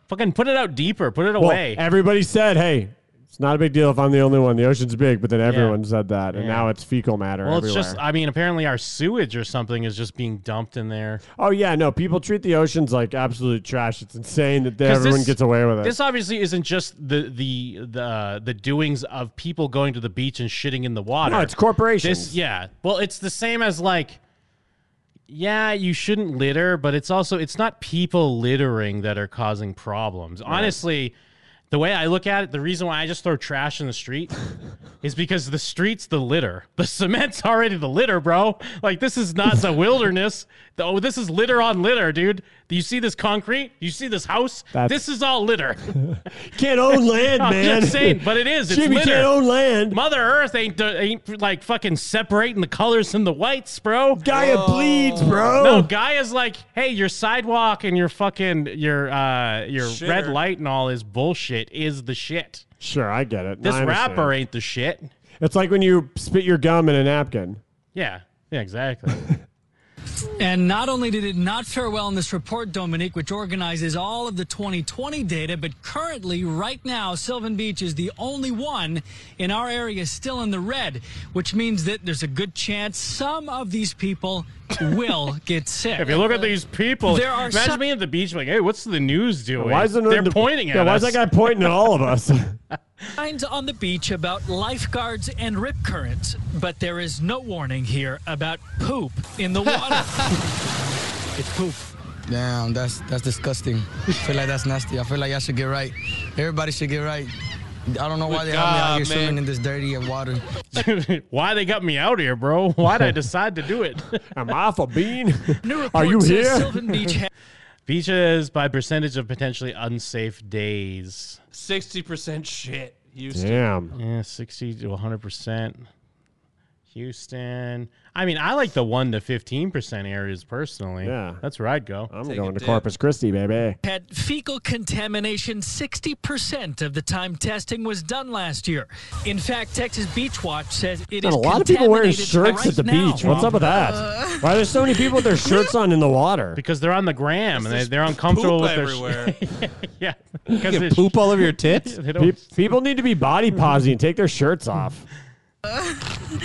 [SPEAKER 8] Fucking put it out deeper. Put it
[SPEAKER 7] Well,
[SPEAKER 8] away.
[SPEAKER 7] everybody said, "Hey, it's not a big deal if I'm the only one. The ocean's big," but then everyone said that, and
[SPEAKER 8] Yeah.
[SPEAKER 7] now it's fecal matter
[SPEAKER 8] well, it's
[SPEAKER 7] everywhere.
[SPEAKER 8] just, I mean, apparently our sewage or something is just being dumped in there.
[SPEAKER 7] oh yeah, no, people treat the oceans like absolute trash. It's insane that they,
[SPEAKER 8] 'Cause
[SPEAKER 7] everyone
[SPEAKER 8] this-
[SPEAKER 7] gets away with it.
[SPEAKER 8] This obviously isn't just the the uh, the the doings of people going to the beach and shitting in the water.
[SPEAKER 7] No, it's corporations.
[SPEAKER 8] This, yeah. Well, it's the same as like yeah, you shouldn't litter, but it's also it's not people littering that are causing problems. Honestly, the way I look at it, the reason why I just throw trash in the street is because the street's the litter. The cement's already the litter, bro. Like this is not the wilderness. The- oh, this is litter on litter, dude. Do you see this concrete? Do you see this house?
[SPEAKER 7] That's-
[SPEAKER 8] this is all litter.
[SPEAKER 7] can't own land,
[SPEAKER 8] I'm
[SPEAKER 7] man.
[SPEAKER 8] just saying, but it is. It's
[SPEAKER 7] Jimmy
[SPEAKER 8] litter.
[SPEAKER 7] can't own land.
[SPEAKER 8] Mother Earth ain't ain't like fucking separating the colors and the whites, bro.
[SPEAKER 7] Gaia bleeds, bro.
[SPEAKER 8] No, Gaia's like, hey, your sidewalk and your fucking your uh your
[SPEAKER 7] Shitter.
[SPEAKER 8] red light and all is bullshit. Is the shit.
[SPEAKER 7] Sure, I get it.
[SPEAKER 8] This
[SPEAKER 7] I understand.
[SPEAKER 8] rapper ain't the shit.
[SPEAKER 7] It's like when you spit your gum in a napkin.
[SPEAKER 8] Yeah. Yeah. Exactly.
[SPEAKER 3] And not only did it not fare well in this report, Dominique, which organizes all of the 2020 data, but currently, right now, Sylvan Beach is the only one in our area still in the red, which means that there's a good chance some of these people will get sick.
[SPEAKER 8] If you look at these people,
[SPEAKER 3] There are
[SPEAKER 8] imagine
[SPEAKER 3] some-
[SPEAKER 8] being at the beach, like, hey, what's the news doing?
[SPEAKER 7] Why is it
[SPEAKER 8] Oh, They're
[SPEAKER 7] the-
[SPEAKER 8] pointing at
[SPEAKER 7] yeah,
[SPEAKER 8] us.
[SPEAKER 7] Why is that guy pointing at all of us?
[SPEAKER 3] Signs on the beach about lifeguards and rip currents, but there is no warning here about poop in the water.
[SPEAKER 10] It's poop. Damn, that's that's disgusting. I feel like that's nasty. I feel like I should get right. Everybody should get right. I don't know why
[SPEAKER 8] Good
[SPEAKER 10] they have me out
[SPEAKER 8] God,
[SPEAKER 10] here
[SPEAKER 8] man.
[SPEAKER 10] swimming in this dirty and water.
[SPEAKER 8] Why they got me out here, bro? Why'd I decide to do it?
[SPEAKER 7] Am I for bean?
[SPEAKER 3] Are you says here? Sylvan Beach ha-
[SPEAKER 8] Beaches by percentage of potentially unsafe days.
[SPEAKER 5] Sixty percent shit. Houston.
[SPEAKER 8] Yeah, 60 to 100%. Houston. I mean, I like the 1 to 15% areas personally.
[SPEAKER 7] Yeah.
[SPEAKER 8] That's where I'd go.
[SPEAKER 7] I'm going to Corpus Christi, baby.
[SPEAKER 3] had fecal contamination 60% of the time testing was done last year. In fact, Texas Beach Watch says it
[SPEAKER 7] And
[SPEAKER 3] is
[SPEAKER 7] a lot of people wearing
[SPEAKER 3] contaminated
[SPEAKER 7] shirts
[SPEAKER 3] right
[SPEAKER 7] at the
[SPEAKER 3] now.
[SPEAKER 7] beach. What's up with that? Why are there so many people with their shirts on in the water?
[SPEAKER 8] Because they're on the gram and they,
[SPEAKER 7] There's
[SPEAKER 8] they're
[SPEAKER 7] poop
[SPEAKER 8] uncomfortable with their
[SPEAKER 5] everywhere.
[SPEAKER 8] yeah.
[SPEAKER 7] You
[SPEAKER 8] it's-
[SPEAKER 7] poop all over your tits?
[SPEAKER 8] They don't-
[SPEAKER 7] people need to be body positive and take their shirts off.
[SPEAKER 6] really?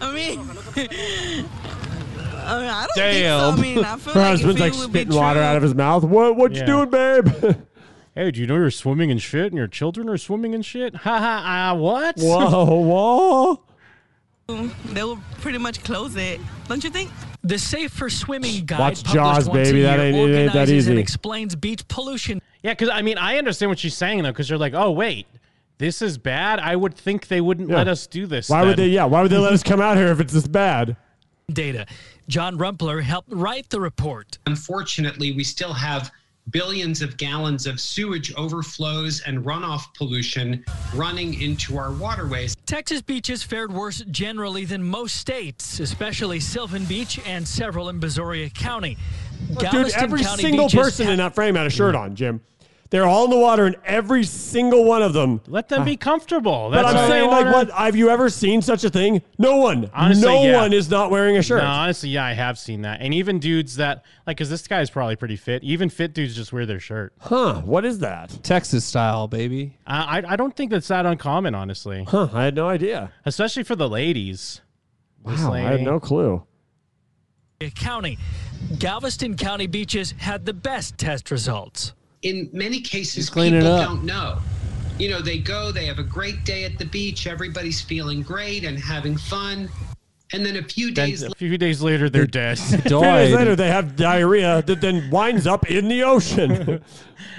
[SPEAKER 6] I mean, I, mean, I don't
[SPEAKER 7] Damn.
[SPEAKER 6] think so. I mean, I feel
[SPEAKER 7] Her
[SPEAKER 6] like
[SPEAKER 7] husband's
[SPEAKER 6] if
[SPEAKER 7] like
[SPEAKER 6] it would be
[SPEAKER 7] spitting water
[SPEAKER 6] true-
[SPEAKER 7] out of his mouth. What? What
[SPEAKER 8] Yeah.
[SPEAKER 7] you doing, babe?
[SPEAKER 8] Hey, do you know you're swimming in shit and your children are swimming in shit? Ha ha, uh, what?
[SPEAKER 7] whoa, whoa.
[SPEAKER 3] They will pretty much close it, don't you think? The Safer Swimming Guide
[SPEAKER 7] Watch
[SPEAKER 3] published
[SPEAKER 7] Jaws,
[SPEAKER 3] once a
[SPEAKER 7] baby. That
[SPEAKER 3] year
[SPEAKER 7] ain't- it ain't that
[SPEAKER 3] organizes and
[SPEAKER 7] easy.
[SPEAKER 3] explains beach pollution
[SPEAKER 8] Yeah, because I mean, I understand what she's saying though, because you're like, oh wait, this is bad. I would think they wouldn't
[SPEAKER 7] Yeah.
[SPEAKER 8] let us do this.
[SPEAKER 7] Why would
[SPEAKER 8] then.
[SPEAKER 7] they? Yeah. Why would they let us come out here if it's this bad?
[SPEAKER 3] data. uh, John Rumpler helped write the report.
[SPEAKER 13] Unfortunately, we still have billions of gallons of sewage overflows and runoff pollution running into our waterways.
[SPEAKER 3] Texas beaches fared worse generally than most states, especially Sylvan Beach and several in Brazoria County.
[SPEAKER 7] Dude,
[SPEAKER 3] Galveston
[SPEAKER 7] every
[SPEAKER 3] County
[SPEAKER 7] single
[SPEAKER 3] beaches
[SPEAKER 7] person in that frame had a shirt on, Jim. They're all in the water, and every single one of them.
[SPEAKER 8] Let them be comfortable.
[SPEAKER 7] But
[SPEAKER 8] That's
[SPEAKER 7] I'm
[SPEAKER 8] what
[SPEAKER 7] saying,
[SPEAKER 8] they
[SPEAKER 7] like,
[SPEAKER 8] wanna-
[SPEAKER 7] what? Have you ever seen such a thing? No one.
[SPEAKER 8] Honestly,
[SPEAKER 7] no
[SPEAKER 8] yeah.
[SPEAKER 7] one is not wearing a shirt.
[SPEAKER 8] No, honestly, yeah, I have seen that, and even dudes that like, because this guy's probably pretty fit. Even fit dudes just wear their shirt.
[SPEAKER 7] Huh? What is that?
[SPEAKER 8] Texas style, baby. I I, I don't think that's that uncommon, honestly.
[SPEAKER 7] Huh? I had no idea.
[SPEAKER 8] Especially for the ladies. This
[SPEAKER 7] Wow, I had
[SPEAKER 8] lady-
[SPEAKER 7] no clue.
[SPEAKER 3] County. Galveston County beaches had the best test results.
[SPEAKER 13] In many cases,
[SPEAKER 3] Just clean it
[SPEAKER 13] people
[SPEAKER 3] up.
[SPEAKER 13] don't know. You know, they go, they have a great day at the beach, everybody's feeling great and having fun. And then a few days
[SPEAKER 8] A few days later, they're dead.
[SPEAKER 7] Three days later, they have diarrhea that then winds up in the ocean.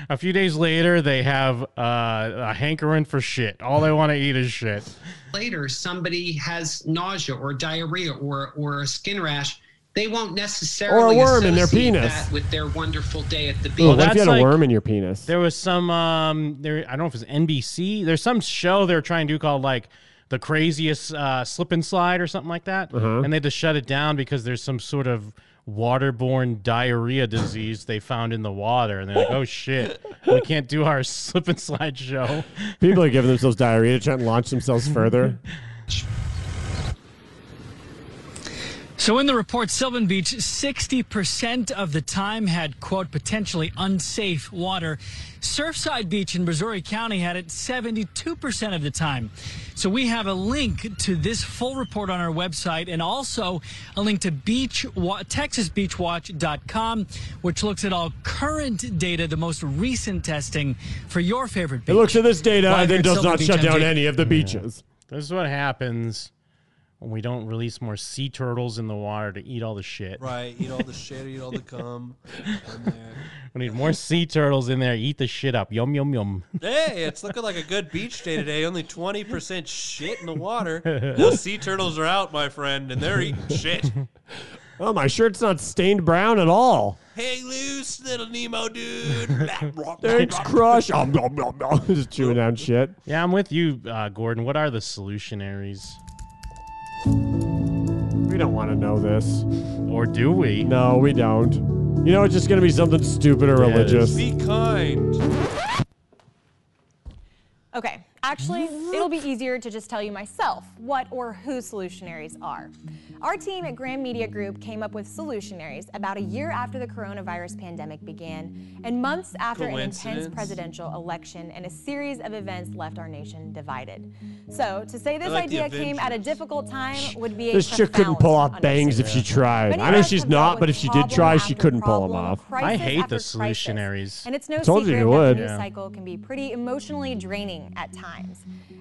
[SPEAKER 8] A few days later, they have uh, a hankering for shit. All they want to eat is shit.
[SPEAKER 13] later somebody has nausea or diarrhea or or a skin rash, they won't necessarily
[SPEAKER 7] worm in their
[SPEAKER 13] associate
[SPEAKER 7] penis.
[SPEAKER 13] that with their wonderful day at the beach.
[SPEAKER 7] Ooh, what if you had a worm in your penis?
[SPEAKER 8] There was some um there I don't know if it's NBC. There's some show they were trying to do called like the craziest uh, slip and slide or something like that,
[SPEAKER 7] Uh-huh.
[SPEAKER 8] and they had to shut it down because there's some sort of waterborne diarrhea disease they found in the water, and they're like, oh shit, we can't do our slip and slide show.
[SPEAKER 7] People are giving themselves diarrhea to try and launch themselves further.
[SPEAKER 3] So in the report, Sylvan Beach, 60% of the time had, quote, potentially unsafe water. Surfside Beach in Brazoria County had it 72% of the time. So we have a link to this full report on our website and also a link to beach, wa- TexasBeachWatch.com, which looks at all current data, the most recent testing for your favorite beach.
[SPEAKER 7] It looks at this data
[SPEAKER 3] Live
[SPEAKER 7] and
[SPEAKER 3] here
[SPEAKER 7] then
[SPEAKER 3] at
[SPEAKER 7] does
[SPEAKER 3] Sylvan
[SPEAKER 7] not
[SPEAKER 3] Beach,
[SPEAKER 7] shut
[SPEAKER 3] I'm
[SPEAKER 7] down
[SPEAKER 3] Jake.
[SPEAKER 7] any of the beaches.
[SPEAKER 8] This is what happens when we don't release more sea turtles in the water to eat all the shit.
[SPEAKER 5] Right. Eat all the shit. Eat all the cum. in there.
[SPEAKER 8] We need more sea turtles in there. Eat the shit up. Yum yum yum.
[SPEAKER 5] Hey, it's looking like a good beach day today. Only 20% shit in the water. The sea turtles are out, my friend, and they're eating shit.
[SPEAKER 7] Oh, my shirt's not stained brown at all.
[SPEAKER 5] Hang loose, little Nemo dude.
[SPEAKER 7] Thanks, Crush. Um, um, um, um. Just chewing down shit.
[SPEAKER 8] Yeah, I'm with you, uh, Gordon. What are the solutionaries?
[SPEAKER 7] We don't want to know this.
[SPEAKER 8] Or do we?
[SPEAKER 7] No, we don't. You know, it's just going to be something stupid or religious.
[SPEAKER 5] Be kind.
[SPEAKER 24] Okay, Actually, it'll be easier to just tell you myself what or who solutionaries are. Our team at Graham Media Group came up with solutionaries about a year after the coronavirus pandemic began and months after an intense
[SPEAKER 19] Coincidence?
[SPEAKER 24] presidential election and a series of events left our nation divided. So, to say this
[SPEAKER 7] like the
[SPEAKER 24] idea came at a difficult time would be a
[SPEAKER 7] This chick couldn't pull off bangs if she tried.
[SPEAKER 24] Many
[SPEAKER 7] I mean,
[SPEAKER 24] artists
[SPEAKER 7] she's
[SPEAKER 24] have dealt
[SPEAKER 7] not,
[SPEAKER 24] with
[SPEAKER 7] but if she did
[SPEAKER 24] problem
[SPEAKER 7] try, she
[SPEAKER 24] after
[SPEAKER 7] couldn't pull them
[SPEAKER 24] problem,
[SPEAKER 7] off.
[SPEAKER 24] crisis
[SPEAKER 8] I hate
[SPEAKER 24] after
[SPEAKER 8] the
[SPEAKER 24] crisis.
[SPEAKER 8] solutionaries.
[SPEAKER 24] And it's no
[SPEAKER 7] Told you
[SPEAKER 24] secret
[SPEAKER 7] you
[SPEAKER 24] that
[SPEAKER 7] would.
[SPEAKER 24] the news
[SPEAKER 7] Yeah.
[SPEAKER 24] cycle can be pretty emotionally draining at times.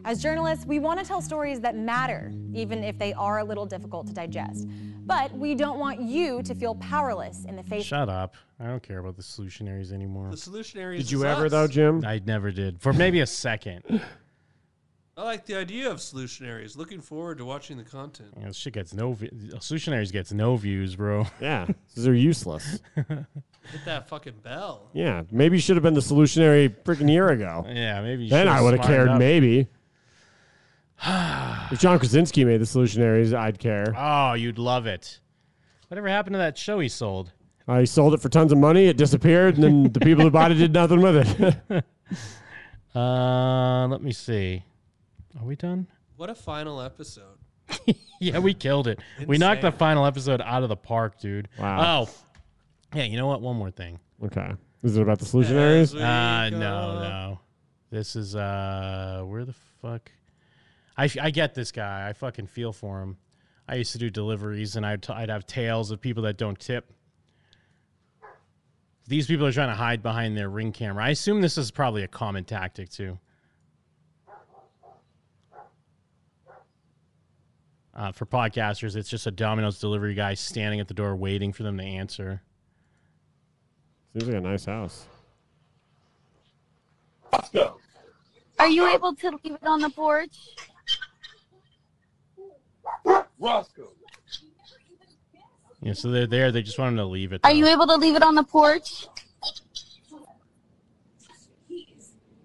[SPEAKER 24] As journalists, we want to tell stories that matter, even if they are a little difficult to digest. But we don't want you to feel powerless in the face
[SPEAKER 8] Shut up. I don't care about the solutionaries anymore. The
[SPEAKER 5] solutionaries
[SPEAKER 7] Did you ever though, Jim?
[SPEAKER 8] I never did. For maybe a second. you
[SPEAKER 5] I like the idea of solutionaries. Looking forward to watching the content.
[SPEAKER 8] know, this shit gets no vi- solutionaries gets no views, bro.
[SPEAKER 7] Yeah. They're useless.
[SPEAKER 5] Hit that fucking bell.
[SPEAKER 7] Yeah, maybe you should have been the solutionary freaking year ago.
[SPEAKER 8] Yeah, maybe you
[SPEAKER 7] then
[SPEAKER 8] should
[SPEAKER 7] I
[SPEAKER 8] have
[SPEAKER 7] would have
[SPEAKER 8] smartened
[SPEAKER 7] cared.
[SPEAKER 8] up.
[SPEAKER 7] Maybe if John Krasinski made the solutionaries, I'd care.
[SPEAKER 8] Oh, you'd love it. Whatever happened to that show he sold?
[SPEAKER 7] I sold it for tons of money. It disappeared, and then the people who bought it did nothing with it.
[SPEAKER 8] Uh, let me see. Are we done?
[SPEAKER 5] What a final episode.
[SPEAKER 8] yeah, we killed it. We knocked the
[SPEAKER 5] Insane.
[SPEAKER 8] final episode out of the park, dude.
[SPEAKER 7] Wow.
[SPEAKER 8] Oh. Yeah, you know what? One more thing.
[SPEAKER 7] okay, is it about the solutionaries?
[SPEAKER 8] Uh, no, no. This is uh, where the fuck? I, I get this guy. I fucking feel for him. I used to do deliveries, and I'd t- I'd have tales of people that don't tip. These people are trying to hide behind their ring camera. I assume this is probably a common tactic too. Uh, for podcasters, it's just a Domino's delivery guy standing at the door waiting for them to answer.
[SPEAKER 7] Seems like a nice house.
[SPEAKER 21] Are you able to leave it on the porch?
[SPEAKER 25] Roscoe.
[SPEAKER 8] Yeah, so they're there. They just want them to leave it.
[SPEAKER 21] Are you able to leave it on the porch?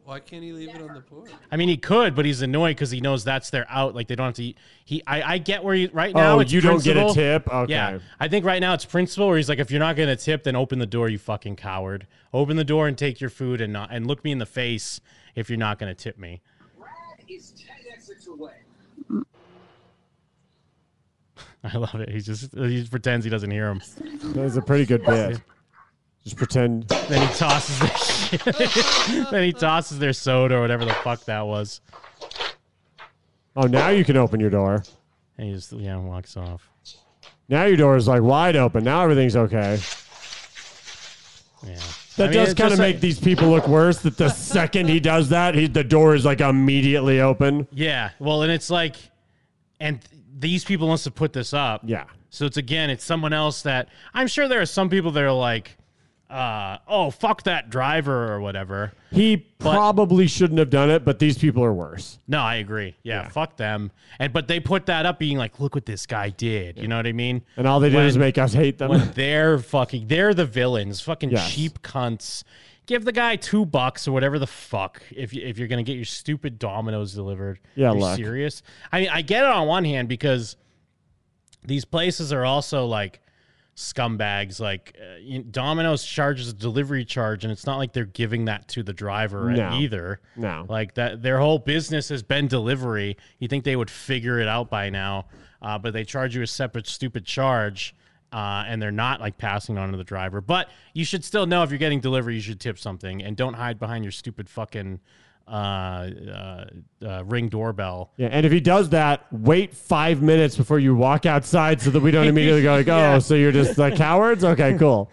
[SPEAKER 5] Why can't he leave it on the porch?
[SPEAKER 8] I mean, he could, but he's annoyed because he knows that's their out. Like they don't have to. He, I, I get where you right now.
[SPEAKER 7] Oh,
[SPEAKER 8] it's
[SPEAKER 7] you don't get a
[SPEAKER 8] principle.
[SPEAKER 7] tip? Okay.
[SPEAKER 8] Yeah, I think right now it's principle where he's like, if you're not gonna tip, then open the door, you fucking coward. Open the door and take your food and not and look me in the face if you're not gonna tip me.
[SPEAKER 13] Is 10 exits away.
[SPEAKER 8] I love it. He just he just pretends he doesn't hear him.
[SPEAKER 7] That was a pretty good bit. Just pretend.
[SPEAKER 8] Then he tosses their shit. then he tosses their soda or whatever the fuck that was.
[SPEAKER 7] Oh, now you can open your door.
[SPEAKER 8] And he just yeah walks off.
[SPEAKER 7] Now your door is like wide open. Now everything's okay.
[SPEAKER 8] Yeah.
[SPEAKER 7] That
[SPEAKER 8] I mean,
[SPEAKER 7] does
[SPEAKER 8] it's
[SPEAKER 7] kind of
[SPEAKER 8] just
[SPEAKER 7] make
[SPEAKER 8] like-
[SPEAKER 7] these people look worse. That the second he does that, he, the door is like immediately open.
[SPEAKER 8] Yeah. Well, and it's like, and th- these people wants to put this up.
[SPEAKER 7] Yeah.
[SPEAKER 8] So it's again, it's someone else that I'm sure there are some people that are like, uh, oh fuck that driver or whatever.
[SPEAKER 7] He probably shouldn't have done it, but these people are worse.
[SPEAKER 8] No, I agree. Yeah, fuck them. And but they put that up being like, look what this guy did. You know what I mean?
[SPEAKER 7] And all they did
[SPEAKER 8] When-
[SPEAKER 7] is make us hate them.
[SPEAKER 8] When they're fucking, they're the villains. Fucking
[SPEAKER 7] Yes.
[SPEAKER 8] cheap cunts. Give the guy two bucks or whatever the fuck if you, if you're gonna get your stupid Domino's delivered.
[SPEAKER 7] Yeah,
[SPEAKER 8] Are you
[SPEAKER 7] luck.
[SPEAKER 8] serious. I mean, I get it on one hand because these places are also like scumbags. Like uh, you- Domino's charges a delivery charge, and it's not like they're giving that to the driver
[SPEAKER 7] No.
[SPEAKER 8] either.
[SPEAKER 7] No.
[SPEAKER 8] like that. Their whole business has been delivery. You think they would figure it out by now, uh, but they charge you a separate stupid charge. Uh, and they're not like passing it on to the driver, but you should still know if you're getting delivery, you should tip something, and don't hide behind your stupid fucking uh, uh, uh, ring doorbell.
[SPEAKER 7] Yeah, and if he does that, wait five minutes before you walk outside so that we don't immediately go like, oh,
[SPEAKER 8] Yeah.
[SPEAKER 7] so you're just like cowards? Okay, cool.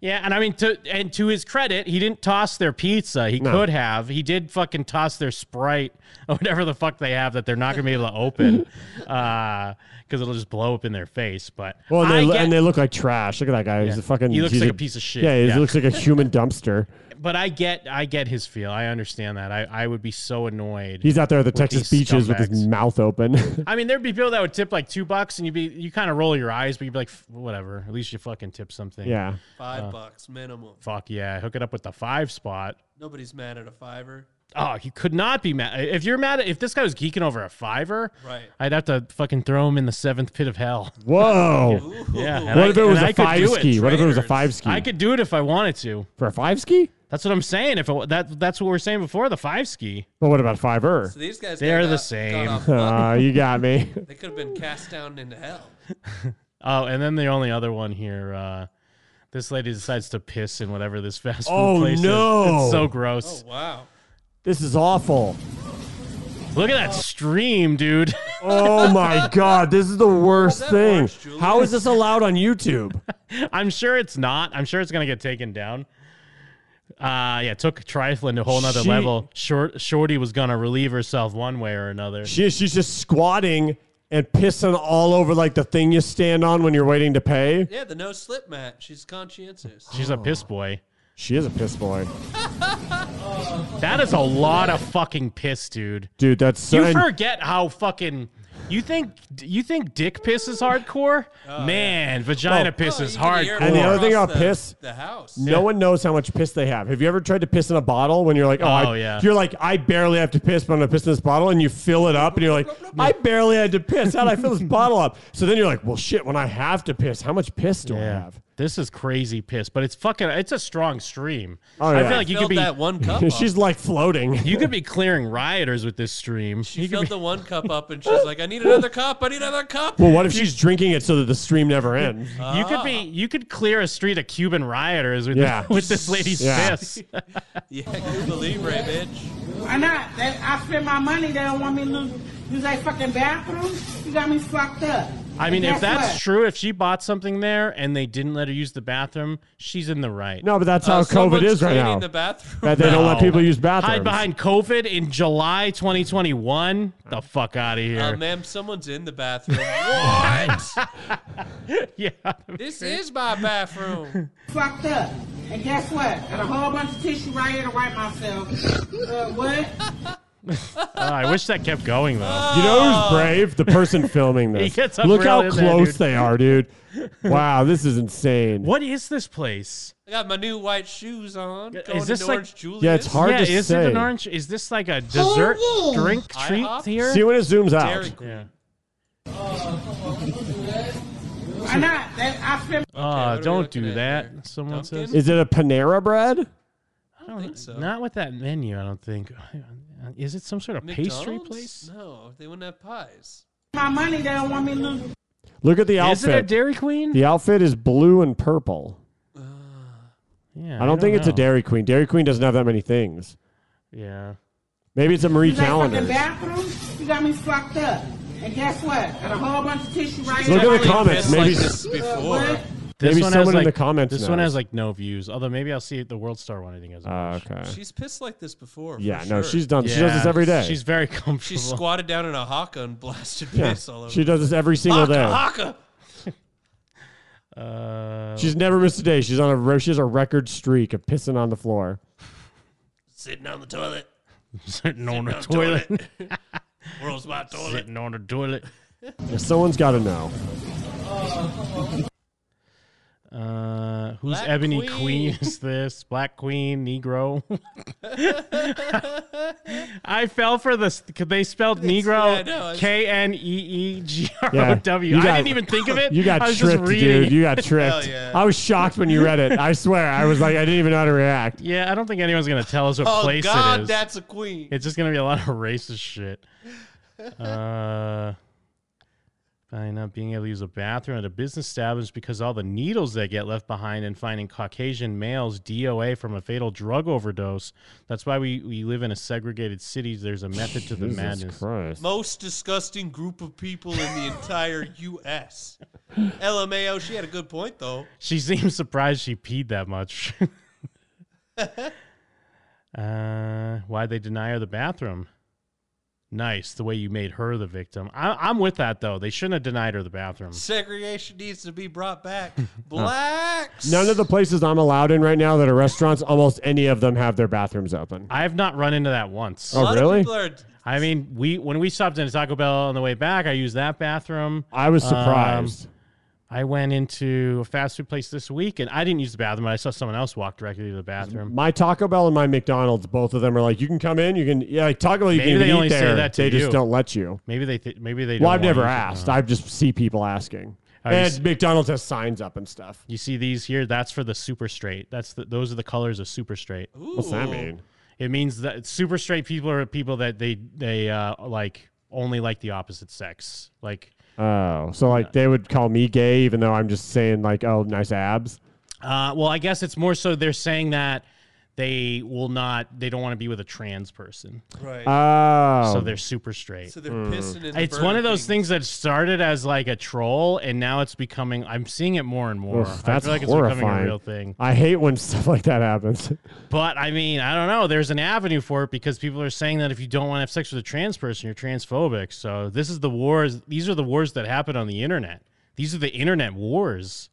[SPEAKER 8] Yeah, and I mean to and to his credit, he didn't toss their pizza. He
[SPEAKER 7] No.
[SPEAKER 8] could have. He did fucking toss their Sprite or whatever the fuck they have that they're not gonna be able to open because it'll just blow up in their face. But
[SPEAKER 7] Well, and
[SPEAKER 8] I
[SPEAKER 7] they, lo-
[SPEAKER 8] get-
[SPEAKER 7] and they look like trash. Look at that guy. He's
[SPEAKER 8] Yeah.
[SPEAKER 7] a fucking.
[SPEAKER 8] He looks
[SPEAKER 7] he's
[SPEAKER 8] like a piece of shit.
[SPEAKER 7] Yeah, he
[SPEAKER 8] Yeah.
[SPEAKER 7] looks like a human dumpster.
[SPEAKER 8] but I get I get his feel. I understand that. I, I would be so annoyed.
[SPEAKER 7] He's out there at the
[SPEAKER 8] with
[SPEAKER 7] Texas
[SPEAKER 8] these
[SPEAKER 7] beaches with
[SPEAKER 8] scumbags.
[SPEAKER 7] his mouth open.
[SPEAKER 8] I mean, there'd be people that would tip like two bucks, and you'd be you kind of roll your eyes, but you'd be like, "F- whatever. At least you fucking tip something.
[SPEAKER 7] Yeah.
[SPEAKER 5] Five
[SPEAKER 8] Uh,
[SPEAKER 5] bucks minimum.
[SPEAKER 8] Fuck yeah, hook it up with the five spot.
[SPEAKER 5] Nobody's mad at a fiver.
[SPEAKER 8] Oh, he could not be mad. If you're mad, if this guy was geeking over a fiver,
[SPEAKER 5] Right.
[SPEAKER 8] I'd have to fucking throw him in the seventh pit of hell.
[SPEAKER 7] Whoa.
[SPEAKER 8] yeah.
[SPEAKER 7] Ooh.
[SPEAKER 8] and
[SPEAKER 7] What if it was
[SPEAKER 8] and
[SPEAKER 7] a
[SPEAKER 8] could do
[SPEAKER 7] five
[SPEAKER 8] it.
[SPEAKER 7] ski? What if it was a five ski?
[SPEAKER 8] I could do it if I wanted to.
[SPEAKER 7] For a five ski?
[SPEAKER 8] That's what I'm saying. If it, that that's what we are saying before the five ski.
[SPEAKER 7] But what about fiver?
[SPEAKER 5] So these guys
[SPEAKER 8] they're
[SPEAKER 5] got
[SPEAKER 8] the
[SPEAKER 5] off-
[SPEAKER 8] same.
[SPEAKER 5] got off
[SPEAKER 7] Ah, you got me.
[SPEAKER 5] They could have been cast down into hell.
[SPEAKER 8] Oh, and then the only other one here. Uh, this lady decides to piss in whatever this fast food
[SPEAKER 7] Oh,
[SPEAKER 8] place is.
[SPEAKER 7] no.
[SPEAKER 8] It's so gross.
[SPEAKER 5] Oh, Wow.
[SPEAKER 7] This is awful.
[SPEAKER 8] Look at that stream, dude.
[SPEAKER 7] Oh my god, this is the worst thing. How is this allowed on YouTube?
[SPEAKER 8] I'm sure it's not. I'm sure it's gonna get taken down. Uh yeah, took trifling to a whole nother
[SPEAKER 7] She-
[SPEAKER 8] level. Short Shorty was gonna relieve herself one way or another.
[SPEAKER 7] She, she's just squatting and pissing all over like the thing you stand on when you're waiting to pay.
[SPEAKER 5] Yeah, the no slip mat. She's conscientious.
[SPEAKER 8] She's a piss boy.
[SPEAKER 7] She is a piss boy. Oh,
[SPEAKER 8] That is a lot of fucking piss, dude.
[SPEAKER 7] Dude, that's so
[SPEAKER 8] You
[SPEAKER 7] and-
[SPEAKER 8] forget how fucking you think you think dick piss is hardcore?
[SPEAKER 5] Oh,
[SPEAKER 8] Man, vagina
[SPEAKER 7] Well-
[SPEAKER 8] piss is
[SPEAKER 5] can hear
[SPEAKER 8] hardcore.
[SPEAKER 5] it
[SPEAKER 7] And the other thing
[SPEAKER 5] Across
[SPEAKER 7] about
[SPEAKER 5] the-
[SPEAKER 7] piss,
[SPEAKER 5] the house.
[SPEAKER 7] no one knows how much piss they have. Have you ever tried to piss in a bottle when you're like, oh, I-
[SPEAKER 8] Oh, yeah.
[SPEAKER 7] you're like, I barely have to piss, but I'm gonna piss in this bottle, and you fill it up, and you're like, I barely had to piss. How would I fill this bottle up? So then you're like, well, shit. When I have to piss, how much piss do I have?
[SPEAKER 8] This is crazy piss, but it's fucking it's a strong stream.
[SPEAKER 7] Oh,
[SPEAKER 8] I
[SPEAKER 7] yeah.
[SPEAKER 8] feel like you could
[SPEAKER 5] Filled
[SPEAKER 8] be
[SPEAKER 5] that one cup up.
[SPEAKER 7] She's like floating.
[SPEAKER 8] You could be clearing rioters with this stream.
[SPEAKER 5] She filled the one cup up and she's like, I need another cup. I need another cup.
[SPEAKER 7] Well, what if she's drinking it so that the stream never ends?
[SPEAKER 8] You could
[SPEAKER 5] Ah.
[SPEAKER 8] be you could clear a street of Cuban rioters with
[SPEAKER 7] Yeah.
[SPEAKER 8] with this lady's
[SPEAKER 7] Yeah.
[SPEAKER 8] piss.
[SPEAKER 5] Yeah, Cuba Libre, bitch.
[SPEAKER 15] Why not? They, I spend my money. They don't want me to lose, use their fucking bathroom. You got me fucked up.
[SPEAKER 8] I mean, if
[SPEAKER 15] Guess
[SPEAKER 8] that's
[SPEAKER 15] what?
[SPEAKER 8] true, if she bought something there and they didn't let her use the bathroom, she's in the right.
[SPEAKER 7] No, but that's how Uh, COVID is someone's right cleaning now. the bathroom That they don't let people use bathrooms.
[SPEAKER 8] Hide behind COVID in July 2021. The fuck out of here.
[SPEAKER 5] Uh, ma'am, someone's in the bathroom. what?
[SPEAKER 8] yeah.
[SPEAKER 5] This is my bathroom.
[SPEAKER 15] Fucked up. And guess what? Got a whole bunch of tissue right here to wipe myself. Uh, what?
[SPEAKER 8] Oh, I wish that kept going though.
[SPEAKER 7] You know who's brave? The person filming
[SPEAKER 8] He
[SPEAKER 7] this.
[SPEAKER 8] gets up
[SPEAKER 7] Look
[SPEAKER 8] real
[SPEAKER 7] how
[SPEAKER 8] in there,
[SPEAKER 7] close
[SPEAKER 8] dude.
[SPEAKER 7] they are, dude. Wow, this is insane.
[SPEAKER 8] What is this place?
[SPEAKER 5] I got my new white shoes on. Going
[SPEAKER 8] Is this
[SPEAKER 5] to
[SPEAKER 8] like
[SPEAKER 5] Orange Julius?
[SPEAKER 7] Yeah, it's hard
[SPEAKER 8] Yeah,
[SPEAKER 7] to
[SPEAKER 8] is it
[SPEAKER 7] say.
[SPEAKER 8] an orange? Is this like a dessert drink treat
[SPEAKER 5] IHOP?
[SPEAKER 8] here?
[SPEAKER 7] See when it zooms out.
[SPEAKER 5] Dairy Queen.
[SPEAKER 8] Yeah. Ah,
[SPEAKER 15] Why not? They, I spend.
[SPEAKER 8] Uh, don't do that. Someone says.
[SPEAKER 7] Is it a Panera bread?
[SPEAKER 8] I don't think so. Not with that menu, I don't think. Is it some sort of pastry
[SPEAKER 5] McDonald's?
[SPEAKER 8] place?
[SPEAKER 5] No, they wouldn't have pies.
[SPEAKER 15] My money. They don't want me to lose.
[SPEAKER 7] Look at the outfit.
[SPEAKER 8] Is it a Dairy Queen?
[SPEAKER 7] The outfit is blue and purple.
[SPEAKER 8] Yeah,
[SPEAKER 7] I don't think it's a
[SPEAKER 8] know.
[SPEAKER 7] Dairy Queen. Dairy Queen doesn't have that many things.
[SPEAKER 8] Yeah.
[SPEAKER 7] Maybe it's a Marie
[SPEAKER 15] Use their fucking
[SPEAKER 7] Calendar.
[SPEAKER 15] bathroom. You got me fucked up. And guess what? Got a whole bunch of tissue right
[SPEAKER 7] Look
[SPEAKER 15] here.
[SPEAKER 7] at the comments.
[SPEAKER 5] like
[SPEAKER 7] Maybe
[SPEAKER 5] this before.
[SPEAKER 15] Uh, what?
[SPEAKER 7] Maybe someone in
[SPEAKER 8] like,
[SPEAKER 7] the comments
[SPEAKER 8] This one
[SPEAKER 7] knows.
[SPEAKER 8] has like no views. Although maybe I'll see the World Star one. I think has.
[SPEAKER 7] Uh, okay.
[SPEAKER 5] She's pissed like this before. for
[SPEAKER 7] Yeah, no,
[SPEAKER 5] sure.
[SPEAKER 7] she's done. She does this
[SPEAKER 8] Yeah,
[SPEAKER 7] every day.
[SPEAKER 8] She's very comfortable.
[SPEAKER 5] She squatted down in a haka and blasted
[SPEAKER 7] Yeah,
[SPEAKER 5] piss all over.
[SPEAKER 7] she does this every single
[SPEAKER 5] haka,
[SPEAKER 7] day.
[SPEAKER 5] Haka.
[SPEAKER 8] Uh,
[SPEAKER 7] She's never missed a day. She's on a ro- she has a record streak of pissing on the floor.
[SPEAKER 5] Sitting on the toilet.
[SPEAKER 8] sitting on the
[SPEAKER 5] on
[SPEAKER 8] toilet.
[SPEAKER 5] toilet. World's my toilet.
[SPEAKER 8] Sitting on the toilet.
[SPEAKER 7] Yeah, someone's got to know.
[SPEAKER 8] Uh, who's
[SPEAKER 5] Black
[SPEAKER 8] Ebony Queen.
[SPEAKER 5] Queen.
[SPEAKER 8] is this? Black Queen, Negro. I fell for this. Could they spelled
[SPEAKER 5] yeah, I know.
[SPEAKER 8] Negro
[SPEAKER 5] It's-
[SPEAKER 8] K N E E G
[SPEAKER 7] Yeah,
[SPEAKER 8] R O W.
[SPEAKER 7] you
[SPEAKER 8] I
[SPEAKER 7] got-
[SPEAKER 8] didn't even think of it.
[SPEAKER 7] You got
[SPEAKER 8] I was just
[SPEAKER 7] tricked,
[SPEAKER 8] reading
[SPEAKER 7] dude. You got tricked.
[SPEAKER 5] yeah.
[SPEAKER 7] I was shocked when you read it. I swear, I was like, I didn't even know how to react.
[SPEAKER 8] Yeah, I don't think anyone's gonna tell us what
[SPEAKER 5] Oh
[SPEAKER 8] place
[SPEAKER 5] God,
[SPEAKER 8] it is.
[SPEAKER 5] that's a queen.
[SPEAKER 8] It's just gonna be a lot of racist shit. Uh, by not being able to use a bathroom at a business establishment because all the needles that get left behind and finding Caucasian males DOA from a fatal drug overdose. That's why we, we live in a segregated city. There's a method to the
[SPEAKER 7] Jesus
[SPEAKER 8] madness.
[SPEAKER 7] Christ.
[SPEAKER 5] Most disgusting group of people in the entire U.S. LMAO. She had a good point though.
[SPEAKER 8] She seems surprised she peed that much. uh, why'd they deny her the bathroom? Nice, the way you made her the victim. I, I'm with that though. They shouldn't have denied her the bathroom.
[SPEAKER 5] Segregation needs to be brought back. Blacks.
[SPEAKER 7] None of the places I'm allowed in right now that are restaurants, almost any of them have their bathrooms open.
[SPEAKER 8] I have not run into that once.
[SPEAKER 5] A lot
[SPEAKER 7] Oh, really?
[SPEAKER 5] Of people are
[SPEAKER 8] I mean, we when we stopped in Taco Bell on the way back, I used that bathroom.
[SPEAKER 7] I was
[SPEAKER 8] Um,
[SPEAKER 7] surprised.
[SPEAKER 8] I went into a fast food place this week and I didn't use the bathroom, but I saw someone else walk directly to the bathroom.
[SPEAKER 7] My Taco Bell and my McDonald's, both of them are like, you can come in, you can, yeah, like Taco Bell, you
[SPEAKER 8] Maybe
[SPEAKER 7] can
[SPEAKER 8] they
[SPEAKER 7] even
[SPEAKER 8] only
[SPEAKER 7] eat
[SPEAKER 8] say
[SPEAKER 7] there.
[SPEAKER 8] that to
[SPEAKER 7] they
[SPEAKER 8] you.
[SPEAKER 7] just don't let you.
[SPEAKER 8] Maybe they th- maybe they.
[SPEAKER 7] Well,
[SPEAKER 8] don't
[SPEAKER 7] I've never
[SPEAKER 8] want you to
[SPEAKER 7] asked.
[SPEAKER 8] know.
[SPEAKER 7] I've just see people asking.
[SPEAKER 8] Oh, you
[SPEAKER 7] and
[SPEAKER 8] s-
[SPEAKER 7] McDonald's has signs up and stuff.
[SPEAKER 8] You see these here? That's for the super straight. That's the, those are the colors of super straight.
[SPEAKER 7] What's that Ooh. mean?
[SPEAKER 8] It means that super straight people are people that they they uh, like only like the opposite sex. Like
[SPEAKER 7] Oh, so like they would call me gay, even though I'm just saying like, oh, nice abs.
[SPEAKER 8] Uh, well, I guess it's more so they're saying that they will not, they don't want to be with a trans person.
[SPEAKER 5] Right.
[SPEAKER 7] Oh.
[SPEAKER 8] So they're super straight.
[SPEAKER 5] So they're pissing in the
[SPEAKER 8] It's
[SPEAKER 5] Burger
[SPEAKER 8] one of those things that started as like a troll and now it's becoming, I'm seeing it more and more.
[SPEAKER 7] Oof, that's
[SPEAKER 8] I feel like it's becoming
[SPEAKER 7] horrifying.
[SPEAKER 8] a real thing.
[SPEAKER 7] I hate when stuff like that happens.
[SPEAKER 8] But I mean, I don't know. There's an avenue for it because people are saying that if you don't want to have sex with a trans person, you're transphobic. So this is the wars. These are the wars that happen on the internet. These are the internet wars.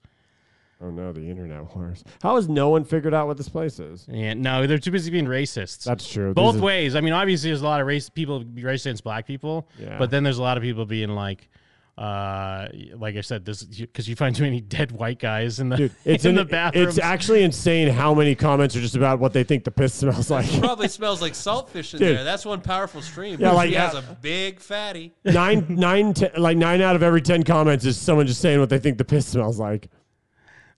[SPEAKER 7] Oh no, the internet wars. How has no one figured out what this place is?
[SPEAKER 8] Yeah, no, they're too busy being racists.
[SPEAKER 7] That's true.
[SPEAKER 8] Both
[SPEAKER 7] These are-
[SPEAKER 8] ways. I mean, obviously, there's a lot of race people racist against black people,
[SPEAKER 7] Yeah.
[SPEAKER 8] but then there's a lot of people being like, uh, like I said, this because you find too many dead white guys in the
[SPEAKER 7] It's
[SPEAKER 8] in
[SPEAKER 7] in
[SPEAKER 8] the bathroom.
[SPEAKER 7] It's actually insane how many comments are just about what they think the piss smells like.
[SPEAKER 5] It probably smells like saltfish in
[SPEAKER 7] Dude.
[SPEAKER 5] there. That's one powerful stream.
[SPEAKER 7] Yeah,
[SPEAKER 5] Yeah,
[SPEAKER 7] like,
[SPEAKER 5] she has
[SPEAKER 7] uh,
[SPEAKER 5] a big fatty.
[SPEAKER 7] nine, nine, te- like nine out of every ten comments is someone just saying what they think the piss smells like.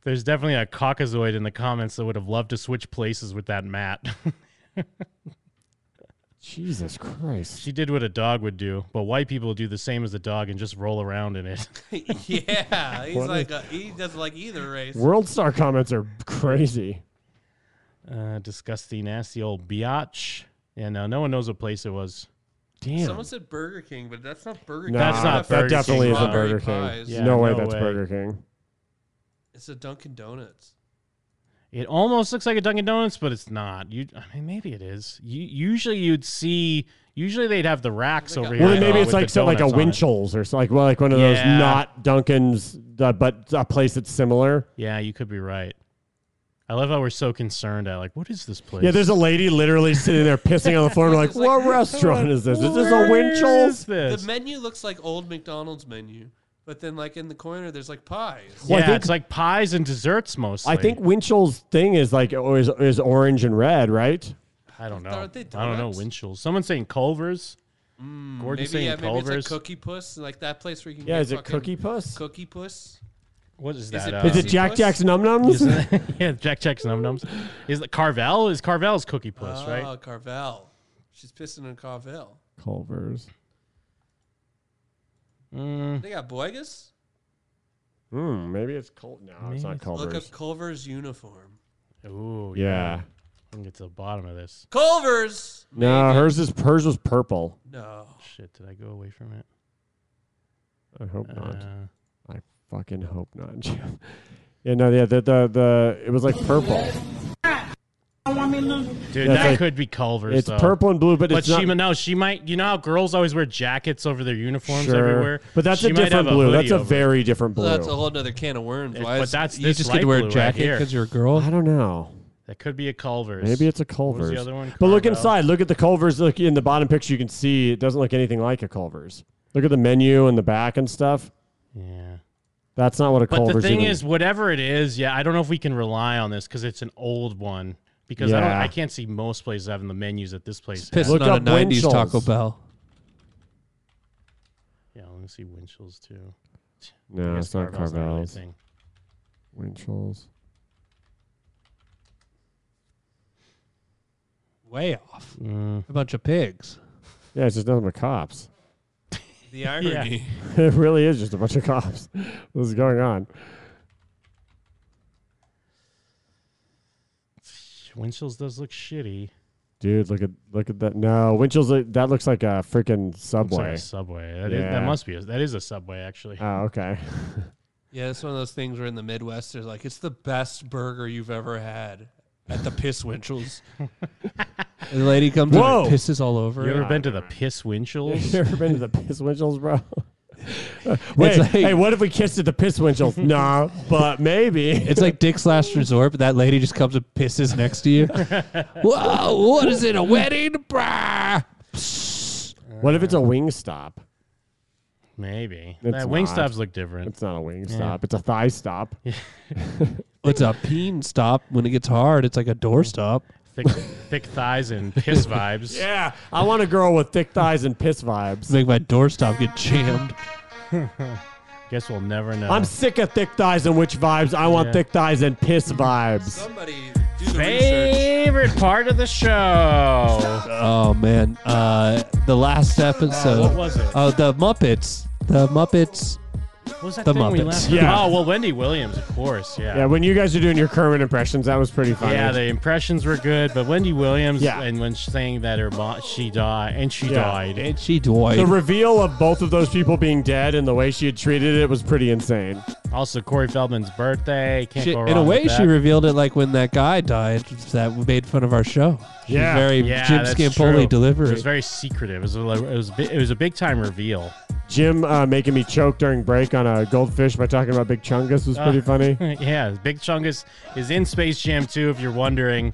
[SPEAKER 8] There's definitely a caucasoid in the comments that would have loved to switch places with that Matt.
[SPEAKER 7] Jesus Christ.
[SPEAKER 8] She did what a dog would do, but white people do the same as a dog and just roll around in it.
[SPEAKER 5] yeah, he's
[SPEAKER 7] What
[SPEAKER 5] like a, he doesn't like either race.
[SPEAKER 7] World star comments are crazy.
[SPEAKER 8] Uh, disgusty, nasty old biatch. Yeah, no, no one knows what place it was.
[SPEAKER 7] Damn.
[SPEAKER 5] Someone said Burger King, but that's not Burger King.
[SPEAKER 7] Nah,
[SPEAKER 8] That's not
[SPEAKER 7] that
[SPEAKER 8] Burger
[SPEAKER 7] definitely
[SPEAKER 8] King.
[SPEAKER 7] isn't
[SPEAKER 8] Strawberry
[SPEAKER 7] Burger King.
[SPEAKER 5] pies.
[SPEAKER 8] Yeah,
[SPEAKER 7] no way
[SPEAKER 8] no
[SPEAKER 7] that's
[SPEAKER 8] way.
[SPEAKER 7] Burger King.
[SPEAKER 5] It's a Dunkin' Donuts.
[SPEAKER 8] It almost looks like a Dunkin' Donuts, but it's not. You, I mean, maybe it is. You, usually, you'd see. Usually, they'd have the racks over here.
[SPEAKER 7] Well, then maybe
[SPEAKER 8] uh,
[SPEAKER 7] it's
[SPEAKER 8] with
[SPEAKER 7] like
[SPEAKER 8] the
[SPEAKER 7] so, like a
[SPEAKER 8] donuts on it.
[SPEAKER 7] Winchell's or so, like well, like one of
[SPEAKER 8] Yeah.
[SPEAKER 7] those not Duncan's, uh, but a place that's similar.
[SPEAKER 8] Yeah, you could be right. I love how we're so concerned at like, what is this place?
[SPEAKER 7] Yeah, there's a lady literally sitting there pissing on the floor. And we're like, what restaurant is this? Is this a Winchell's?
[SPEAKER 5] The menu looks like old McDonald's menu, but then like in the corner there's like pies.
[SPEAKER 7] Well, I
[SPEAKER 8] yeah,
[SPEAKER 7] think-
[SPEAKER 8] it's like pies and desserts mostly.
[SPEAKER 7] I think Winchell's thing is like oh, is, is orange and red, right?
[SPEAKER 8] I don't know.
[SPEAKER 5] Aren't they
[SPEAKER 8] I don't know
[SPEAKER 5] donuts?
[SPEAKER 8] Winchell's. Someone's saying Culver's.
[SPEAKER 5] Mm,
[SPEAKER 8] Gordon's saying
[SPEAKER 5] maybe yeah, maybe
[SPEAKER 8] Culver's.
[SPEAKER 5] it's like Cookie Puss, like that place where you can
[SPEAKER 7] Yeah,
[SPEAKER 5] get
[SPEAKER 7] is it
[SPEAKER 5] fucking
[SPEAKER 7] Cookie Puss?
[SPEAKER 5] Cookie Puss.
[SPEAKER 8] What is
[SPEAKER 5] Is
[SPEAKER 8] that?
[SPEAKER 5] it
[SPEAKER 8] uh,
[SPEAKER 7] Is it Jack
[SPEAKER 5] Puss?
[SPEAKER 7] Jack's Num Nums?
[SPEAKER 8] Isn't it- yeah, Jack Jack's num nums. Is it Carvel? Is Carvel's cookie puss,
[SPEAKER 5] oh,
[SPEAKER 8] right?
[SPEAKER 5] Carvel. She's pissing on Carvel.
[SPEAKER 7] Culver's.
[SPEAKER 5] They got Boigas.
[SPEAKER 7] Hmm, maybe it's Colt. No, it's not
[SPEAKER 5] Look
[SPEAKER 7] Culver's.
[SPEAKER 5] up Culver's uniform.
[SPEAKER 8] Ooh,
[SPEAKER 7] Yeah.
[SPEAKER 8] I can get to the bottom of this.
[SPEAKER 5] Culver's.
[SPEAKER 7] No, hers is hers was purple.
[SPEAKER 5] No.
[SPEAKER 8] Shit, did I go away from it?
[SPEAKER 7] I hope not.
[SPEAKER 8] Uh.
[SPEAKER 7] I fucking hope not, Jim. Yeah, no, yeah, the the, the it was like purple.
[SPEAKER 15] Don't want me to lose.
[SPEAKER 8] Dude,
[SPEAKER 7] That's
[SPEAKER 8] that
[SPEAKER 7] like-
[SPEAKER 8] could be Culver's.
[SPEAKER 7] it's
[SPEAKER 8] though.
[SPEAKER 7] purple and blue, but it's
[SPEAKER 8] she
[SPEAKER 7] not-
[SPEAKER 8] mi- no, she might. You know how girls always wear jackets over their uniforms
[SPEAKER 7] Sure.
[SPEAKER 8] everywhere.
[SPEAKER 7] But that's a
[SPEAKER 8] She might
[SPEAKER 7] different
[SPEAKER 8] have
[SPEAKER 7] blue. That's
[SPEAKER 8] hoodie
[SPEAKER 7] a
[SPEAKER 8] over it.
[SPEAKER 7] very different blue.
[SPEAKER 5] That's a whole other can of worms.
[SPEAKER 8] It-
[SPEAKER 5] Why
[SPEAKER 8] but
[SPEAKER 5] is-
[SPEAKER 8] that's
[SPEAKER 5] you
[SPEAKER 8] this
[SPEAKER 5] just
[SPEAKER 8] light
[SPEAKER 5] get to wear
[SPEAKER 8] blue
[SPEAKER 5] a
[SPEAKER 8] right
[SPEAKER 5] jacket
[SPEAKER 8] here.
[SPEAKER 5] you're a girl.
[SPEAKER 7] I don't know.
[SPEAKER 8] That could be a Culver's.
[SPEAKER 7] Maybe it's a
[SPEAKER 8] What was
[SPEAKER 7] Culver's.
[SPEAKER 8] the other one?
[SPEAKER 7] But look
[SPEAKER 8] Carvel.
[SPEAKER 7] inside. Look at the Culver's. Look in the bottom picture. You can see it doesn't look anything like a Culver's. Look at the menu and the back and stuff.
[SPEAKER 8] Yeah.
[SPEAKER 7] That's not what a
[SPEAKER 8] But
[SPEAKER 7] Culver's.
[SPEAKER 8] the thing
[SPEAKER 7] even-
[SPEAKER 8] is, whatever it is, yeah, I don't know if we can rely on this because it's an old one. Because I don't,
[SPEAKER 7] Yeah.
[SPEAKER 8] I can't see most places having the menus that this place has.
[SPEAKER 5] Pissing
[SPEAKER 7] Look
[SPEAKER 5] on
[SPEAKER 7] up
[SPEAKER 5] a 90s
[SPEAKER 7] Winchell's.
[SPEAKER 5] Taco Bell.
[SPEAKER 8] Yeah, let me see Winchell's too. I
[SPEAKER 7] no,
[SPEAKER 8] guess
[SPEAKER 7] it's not
[SPEAKER 8] Carvel's really a
[SPEAKER 7] Carvel's.
[SPEAKER 8] thing.
[SPEAKER 7] Winchell's.
[SPEAKER 5] Way off.
[SPEAKER 8] Mm.
[SPEAKER 5] A bunch of pigs.
[SPEAKER 7] Yeah, it's just nothing but cops.
[SPEAKER 5] The irony.
[SPEAKER 7] it really is just a bunch of cops. What's going on?
[SPEAKER 8] Winchell's does look shitty.
[SPEAKER 7] Dude, look at look at that. No, Winchell's like- that looks like a freaking
[SPEAKER 8] Looks like
[SPEAKER 7] subway.
[SPEAKER 8] a subway. That, is- that
[SPEAKER 7] Yeah.
[SPEAKER 8] must be. A, that is a subway actually.
[SPEAKER 26] Ah,
[SPEAKER 7] Oh, okay.
[SPEAKER 5] Yeah, it's one of those things where in the Midwest, there's like, it's the best burger you've ever had at the Piss Winchell's.
[SPEAKER 26] The lady comes
[SPEAKER 8] in
[SPEAKER 26] in
[SPEAKER 8] and Whoa.
[SPEAKER 26] and pisses all over.
[SPEAKER 8] you ever been to the Piss Winchell's?
[SPEAKER 7] you ever been to the piss winchels, bro? Wait,
[SPEAKER 26] like-
[SPEAKER 7] hey, what if we kissed at the piss winchels? no, but maybe.
[SPEAKER 26] It's like Dick's Last Resort, but that lady just comes and pisses next to you. Whoa, what is
[SPEAKER 7] ah,
[SPEAKER 26] it, a wedding? Brah.
[SPEAKER 7] what if it's a wing stop?
[SPEAKER 8] Uh, Maybe.
[SPEAKER 7] It's
[SPEAKER 8] that
[SPEAKER 7] not.
[SPEAKER 8] Wingstops look different.
[SPEAKER 7] It's not a wing
[SPEAKER 8] Yeah.
[SPEAKER 7] stop. It's a thigh stop.
[SPEAKER 5] It's a peen stop. When it gets hard, it's like a door stop.
[SPEAKER 8] Thick, thick thighs and piss vibes.
[SPEAKER 7] yeah, I want a girl with thick thighs and piss vibes.
[SPEAKER 5] Make my door stop get jammed.
[SPEAKER 8] Guess we'll never know.
[SPEAKER 7] I'm sick of thick thighs and witch vibes. I want
[SPEAKER 8] Yeah.
[SPEAKER 7] thick thighs and piss vibes.
[SPEAKER 27] Somebody
[SPEAKER 8] Favorite part of the show.
[SPEAKER 5] Oh man, uh, the last episode.
[SPEAKER 8] what was it?
[SPEAKER 5] Oh, the Muppets. The Muppets.
[SPEAKER 8] What was that
[SPEAKER 5] the
[SPEAKER 8] thing we
[SPEAKER 5] Muppets.
[SPEAKER 8] left?
[SPEAKER 7] Yeah.
[SPEAKER 8] Oh well, Wendy Williams, of course. Yeah.
[SPEAKER 7] Yeah, when you guys are doing your Kermit impressions, that was pretty funny.
[SPEAKER 8] Yeah, the impressions were good, but Wendy Williams,
[SPEAKER 7] Yeah.
[SPEAKER 8] and when saying that her mom, she died, and she
[SPEAKER 7] Yeah.
[SPEAKER 8] died,
[SPEAKER 5] and she died.
[SPEAKER 7] The reveal of both of those people being dead and the way she had treated it was pretty insane.
[SPEAKER 8] also Corey Feldman's birthday. Can't
[SPEAKER 5] She-
[SPEAKER 8] go wrong
[SPEAKER 5] in a way,
[SPEAKER 8] with
[SPEAKER 5] she
[SPEAKER 8] that.
[SPEAKER 5] revealed it like when that guy died that made fun of our show. She was
[SPEAKER 8] Yeah.
[SPEAKER 5] very
[SPEAKER 8] Yeah,
[SPEAKER 5] Jim
[SPEAKER 8] that's
[SPEAKER 5] Scampoli
[SPEAKER 8] true.
[SPEAKER 5] delivery.
[SPEAKER 8] It was very secretive. It was a, lo- it was bi- it was a big time reveal.
[SPEAKER 7] Jim uh, making me choke during break on a goldfish by talking about Big Chungus was pretty
[SPEAKER 8] Uh,
[SPEAKER 7] funny.
[SPEAKER 8] yeah, Big Chungus is in Space Jam 2 if you're wondering.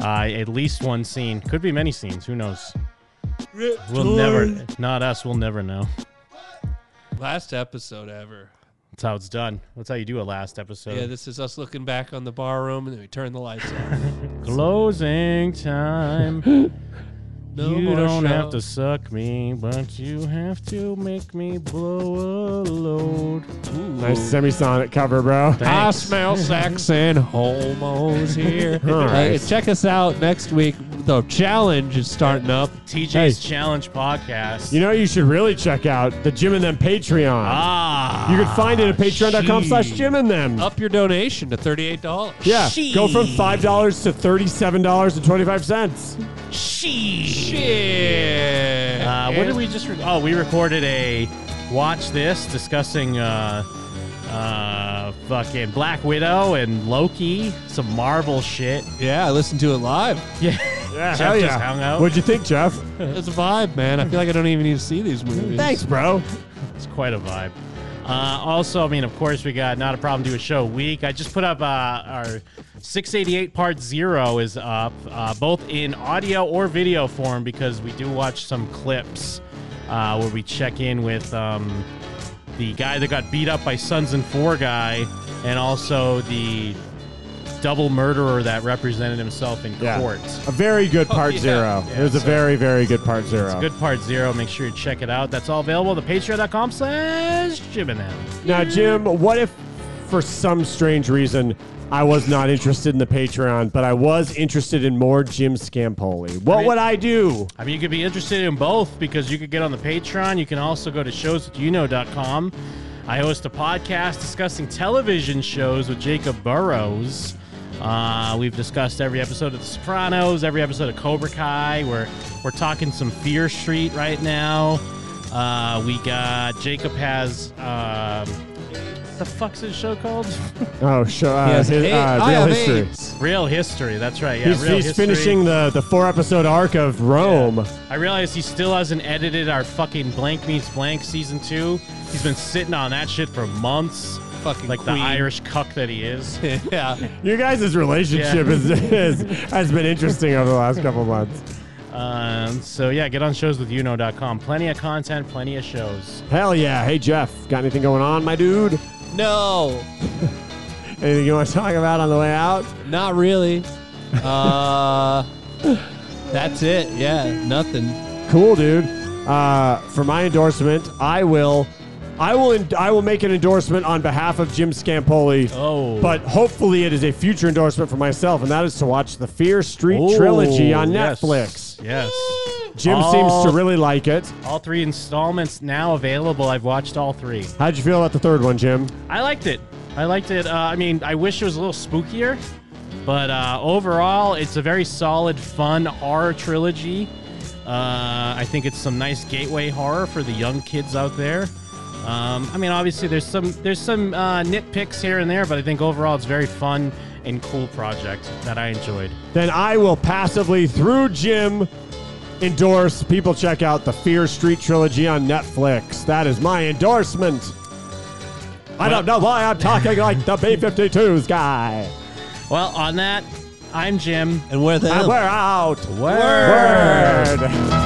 [SPEAKER 8] Uh, at least one scene. Could be many scenes. Who knows? We'll never, not us, we'll never know.
[SPEAKER 5] last episode ever.
[SPEAKER 8] That's how it's done. That's how you do a last episode.
[SPEAKER 5] Yeah, this is us looking back on the bar room and then we turn the lights off.
[SPEAKER 8] Closing time.
[SPEAKER 5] No
[SPEAKER 8] you
[SPEAKER 5] more
[SPEAKER 8] don't
[SPEAKER 5] show.
[SPEAKER 8] have to suck me, but you have to make me blow a load.
[SPEAKER 7] Nice semisonic cover, bro.
[SPEAKER 5] I smell sex and homos here.
[SPEAKER 7] All
[SPEAKER 5] Hey,
[SPEAKER 7] right.
[SPEAKER 5] check us out next week. The challenge is starting up.
[SPEAKER 8] TJ's Challenge Podcast.
[SPEAKER 7] You know what you should really check out the Jim and Them Patreon.
[SPEAKER 8] Ah, Oh,
[SPEAKER 7] you can find it at patreon.com slash Jim and Them.
[SPEAKER 5] Up your donation to thirty-eight dollars.
[SPEAKER 7] Yeah, go from five dollars to thirty-seven dollars and twenty-five cents.
[SPEAKER 5] Shit.
[SPEAKER 8] Uh, what did we just? Re- oh, we recorded a watch this discussing uh, uh, fucking Black Widow and Loki, some Marvel shit.
[SPEAKER 5] Yeah, I listened to it live.
[SPEAKER 8] Yeah,
[SPEAKER 7] Yeah,
[SPEAKER 8] Jeff
[SPEAKER 7] hell
[SPEAKER 8] just
[SPEAKER 7] yeah.
[SPEAKER 8] hung out.
[SPEAKER 7] What'd you think, Jeff?
[SPEAKER 5] It's a vibe, man. I feel like I don't even need to see these movies.
[SPEAKER 7] Mm, Thanks, bro.
[SPEAKER 8] It's quite a vibe. Uh, also, I mean, of course, we got not a problem do a show week. I just put up uh, our 688 part zero is up, uh, both in audio or video form, because we do watch some clips uh, where we check in with um, the guy that got beat up by Sons and Four guy, and also the double murderer that represented himself in
[SPEAKER 7] Yeah.
[SPEAKER 8] court.
[SPEAKER 7] A very good part
[SPEAKER 8] Oh, yeah.
[SPEAKER 7] zero.
[SPEAKER 8] Yeah,
[SPEAKER 7] it was a
[SPEAKER 8] so-
[SPEAKER 7] very, very good part zero.
[SPEAKER 8] It's a good part zero. Make sure you check it out. That's all available at patreon.com slash Jim and Them.
[SPEAKER 7] Now, Jim, what if for some strange reason I was not interested in the Patreon, but I was interested in more Jim Scampoli? What
[SPEAKER 8] mean-
[SPEAKER 7] would I do?
[SPEAKER 8] I mean, you could be interested in both because you could get on the Patreon. You can also go to shows.youknow.com. I host a podcast discussing television shows with Jacob Burrows. Uh, we've discussed every episode of The Sopranos, every episode of Cobra Kai. We're, we're talking some Fear Street right now. Uh, we got Jacob has. Um, what the fuck's his show called?
[SPEAKER 7] Oh, show uh,
[SPEAKER 5] Yes,
[SPEAKER 7] his-
[SPEAKER 5] hey,
[SPEAKER 7] uh,
[SPEAKER 5] I
[SPEAKER 7] real
[SPEAKER 5] have
[SPEAKER 7] history.
[SPEAKER 5] AIDS.
[SPEAKER 8] Real History. That's right. Yeah,
[SPEAKER 7] he's
[SPEAKER 8] Real
[SPEAKER 7] he's
[SPEAKER 8] History.
[SPEAKER 7] finishing the, the four episode arc of Rome.
[SPEAKER 8] I realize he still hasn't edited our fucking Blank Meets Blank season two. He's been sitting on that shit for months.
[SPEAKER 5] Fucking
[SPEAKER 8] like
[SPEAKER 5] queen.
[SPEAKER 8] the Irish cuck that he is.
[SPEAKER 5] yeah.
[SPEAKER 7] Your guys' relationship
[SPEAKER 8] Yeah.
[SPEAKER 7] is, is, has been interesting over the last couple months.
[SPEAKER 8] um, so yeah, get on shows with youno.com. Plenty of content, plenty of shows.
[SPEAKER 7] Hell yeah. Hey, Jeff, got anything going on, my dude?
[SPEAKER 5] No,
[SPEAKER 7] Anything you want to talk about on the way out?
[SPEAKER 5] not really. Uh, that's it. Yeah, nothing.
[SPEAKER 7] Cool, dude. Uh, for my endorsement, I will, I will, I will make an endorsement on behalf of Jim Scampoli.
[SPEAKER 8] Oh.
[SPEAKER 7] But hopefully, it is a future endorsement for myself, and that is to watch the Fear Street trilogy on
[SPEAKER 8] yes.
[SPEAKER 7] Netflix.
[SPEAKER 8] Yes.
[SPEAKER 7] Jim
[SPEAKER 8] All-
[SPEAKER 5] Oh.
[SPEAKER 7] seems to really like it.
[SPEAKER 8] All three installments now available. I've watched all three.
[SPEAKER 7] How'd you feel about the third one, Jim?
[SPEAKER 8] I liked it. I liked it. Uh, I mean, I wish it was a little spookier, but uh, overall, it's a very solid, fun horror trilogy. Uh, I think it's some nice gateway horror for the young kids out there. Um, I mean, obviously, there's some there's some uh, nitpicks here and there, but I think overall, it's a very fun and cool project that I enjoyed.
[SPEAKER 7] Then I will passively, through Jim, endorse people check out the Fear Street trilogy on Netflix. That is my endorsement. I don't know why I'm talking like the B 52s guy.
[SPEAKER 8] Well, on that, I'm Jim.
[SPEAKER 5] And where the
[SPEAKER 7] And
[SPEAKER 5] hell?
[SPEAKER 7] we're out.
[SPEAKER 8] Word.
[SPEAKER 7] Word.